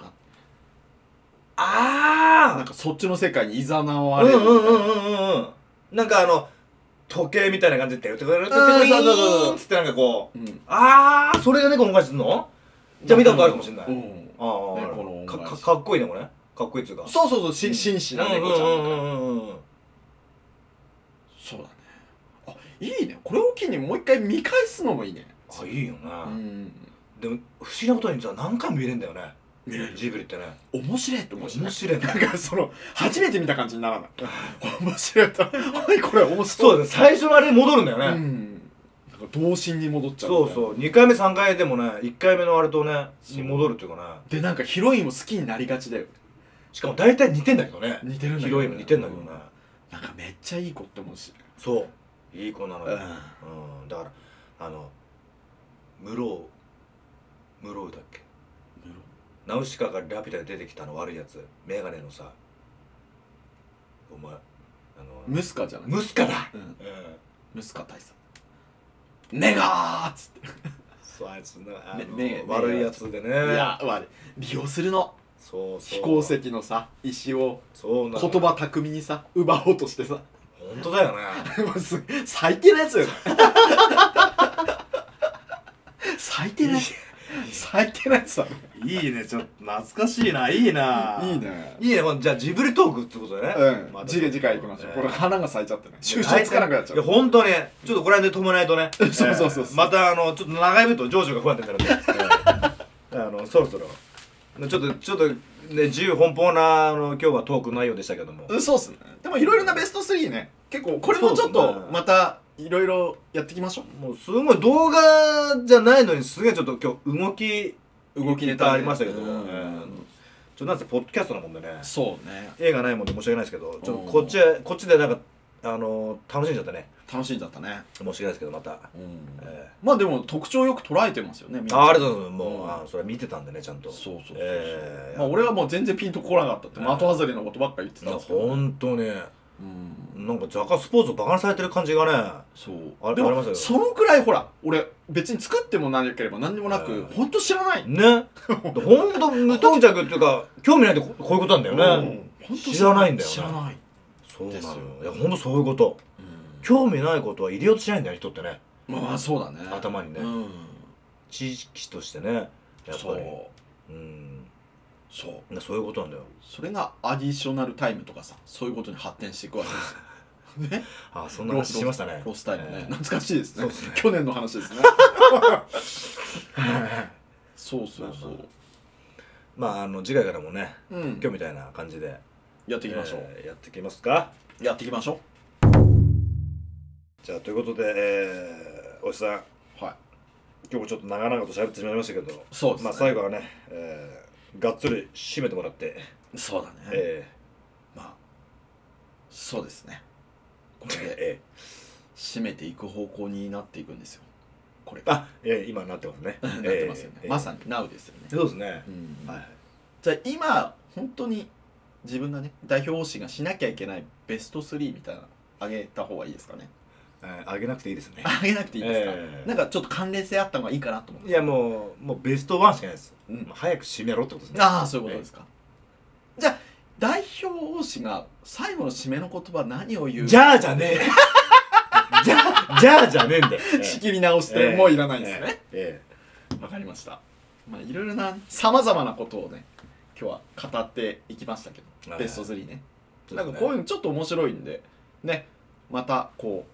Speaker 3: ん
Speaker 2: あ
Speaker 3: かそっちの世界にいざなわ
Speaker 2: うん
Speaker 3: れ
Speaker 2: う
Speaker 3: るみ
Speaker 2: ん
Speaker 3: たいな
Speaker 2: うんうんうんうんなんかあの時計みたいな感じで「てうてうてうてうて
Speaker 3: そうそうそうそう
Speaker 2: つってなんかこう
Speaker 3: うん
Speaker 2: ああそれが猫の恩返しすんのじゃあ見たことあるかもしれない
Speaker 3: うん
Speaker 2: ああ、
Speaker 3: ねこの恩
Speaker 2: か
Speaker 3: 返し
Speaker 2: かかっこいいねこれかっこいいっつうか
Speaker 3: そうそうそう
Speaker 2: うん
Speaker 3: し紳士な
Speaker 2: うん
Speaker 3: 猫ちゃんみたいな
Speaker 2: うんうんうんうん
Speaker 3: そうだねあいいねこれを機にもう一回見返すのもいいね
Speaker 2: あいいよ
Speaker 3: う
Speaker 2: な、
Speaker 3: ん
Speaker 2: でも不思議なことにさ何回も見れるんだよね
Speaker 3: 見れる
Speaker 2: ジブリってね
Speaker 3: 面白いって面白
Speaker 2: 面
Speaker 3: い
Speaker 2: 白いね
Speaker 3: なんかその初めて見た感じにならない面白い とはいこれ面
Speaker 2: そ
Speaker 3: 白
Speaker 2: う
Speaker 3: い
Speaker 2: だね最初のあれに戻るんだよね、
Speaker 3: うんなんか童心に戻っちゃう
Speaker 2: そう
Speaker 3: う
Speaker 2: そう2回目3回でもね1回目のあれとねに戻るっていうかね
Speaker 3: でなんかヒロインも好きになりがちだよ
Speaker 2: しかも大体似てんだけどね
Speaker 3: 似てるんだ
Speaker 2: ヒ
Speaker 3: けど
Speaker 2: ロ
Speaker 3: ね
Speaker 2: インも似てんだけどね、
Speaker 3: なんかめっちゃいい子って思うし
Speaker 2: そういい子なの
Speaker 3: う
Speaker 2: よ、
Speaker 3: ん
Speaker 2: うんだからあのムロウムロウだっけナウシカがラピュタで出てきたの悪いやつメガネのさお前あの
Speaker 3: ムスカじゃない
Speaker 2: ムスカだ、
Speaker 3: うん
Speaker 2: うん
Speaker 3: ムスカ大佐ネガーっつって
Speaker 2: そうあいつなあ
Speaker 3: め
Speaker 2: の
Speaker 3: め
Speaker 2: 悪いやつでね
Speaker 3: いや悪い利用するの
Speaker 2: そうそう
Speaker 3: 飛行石のさ石を
Speaker 2: そうな
Speaker 3: 言
Speaker 2: の
Speaker 3: 葉巧みにさ奪おうとしてさ
Speaker 2: 本当だよね
Speaker 3: もうす最低なやつよ 最低なやつ最低なやつだね
Speaker 2: いいねちょっと懐かしいないいない
Speaker 3: いね
Speaker 2: いいねまあじゃあジブリトークってことでね
Speaker 3: うん、
Speaker 2: また
Speaker 3: 次回次回行きましょう、
Speaker 2: ね
Speaker 3: これ花が咲いちゃってね
Speaker 2: いや
Speaker 3: 収集つかなくなっちゃ
Speaker 2: いや
Speaker 3: う
Speaker 2: 本当にちょっとこれで止めないとね
Speaker 3: そうそうそうそう
Speaker 2: えーまたあのちょっと長い目と情緒が不安定になるんで えーあのそろそろちょっとちょっとね自由奔放なあの今日はトーク内容でしたけども
Speaker 3: うんそうっすねでもいろいろなベスト3ね結構これもちょっ
Speaker 2: そうっす
Speaker 3: と
Speaker 2: ね
Speaker 3: またいろいろやっていきましょ
Speaker 2: もうすごい動画じゃないのにすげえちょっと今日動き
Speaker 3: う
Speaker 2: 動きネタありましたけど
Speaker 3: う
Speaker 2: も、
Speaker 3: ん
Speaker 2: えーちょっとなんせポッドキャストなもんでね
Speaker 3: そうね
Speaker 2: 映画ないもんで申し訳ないですけどちょっ
Speaker 3: うん
Speaker 2: とこっちはこっちでなんかあの楽しんじゃったね
Speaker 3: 楽しんじゃったね、
Speaker 2: 申し訳ないですけどまた、
Speaker 3: うん
Speaker 2: え
Speaker 3: まあでも特徴よく捉えてますよねみん
Speaker 2: ー、
Speaker 3: な
Speaker 2: あーありがとうございますもう、
Speaker 3: うん
Speaker 2: あーそれは見てたんでねちゃんと
Speaker 3: そうそうそうそう、
Speaker 2: えー
Speaker 3: まあ俺はもう全然ピンとこなかったって的外れのことばっかり言ってたんですけど、
Speaker 2: 本当ね
Speaker 3: うん
Speaker 2: なんか若干スポーツをバカにされてる感じがね
Speaker 3: そう
Speaker 2: あれ
Speaker 3: で
Speaker 2: ありました
Speaker 3: も
Speaker 2: よ
Speaker 3: そのくらいほら俺別に作ってもなければ何にもなく、
Speaker 2: うん
Speaker 3: ほんと知らない、
Speaker 2: ねほんと無頓着っていうか興味ないってここういうことなんだよね、
Speaker 3: うんほんと
Speaker 2: 知らないんだよね
Speaker 3: 知らない
Speaker 2: そうな
Speaker 3: ですよ
Speaker 2: のよいやほんとそういうこと興味ないことは入れようとしないんだよね人ってね
Speaker 3: まあそうだね
Speaker 2: 頭にね
Speaker 3: うん
Speaker 2: 知識としてねやっ
Speaker 3: そ
Speaker 2: ぱ
Speaker 3: う
Speaker 2: りうん
Speaker 3: そう
Speaker 2: なそういうことなんだよ
Speaker 3: それがアディショナルタイムとかさそういうことに発展していくわけ ですよね
Speaker 2: あそんな話しましたね
Speaker 3: ロロスタイムね、
Speaker 2: えー
Speaker 3: 懐かしいですね
Speaker 2: そうですね
Speaker 3: 去年の話 ですねそうそうそう
Speaker 2: まああの次回からもね
Speaker 3: うん
Speaker 2: 今日みたいな感じで
Speaker 3: やっていきましょう、
Speaker 2: えーやっていきますか
Speaker 3: やっていきましょ
Speaker 2: じゃあということでえーおじさん
Speaker 3: うはい
Speaker 2: 今日もちょっと長々と喋ってしまいましたけど
Speaker 3: そうですね
Speaker 2: まあ最後はねえーがっつり締めてもらって
Speaker 3: そうだね、
Speaker 2: え
Speaker 3: まあそうですねこれ
Speaker 2: ー
Speaker 3: で
Speaker 2: え
Speaker 3: 締めていく方向になっていくんですよこれ
Speaker 2: ーあいや今なってますね
Speaker 3: なってますよね、
Speaker 2: えー
Speaker 3: まさに NOW ですよね、
Speaker 2: そうですね
Speaker 3: うん
Speaker 2: はい
Speaker 3: じゃあ今本当に自分がね代表方針がしなきゃいけないベスト3みたいなのあげた方がいいですかね
Speaker 2: えーあげなくていいですね
Speaker 3: あげなくていいですか、
Speaker 2: えー
Speaker 3: なんかちょっと関連性あった方がいいかなと思って
Speaker 2: いやもうもうベストワンしかないです、
Speaker 3: うん
Speaker 2: まあ、早く締めろってことですね
Speaker 3: ああそういうことですか、じゃあ代表方針が最後の締めの言葉何を言う
Speaker 2: じゃあじ ゃねえじゃあじゃあじゃねえんだよ、ええ
Speaker 3: 仕切り直して、 もういらないんですね、
Speaker 2: え
Speaker 3: わかりました。まあいろいろなさまざまなことをね、今日は語っていきましたけど、
Speaker 2: はい
Speaker 3: ベスト3ね。
Speaker 2: え
Speaker 3: なんかこういうのちょっと面白いんで、ね、またこう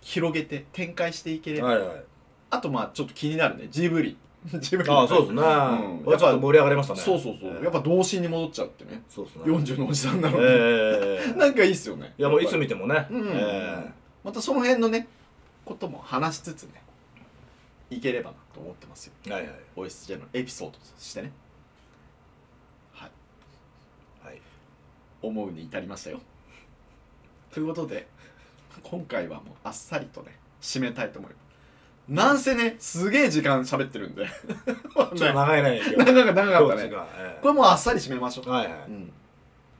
Speaker 3: 広げて展開していければ、
Speaker 2: はいはい
Speaker 3: あとまあちょっと気になるね、ジブリ。 ジブリ。
Speaker 2: ああそうです
Speaker 3: う
Speaker 2: ね、
Speaker 3: ん
Speaker 2: やっぱ盛り上がりましたね
Speaker 3: そうそうそう。やっぱ童心に戻っちゃってね、
Speaker 2: そうですね
Speaker 3: 40のおじさんなのに、
Speaker 2: ええ
Speaker 3: なんかいいっすよね。
Speaker 2: いやもうい
Speaker 3: やっ
Speaker 2: つ
Speaker 3: ぱり
Speaker 2: 見てもね、
Speaker 3: うん
Speaker 2: ええ
Speaker 3: またその辺のね、ことも話しつつね、いければなと思ってますよ。
Speaker 2: はいはい
Speaker 3: OSJ のエピソードとしてねはい、
Speaker 2: はい、
Speaker 3: 思うに至りましたよということで今回はもうあっさりとね締めたいと思いますなんせねすげえ時間喋ってるんで
Speaker 2: ち ょっと長いね今日
Speaker 3: 長か長かった
Speaker 2: どうです
Speaker 3: ね
Speaker 2: かええ
Speaker 3: これもうあっさり締めましょう、
Speaker 2: はいはい
Speaker 3: うん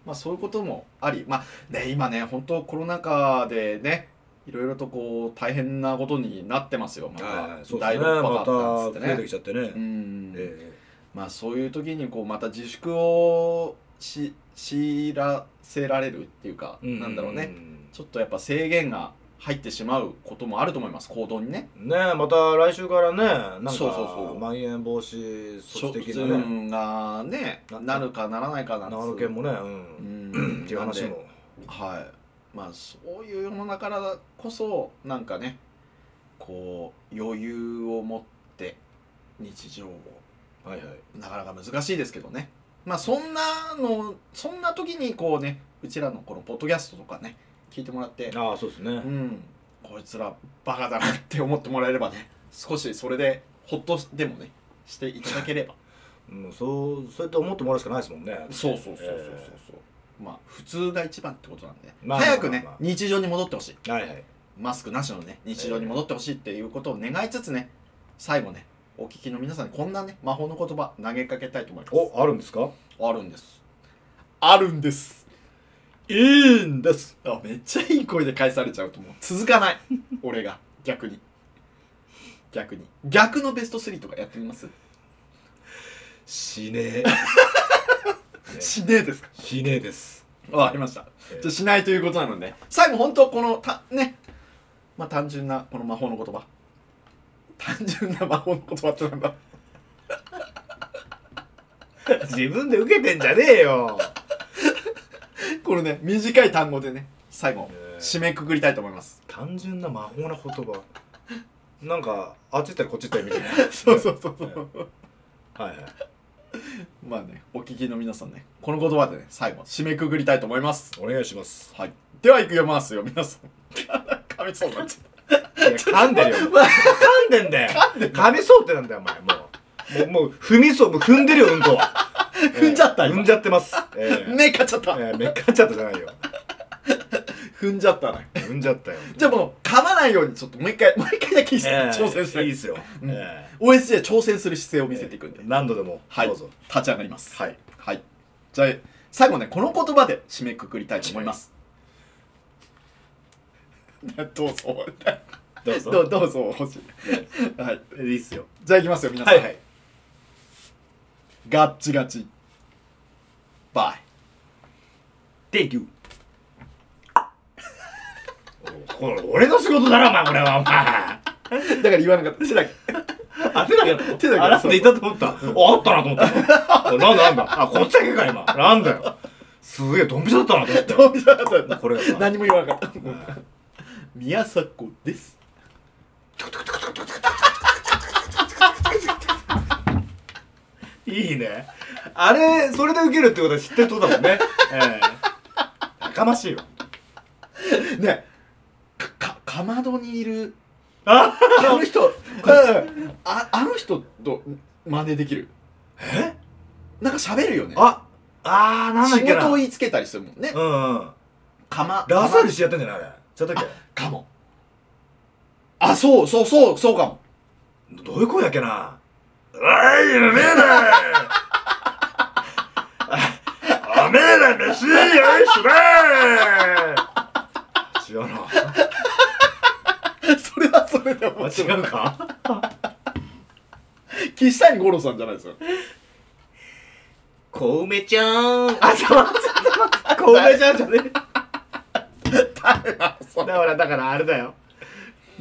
Speaker 3: まあそういうこともありまあね今ね本当コロナ禍でねいろいろとこう大変なことになってますよまた、
Speaker 2: はいはいそうです
Speaker 3: 第
Speaker 2: ね
Speaker 3: 6波
Speaker 2: ま
Speaker 3: だ
Speaker 2: た
Speaker 3: ったんつ
Speaker 2: 増
Speaker 3: って
Speaker 2: え
Speaker 3: ね
Speaker 2: てきちゃってね、
Speaker 3: うん
Speaker 2: え
Speaker 3: まあそういう時にこうまた自粛をし強らせられるっていうか、
Speaker 2: え
Speaker 3: なんだろうね
Speaker 2: ん
Speaker 3: ちょっとやっぱ制限が入ってしまうこともあると思います行動にね
Speaker 2: ねえまた来週からねなんか
Speaker 3: そうそうそう
Speaker 2: まん延防止措置的
Speaker 3: う
Speaker 2: なね
Speaker 3: んがね
Speaker 2: な
Speaker 3: なるかならないかなんつう
Speaker 2: 長野県もねう、
Speaker 3: うんん
Speaker 2: っていう話
Speaker 3: なんで
Speaker 2: も
Speaker 3: はいまあそういう世の中だからこそなんかねこう余裕を持って日常を
Speaker 2: はいはい
Speaker 3: なかなか難しいですけどねまあそんなのそんな時にこうねうちらのこのポッドキャストとかね聞いてもらって
Speaker 2: ああそうですね、
Speaker 3: うんこいつらバカだなって思ってもらえればね少しそれでほっとしでもねしていただければ
Speaker 2: うん、そうそうやって思ってもらうしかないですもんね
Speaker 3: そうそうそうそうそう
Speaker 2: え
Speaker 3: そう、まあ普通が一番ってことなんで、
Speaker 2: まあ
Speaker 3: 早くね、
Speaker 2: まあまあ
Speaker 3: 日常に戻ってほしい
Speaker 2: えはいはい
Speaker 3: マスクなしのね日常に戻ってほしいっていうことを願いつつね最後ねお聞きの皆さんにこんなね魔法の言葉投げかけたいと思います
Speaker 2: おあるんですか
Speaker 3: あるんですあるんです
Speaker 2: いいんです
Speaker 3: あめっちゃいい声で返されちゃうと思う続かない 俺が逆に逆に逆のベスト3とかやってみます
Speaker 2: しねえ
Speaker 3: しねえですか
Speaker 2: しねえです
Speaker 3: わかりました
Speaker 2: ええ
Speaker 3: じゃあしないということなので最後本当このたねまあ単純なこの魔法の言葉単純な魔法の言葉ってなんだ
Speaker 2: 自分で受けてんじゃねえよ
Speaker 3: これね短い単語でね最後
Speaker 2: ええ
Speaker 3: 締めくくりたいと思います
Speaker 2: 単純な魔法な言葉なんかあっち行ったりこっち行ったりみたい な
Speaker 3: そうそうそうそう、
Speaker 2: はいはい
Speaker 3: まあねお聞きの皆さんねこの言葉でね最後締めくくりたいと思います
Speaker 2: お願いします
Speaker 3: はい。では行くよ、回すよ、皆さん。噛みそうになっちゃっ
Speaker 2: いや噛んでるよ噛んでんだよ噛みそうってなんだよお前もうもうもう踏みそうもう踏んでるようんこは 踏
Speaker 3: んじゃった今
Speaker 2: 踏んじゃってますえ
Speaker 3: た。
Speaker 2: ー
Speaker 3: 目かっちゃった。
Speaker 2: えーめっかっちゃったじゃないよ
Speaker 3: 踏んじゃったな。
Speaker 2: 踏んじゃっ たよ
Speaker 3: じゃあもう、噛まないようにちょっともう一回、もう一回だけいいっす、
Speaker 2: えー
Speaker 3: 挑戦して。
Speaker 2: いいですよ、
Speaker 3: うん
Speaker 2: え
Speaker 3: OSJ 挑戦する姿勢を見せていくんで。
Speaker 2: ー何度でも
Speaker 3: はい。
Speaker 2: どう
Speaker 3: 立
Speaker 2: ぞ
Speaker 3: ち上がります。
Speaker 2: はい。
Speaker 3: はい。じゃあ、最後ね、この言葉で締めくくりたいと思い ます。どうぞ。
Speaker 2: どうぞ
Speaker 3: どうどうぞ、欲しい。はい。
Speaker 2: いいっすよ
Speaker 3: じゃあ行きますよ、皆さ
Speaker 2: は
Speaker 3: ん。
Speaker 2: いはい
Speaker 3: ガッチガチ。バイ。
Speaker 2: Thank you これ俺の仕事だろお前これはお前
Speaker 3: だから言わなかった手 だけ
Speaker 2: あ、手だけだ
Speaker 3: 手だけ
Speaker 2: 洗っていたと思った。おあったなと思った。おなんだなんだ。あ、こっちだけか、今。なんだよ。すげえ、ドンピシャだったなと思った
Speaker 3: 見
Speaker 2: よ。
Speaker 3: なかった
Speaker 2: これが。
Speaker 3: 何も言わなかった 宮迫です
Speaker 2: いいね。あれ、それで受けるってことは知ってるってことだもんね。ええ。やかましいわ。
Speaker 3: ねかかかまどにいる
Speaker 2: あ
Speaker 3: あの 人うんああの人と真似できるえなんか喋るよね
Speaker 2: あ、あー、なんだっ
Speaker 3: 仕
Speaker 2: けな。
Speaker 3: 事を
Speaker 2: う
Speaker 3: 言いつけたりするもんね
Speaker 2: んうん。
Speaker 3: かま
Speaker 2: ラサールしやったんじゃないあれ。ちゃったっけ
Speaker 3: かもあそうそうそうそうかも
Speaker 2: どういう声だっけな。おい、うめえな。あおめえら飯用意しろ違うな。
Speaker 3: それはそれでも
Speaker 2: 違うか
Speaker 3: 岸谷五郎さんじゃないですよ
Speaker 5: 小梅ちゃん。
Speaker 2: あ、ちょっと待って、小梅ちゃんじゃね
Speaker 3: そ
Speaker 2: だから、だからあれだよ。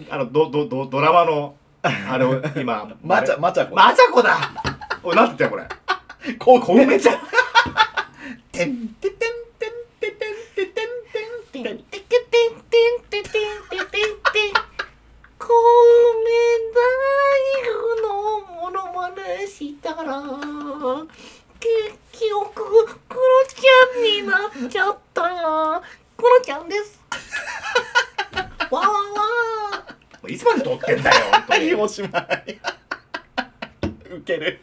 Speaker 2: あの、ど、ど、ど、ドラマの、あの、 今。
Speaker 3: まちゃまちゃこ
Speaker 2: まちゃこだおい、なんて言ったよ、こ
Speaker 3: こう
Speaker 2: れ。小 梅ちゃん。
Speaker 3: てんててんてんてんてんてんてんてんてん
Speaker 5: 小梅大福のものまねしたら結局クロちゃんになっちゃったクロちゃんですわわわ
Speaker 2: いつまで撮ってんだよ、本当に。
Speaker 3: おしまい ウケる